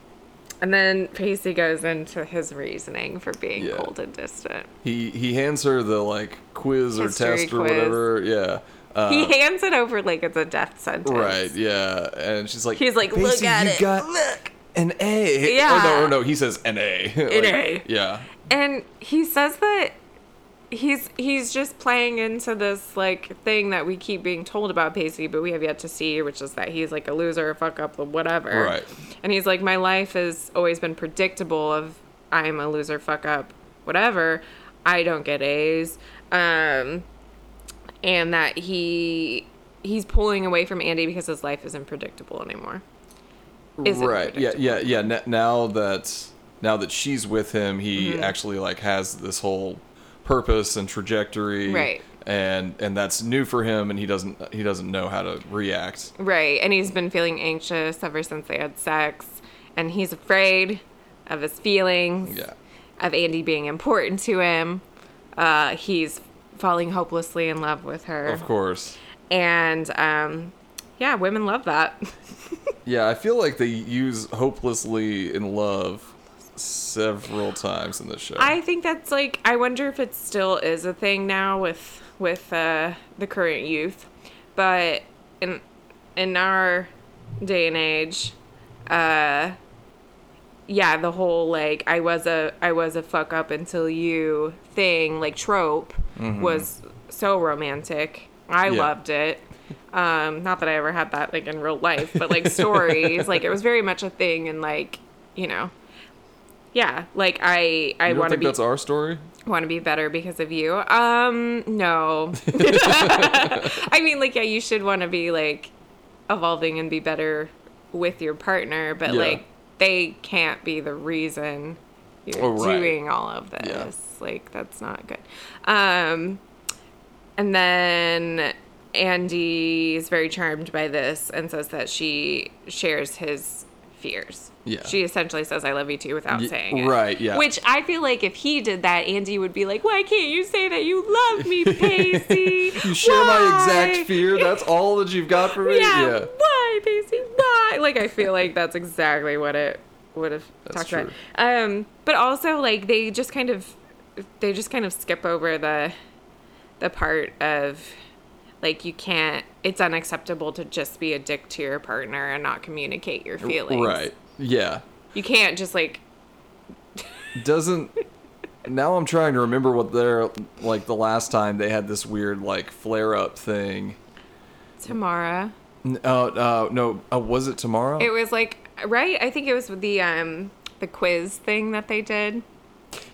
S3: and then Pasty goes into his reasoning for being
S2: Yeah.
S3: cold and distant.
S2: He he hands her the like quiz or
S3: History
S2: test or
S3: quiz.
S2: whatever. Yeah. Uh,
S3: he hands it over like it's a death sentence.
S2: right. Yeah. And she's like,
S3: He's like, "Look
S2: "Basie,
S3: at
S2: you
S3: it.
S2: Got look. An A.
S3: Yeah.
S2: Or no, or no, he says an A. An
S3: A.
S2: Yeah.
S3: And he says that he's he's just playing into this like thing that we keep being told about Pacey, but we have yet to see, which is that he's like a loser, a fuck up, whatever.
S2: Right.
S3: And he's like, my life has always been predictable. Of I'm a loser, fuck up, whatever. I don't get A's. Um, and that he he's pulling away from Andy because his life isn't predictable anymore. Isn't
S2: right. Yeah. Yeah. Yeah. N- now that now that she's with him, he
S3: Mm-hmm.
S2: actually like has this whole purpose and trajectory.
S3: Right.
S2: And and that's new for him, and he doesn't he doesn't know how to react.
S3: Right. And he's been feeling anxious ever since they had sex. And he's afraid of his feelings,
S2: Yeah.
S3: of Andy being important to him. Uh, he's falling hopelessly in love with her.
S2: Of course.
S3: And um, yeah, women love that.
S2: Yeah, I feel like they use hopelessly in love several times in this show.
S3: I think that's like, I wonder if it still is a thing now with with uh, the current youth. But in, in our day and age, uh, yeah, the whole like I was a I was a fuck up until you thing, like trope was so romantic. I
S2: Yeah.
S3: loved it. Um, not that I ever had that like in real life, but like stories, like it was very much a thing and like, you know. Yeah, like I I
S2: you don't
S3: want to
S2: think
S3: be
S2: that's our story?
S3: want to be better because of you. Um, no. I mean, like yeah, you should want to be like evolving and be better with your partner, but
S2: Yeah.
S3: like they can't be the reason you're
S2: Oh, right.
S3: doing all of this.
S2: Yeah.
S3: Like that's not good. Um, and then Andy is very charmed by this and says that she shares his fears.
S2: Yeah.
S3: She essentially says I love you too without
S2: Ye-
S3: saying it.
S2: right, yeah.
S3: Which I feel like if he did that, Andy would be like, "Why can't you say that you love me, Pacey?
S2: You share my
S3: Why?"
S2: exact fear. That's all that you've got for me.
S3: Yeah, Why, Pacey? Why? Like I feel like that's exactly what it would have
S2: That's
S3: talked about. Um, but also like they just kind of they just kind of skip over the the part of like you can't. It's unacceptable to just be a dick to your partner and not communicate your feelings.
S2: Right. Yeah.
S3: You can't just like
S2: Doesn't. Now I'm trying to remember what their like the last time they had this weird like flare up thing.
S3: Tamara.
S2: N- Oh uh, no, uh, was it tomorrow?
S3: It was like right. I think it was the um the quiz thing that they did.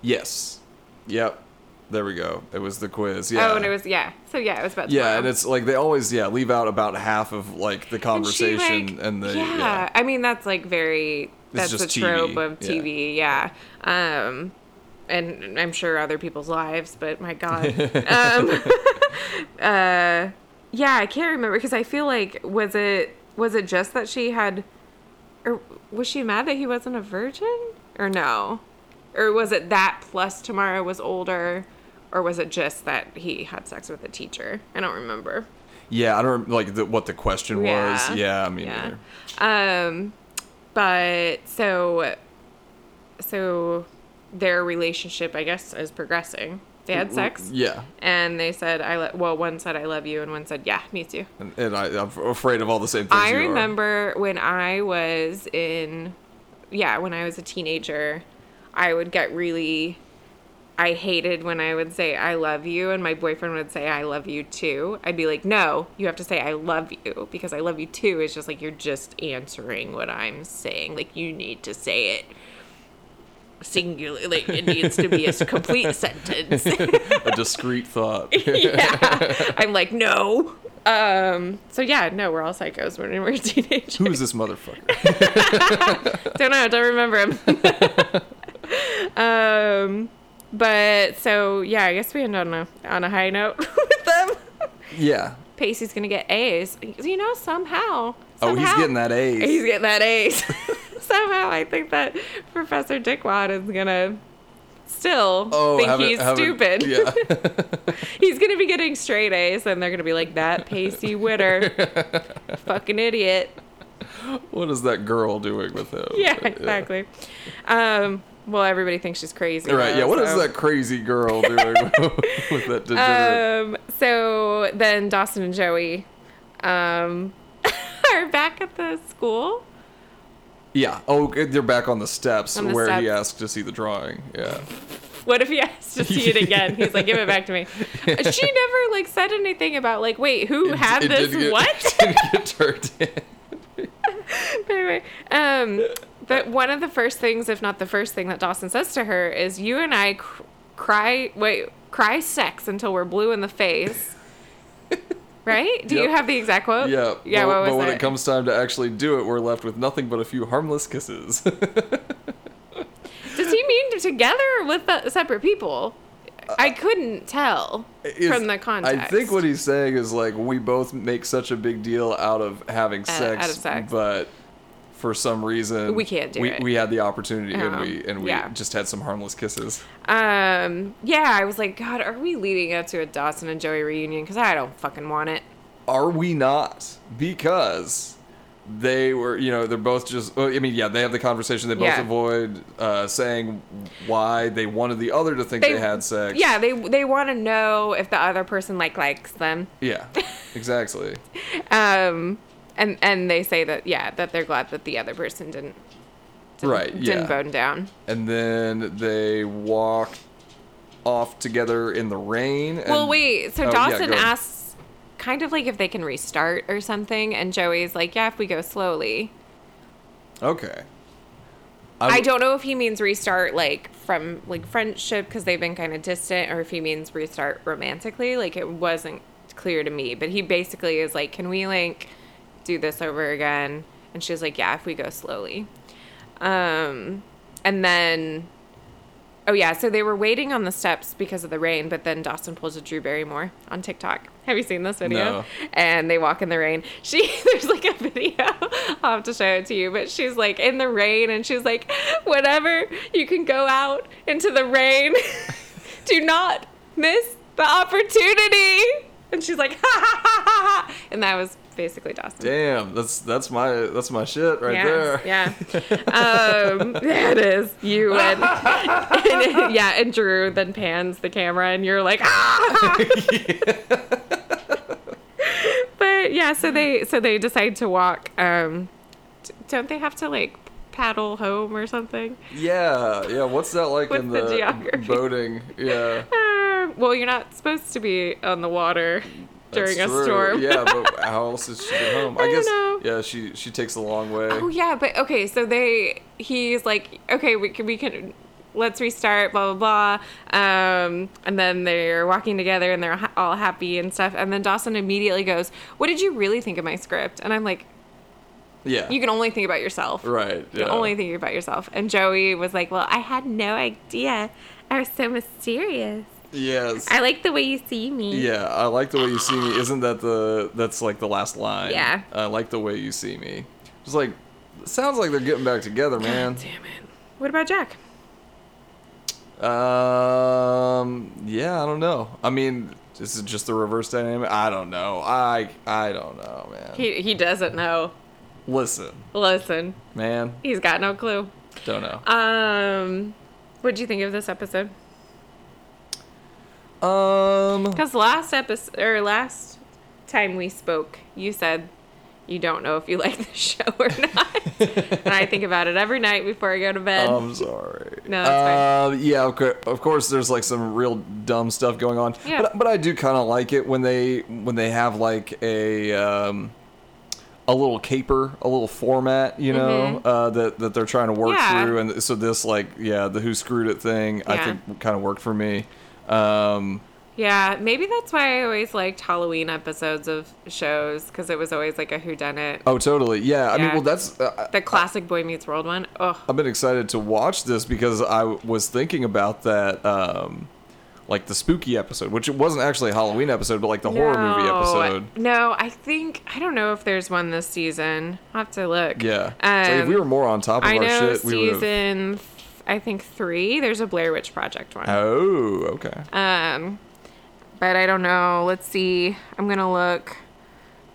S2: yes. Yep. There we go. It was the quiz. Yeah.
S3: Oh, and it was yeah. So yeah, it was about
S2: Yeah,
S3: tomorrow.
S2: and it's like they always yeah leave out about half of like the
S3: And she,
S2: conversation and,
S3: like-
S2: the
S3: yeah.
S2: yeah.
S3: I mean that's like very that's
S2: just
S3: the
S2: TV,
S3: trope of
S2: yeah.
S3: TV. Yeah. Um, and I'm sure other people's lives, but my god. um, uh, yeah, I can't remember because I feel like was it was it just that she had, or was she mad that he wasn't a virgin or no, or was it that plus Tamara was older. Or was it just that he had sex with a teacher? I don't remember.
S2: Yeah, I don't like the, what the question
S3: Yeah.
S2: was. Yeah, I mean,
S3: Yeah. Um, but so, so their relationship, I guess, is progressing They had sex.
S2: Yeah,
S3: And they said, "I lo- well." One said, "I love you," and one said, "Yeah, me too."
S2: and, and I, I'm afraid of all the same things.
S3: I
S2: you are.
S3: remember when I was in, yeah, when I was a teenager, I would get really. I hated when I would say I love you and my boyfriend would say I love you too. I'd be like, "No, you have to say I love you because I love you too is just like you're just answering what I'm saying. Like you need to say it singular like it needs to be a s- complete sentence."
S2: a discreet thought.
S3: yeah. I'm like, "No." Um, so yeah, no, we're all psychos when we were teenagers.
S2: Who is this motherfucker?
S3: don't know. Don't remember him. um, but so yeah, I guess we end on a on a high note with them.
S2: yeah.
S3: Pacey's gonna get A's. You know, somehow.
S2: Oh, he's
S3: somehow-
S2: getting that A's.
S3: He's getting that A's. somehow, I think that Professor Dickwad is gonna still
S2: oh,
S3: think
S2: haven't-
S3: he's
S2: haven't-
S3: stupid.
S2: Yeah.
S3: He's gonna be getting straight A's, and they're gonna be like that Pacey Witter, fucking idiot.
S2: what is that girl doing with him?
S3: Yeah, exactly. Um, well, everybody thinks she's crazy.
S2: Right.
S3: though,
S2: Yeah. What is
S3: so-
S2: that crazy girl doing with that degenerate?
S3: Um, so then Dawson and Joey um, are back at the school.
S2: Yeah. Oh, they're back on the steps
S3: On the
S2: where he
S3: steps.
S2: asked to see the drawing. Yeah.
S3: What if he has to see it again? He's like, give it back to me. She never like said anything about like, wait, who had
S2: It
S3: this?
S2: didn't get-
S3: what?
S2: didn't get turned in.
S3: But anyway, um, but one of the first things, if not the first thing, that Dawson says to her is, "You and I cr- cry, wait, cry sex until we're blue in the face." Right? Do you
S2: Yep.
S3: have the exact quote?
S2: Yeah.
S3: Yeah.
S2: But,
S3: what was
S2: but when
S3: that?
S2: it comes time to actually do it, we're left with nothing but a few harmless kisses.
S3: Does he mean together or with the separate people? I couldn't tell
S2: Is-
S3: from the context.
S2: I think what he's saying is like we both make such a big deal out of having
S3: Uh, out
S2: sex,
S3: of sex.
S2: but for some reason
S3: We can't do
S2: we,
S3: it.
S2: We had the opportunity and
S3: Um,
S2: we and we
S3: yeah.
S2: just had some harmless kisses.
S3: Um, yeah, I was like, God, are we leading up to a Dawson and Joey reunion? Because I don't fucking want it.
S2: Are we not? Because they were, you know, they're both just. well, I mean, yeah, they have the conversation. They both
S3: Yeah.
S2: avoid uh, saying why they wanted the other to think they, had sex.
S3: Yeah, they they want to know if the other person like likes them.
S2: yeah, exactly.
S3: Um, and and they say that yeah, that they're glad that the other person didn't didn't,
S2: Right, yeah.
S3: didn't bone down.
S2: and then they walk off together in the rain. And,
S3: Well, wait. So
S2: Oh, yeah,
S3: Dawson
S2: go ahead.
S3: asks, kind of like if they can restart or something, and Joey's like, yeah, if we go slowly.
S2: Okay.
S3: I
S2: w-
S3: don't know if he means restart like from like friendship because they've been kind of distant, or if he means restart romantically. Like it wasn't clear to me, but he basically is like, "Can we like do this over again?" And she's like, "Yeah, if we go slowly." Um, and then, oh yeah, so they were waiting on the steps because of the rain, but then Dawson pulls a Drew Barrymore on TikTok. Have you seen this video?
S2: No.
S3: and they walk in the rain. She there's like a video. I'll have to show it to you, but she's like in the rain and she's like, whatever, you can go out into the rain. Do not miss the opportunity. And she's like, ha ha ha ha ha. And that was basically Dawson.
S2: Damn, that's that's my that's my shit right there.
S3: yeah, yeah. Um, there it is. You and, and- yeah, and Drew then pans the camera, and you're like, ah. but yeah, so they so they decide to walk. Um, d- don't they have to like paddle home or something?
S2: Yeah, yeah. What's that like
S3: With
S2: in
S3: the
S2: the,
S3: geography.
S2: boating? Yeah.
S3: Uh, well, you're not supposed to be on the water during
S2: that's
S3: a
S2: true.
S3: storm.
S2: yeah, but how else does she get home? I,
S3: don't
S2: guess.
S3: know.
S2: Yeah, she she takes a long way.
S3: Oh yeah, but okay. So they, he's like, okay, we can, we can, let's restart, blah blah blah. Um, and then they're walking together and they're ha- all happy and stuff. And then Dawson immediately goes, "What did you really think of my script?" And I'm like,
S2: yeah.
S3: "You can only think about yourself.
S2: right.
S3: You
S2: Yeah.
S3: can only think about yourself." And Joey was like, "Well, I had no idea. I was so mysterious.
S2: yes.
S3: I like the way you see me."
S2: yeah, I like the way you see me. Isn't that the that's like the last line?
S3: Yeah.
S2: I like the way you see me. It's like sounds like they're getting back together, man.
S3: Damn it. What about Jack?
S2: Um. Yeah, I don't know. I mean, is it just the reverse dynamic? I don't know. I I don't know, man.
S3: He he doesn't know.
S2: Listen,
S3: Listen,
S2: man.
S3: he's got no clue.
S2: Don't know.
S3: Um, what do you think of this episode?
S2: Um,
S3: Because last episode or last time we spoke, you said you don't know if you like the show or not, and I think about it every night before I go to bed.
S2: I'm sorry.
S3: No, Oh, that's
S2: Um, Uh, yeah, of, cour- of course. There's like some real dumb stuff going on.
S3: Yeah.
S2: But, but I do kind of like it when they when they have like a um, a little caper, a little format, you know, uh, that that they're trying to work
S3: Mm-hmm. Yeah.
S2: through. And so this like yeah, the who screwed it thing, I
S3: Yeah.
S2: think kind of worked for me. Um,
S3: yeah, maybe that's why I always liked Halloween episodes of shows because it was always like a whodunit.
S2: oh, totally. Yeah. I mean,
S3: Yeah.
S2: well, that's uh,
S3: The classic Boy Meets World one. Oh,
S2: I've been excited to watch this because I w- was thinking about that, um, like the spooky episode, which it wasn't actually a Halloween episode, but like the horror movie
S3: No.
S2: episode.
S3: No, I think I don't know if there's one this season. I'll have to look.
S2: Yeah.
S3: Um,
S2: so if we were more on top of
S3: I
S2: our
S3: know
S2: shit, we would have.
S3: season, th- I think three. There's a Blair Witch Project one.
S2: Oh, okay.
S3: Um, but I don't know. Let's see. I'm gonna look.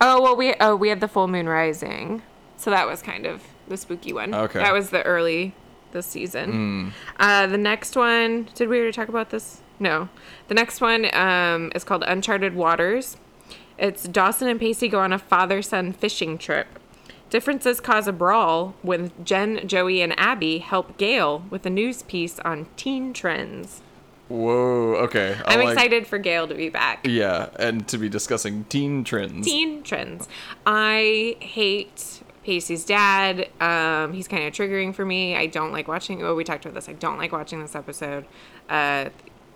S3: Oh well, we oh we had the full moon rising, so that was kind of the spooky one.
S2: Okay.
S3: That was the early this season. Uh, the next one. Did we already talk about this? No. The next one um, is called Uncharted Waters. It's Dawson and Pacey go on a father-son fishing trip. Differences cause a brawl when Jen, Joey, and Abby help Gail with a news piece on teen trends.
S2: Whoa. Okay. I
S3: I'm
S2: like-
S3: excited for Gail to be back.
S2: Yeah, and to be discussing teen trends.
S3: Teen trends. I hate Pacey's dad. Um, he's kind of triggering for me. I don't like watching. Oh, we talked about this. I don't like watching this episode. Uh,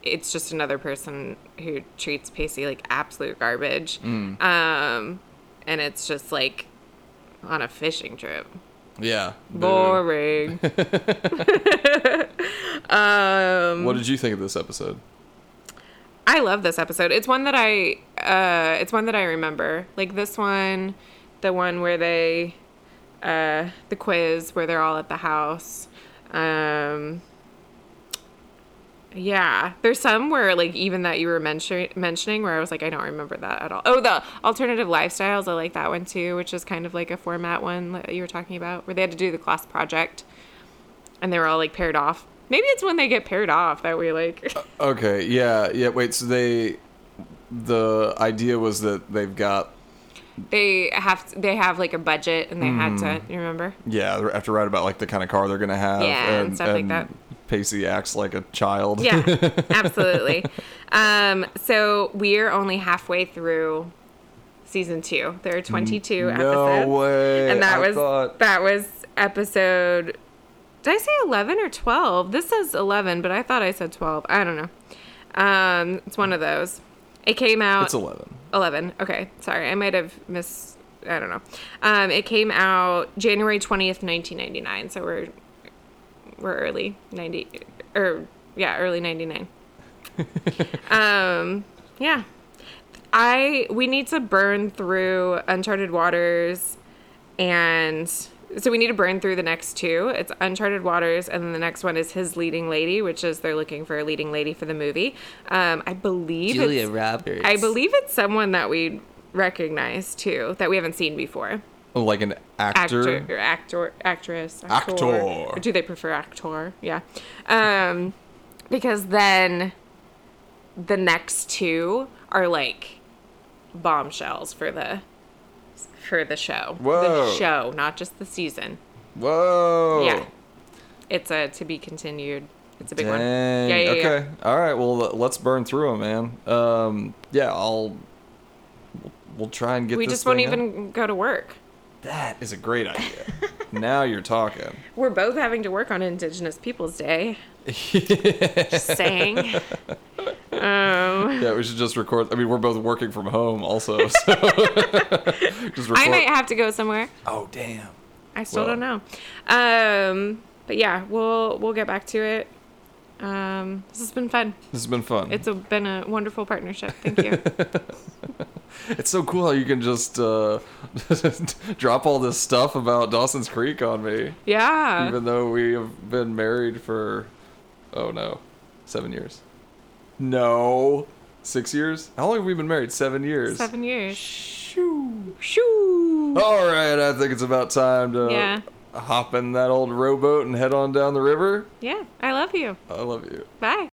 S3: it's just another person who treats Pacey like absolute garbage.
S2: Mm.
S3: Um, and it's just like on a fishing trip.
S2: Yeah. boo.
S3: Boring.
S2: What did you think of this episode?
S3: I love this episode. It's one that I uh it's one that I remember. Like this one, the one where they uh the quiz where they're all at the house. Um yeah, there's some where like even that you were mention- mentioning where I was like I don't remember that at all. Oh, the alternative lifestyles, I like that one too, which is kind of like a format one that you were talking about where they had to do the class project and they were all like paired off. Maybe it's when they get paired off that we like
S2: Okay. Yeah. Yeah. Wait. So they, the idea was that they've got
S3: they have they have like a budget and they had
S2: Mm.
S3: to you remember
S2: Yeah, they have to write about like the kind of car they're gonna have.
S3: Yeah, and stuff like that.
S2: Pacey acts like a child.
S3: yeah absolutely um so we're only halfway through season two there are 22
S2: no
S3: episodes
S2: way.
S3: and that
S2: I
S3: was
S2: thought-
S3: that was episode did i say 11 or 12 this says 11 but i thought i said 12 i don't know um it's one of those it came out
S2: it's eleven.
S3: 11. Okay. Sorry. I might have missed. I don't know. Um, it came out January 20th, 1999. So we're we're early 90 or yeah, early 99. um, yeah. I we need to burn through Uncharted Waters and so we need to burn through the next two. It's Uncharted Waters, and then the next one is his leading lady, which is they're looking for a leading lady for the movie. Um, I believe it's-
S4: Julia Roberts.
S3: I believe it's someone that we recognize too, that we haven't seen before.
S2: Oh, like an actor.
S3: Actor, or actor, actress, actor.
S2: Actor.
S3: Or do they prefer actor? Yeah, um, because then the next two are like bombshells for the for the show.
S2: Whoa. Oh.
S3: The show, not just the season.
S2: Whoa.
S3: Yeah, it's a to be continued. It's a big one.
S2: Dang.
S3: Yeah, yeah, yeah.
S2: okay. All right. Well, l- let's burn through them, man. Um. Yeah. I'll. we'll- We'll try and get.
S3: We
S2: this
S3: just won't
S2: thing up.
S3: even go to work.
S2: That is a great idea. now you're talking.
S3: We're both having to work on Indigenous Peoples Day. Just saying. Um,
S2: Yeah, we should just record. I mean, we're both working from home, also. So just record.
S3: I might have to go somewhere.
S2: oh damn.
S3: I still
S2: Well.
S3: don't know. Um, but yeah, we'll we'll get back to it. Um, this has been fun.
S2: This has been fun.
S3: It's a, been a wonderful partnership. Thank you.
S2: It's so cool how you can just uh, drop all this stuff about Dawson's Creek on me,
S3: Yeah.
S2: even though we have been married for, oh no, seven years. No, six years? How long have we been married? Seven years.
S3: Seven years. Shoo. Shoo.
S2: All right, I think it's about time to
S3: Yeah.
S2: hop in that old rowboat and head on down the river.
S3: Yeah. I love you.
S2: I love you.
S3: Bye.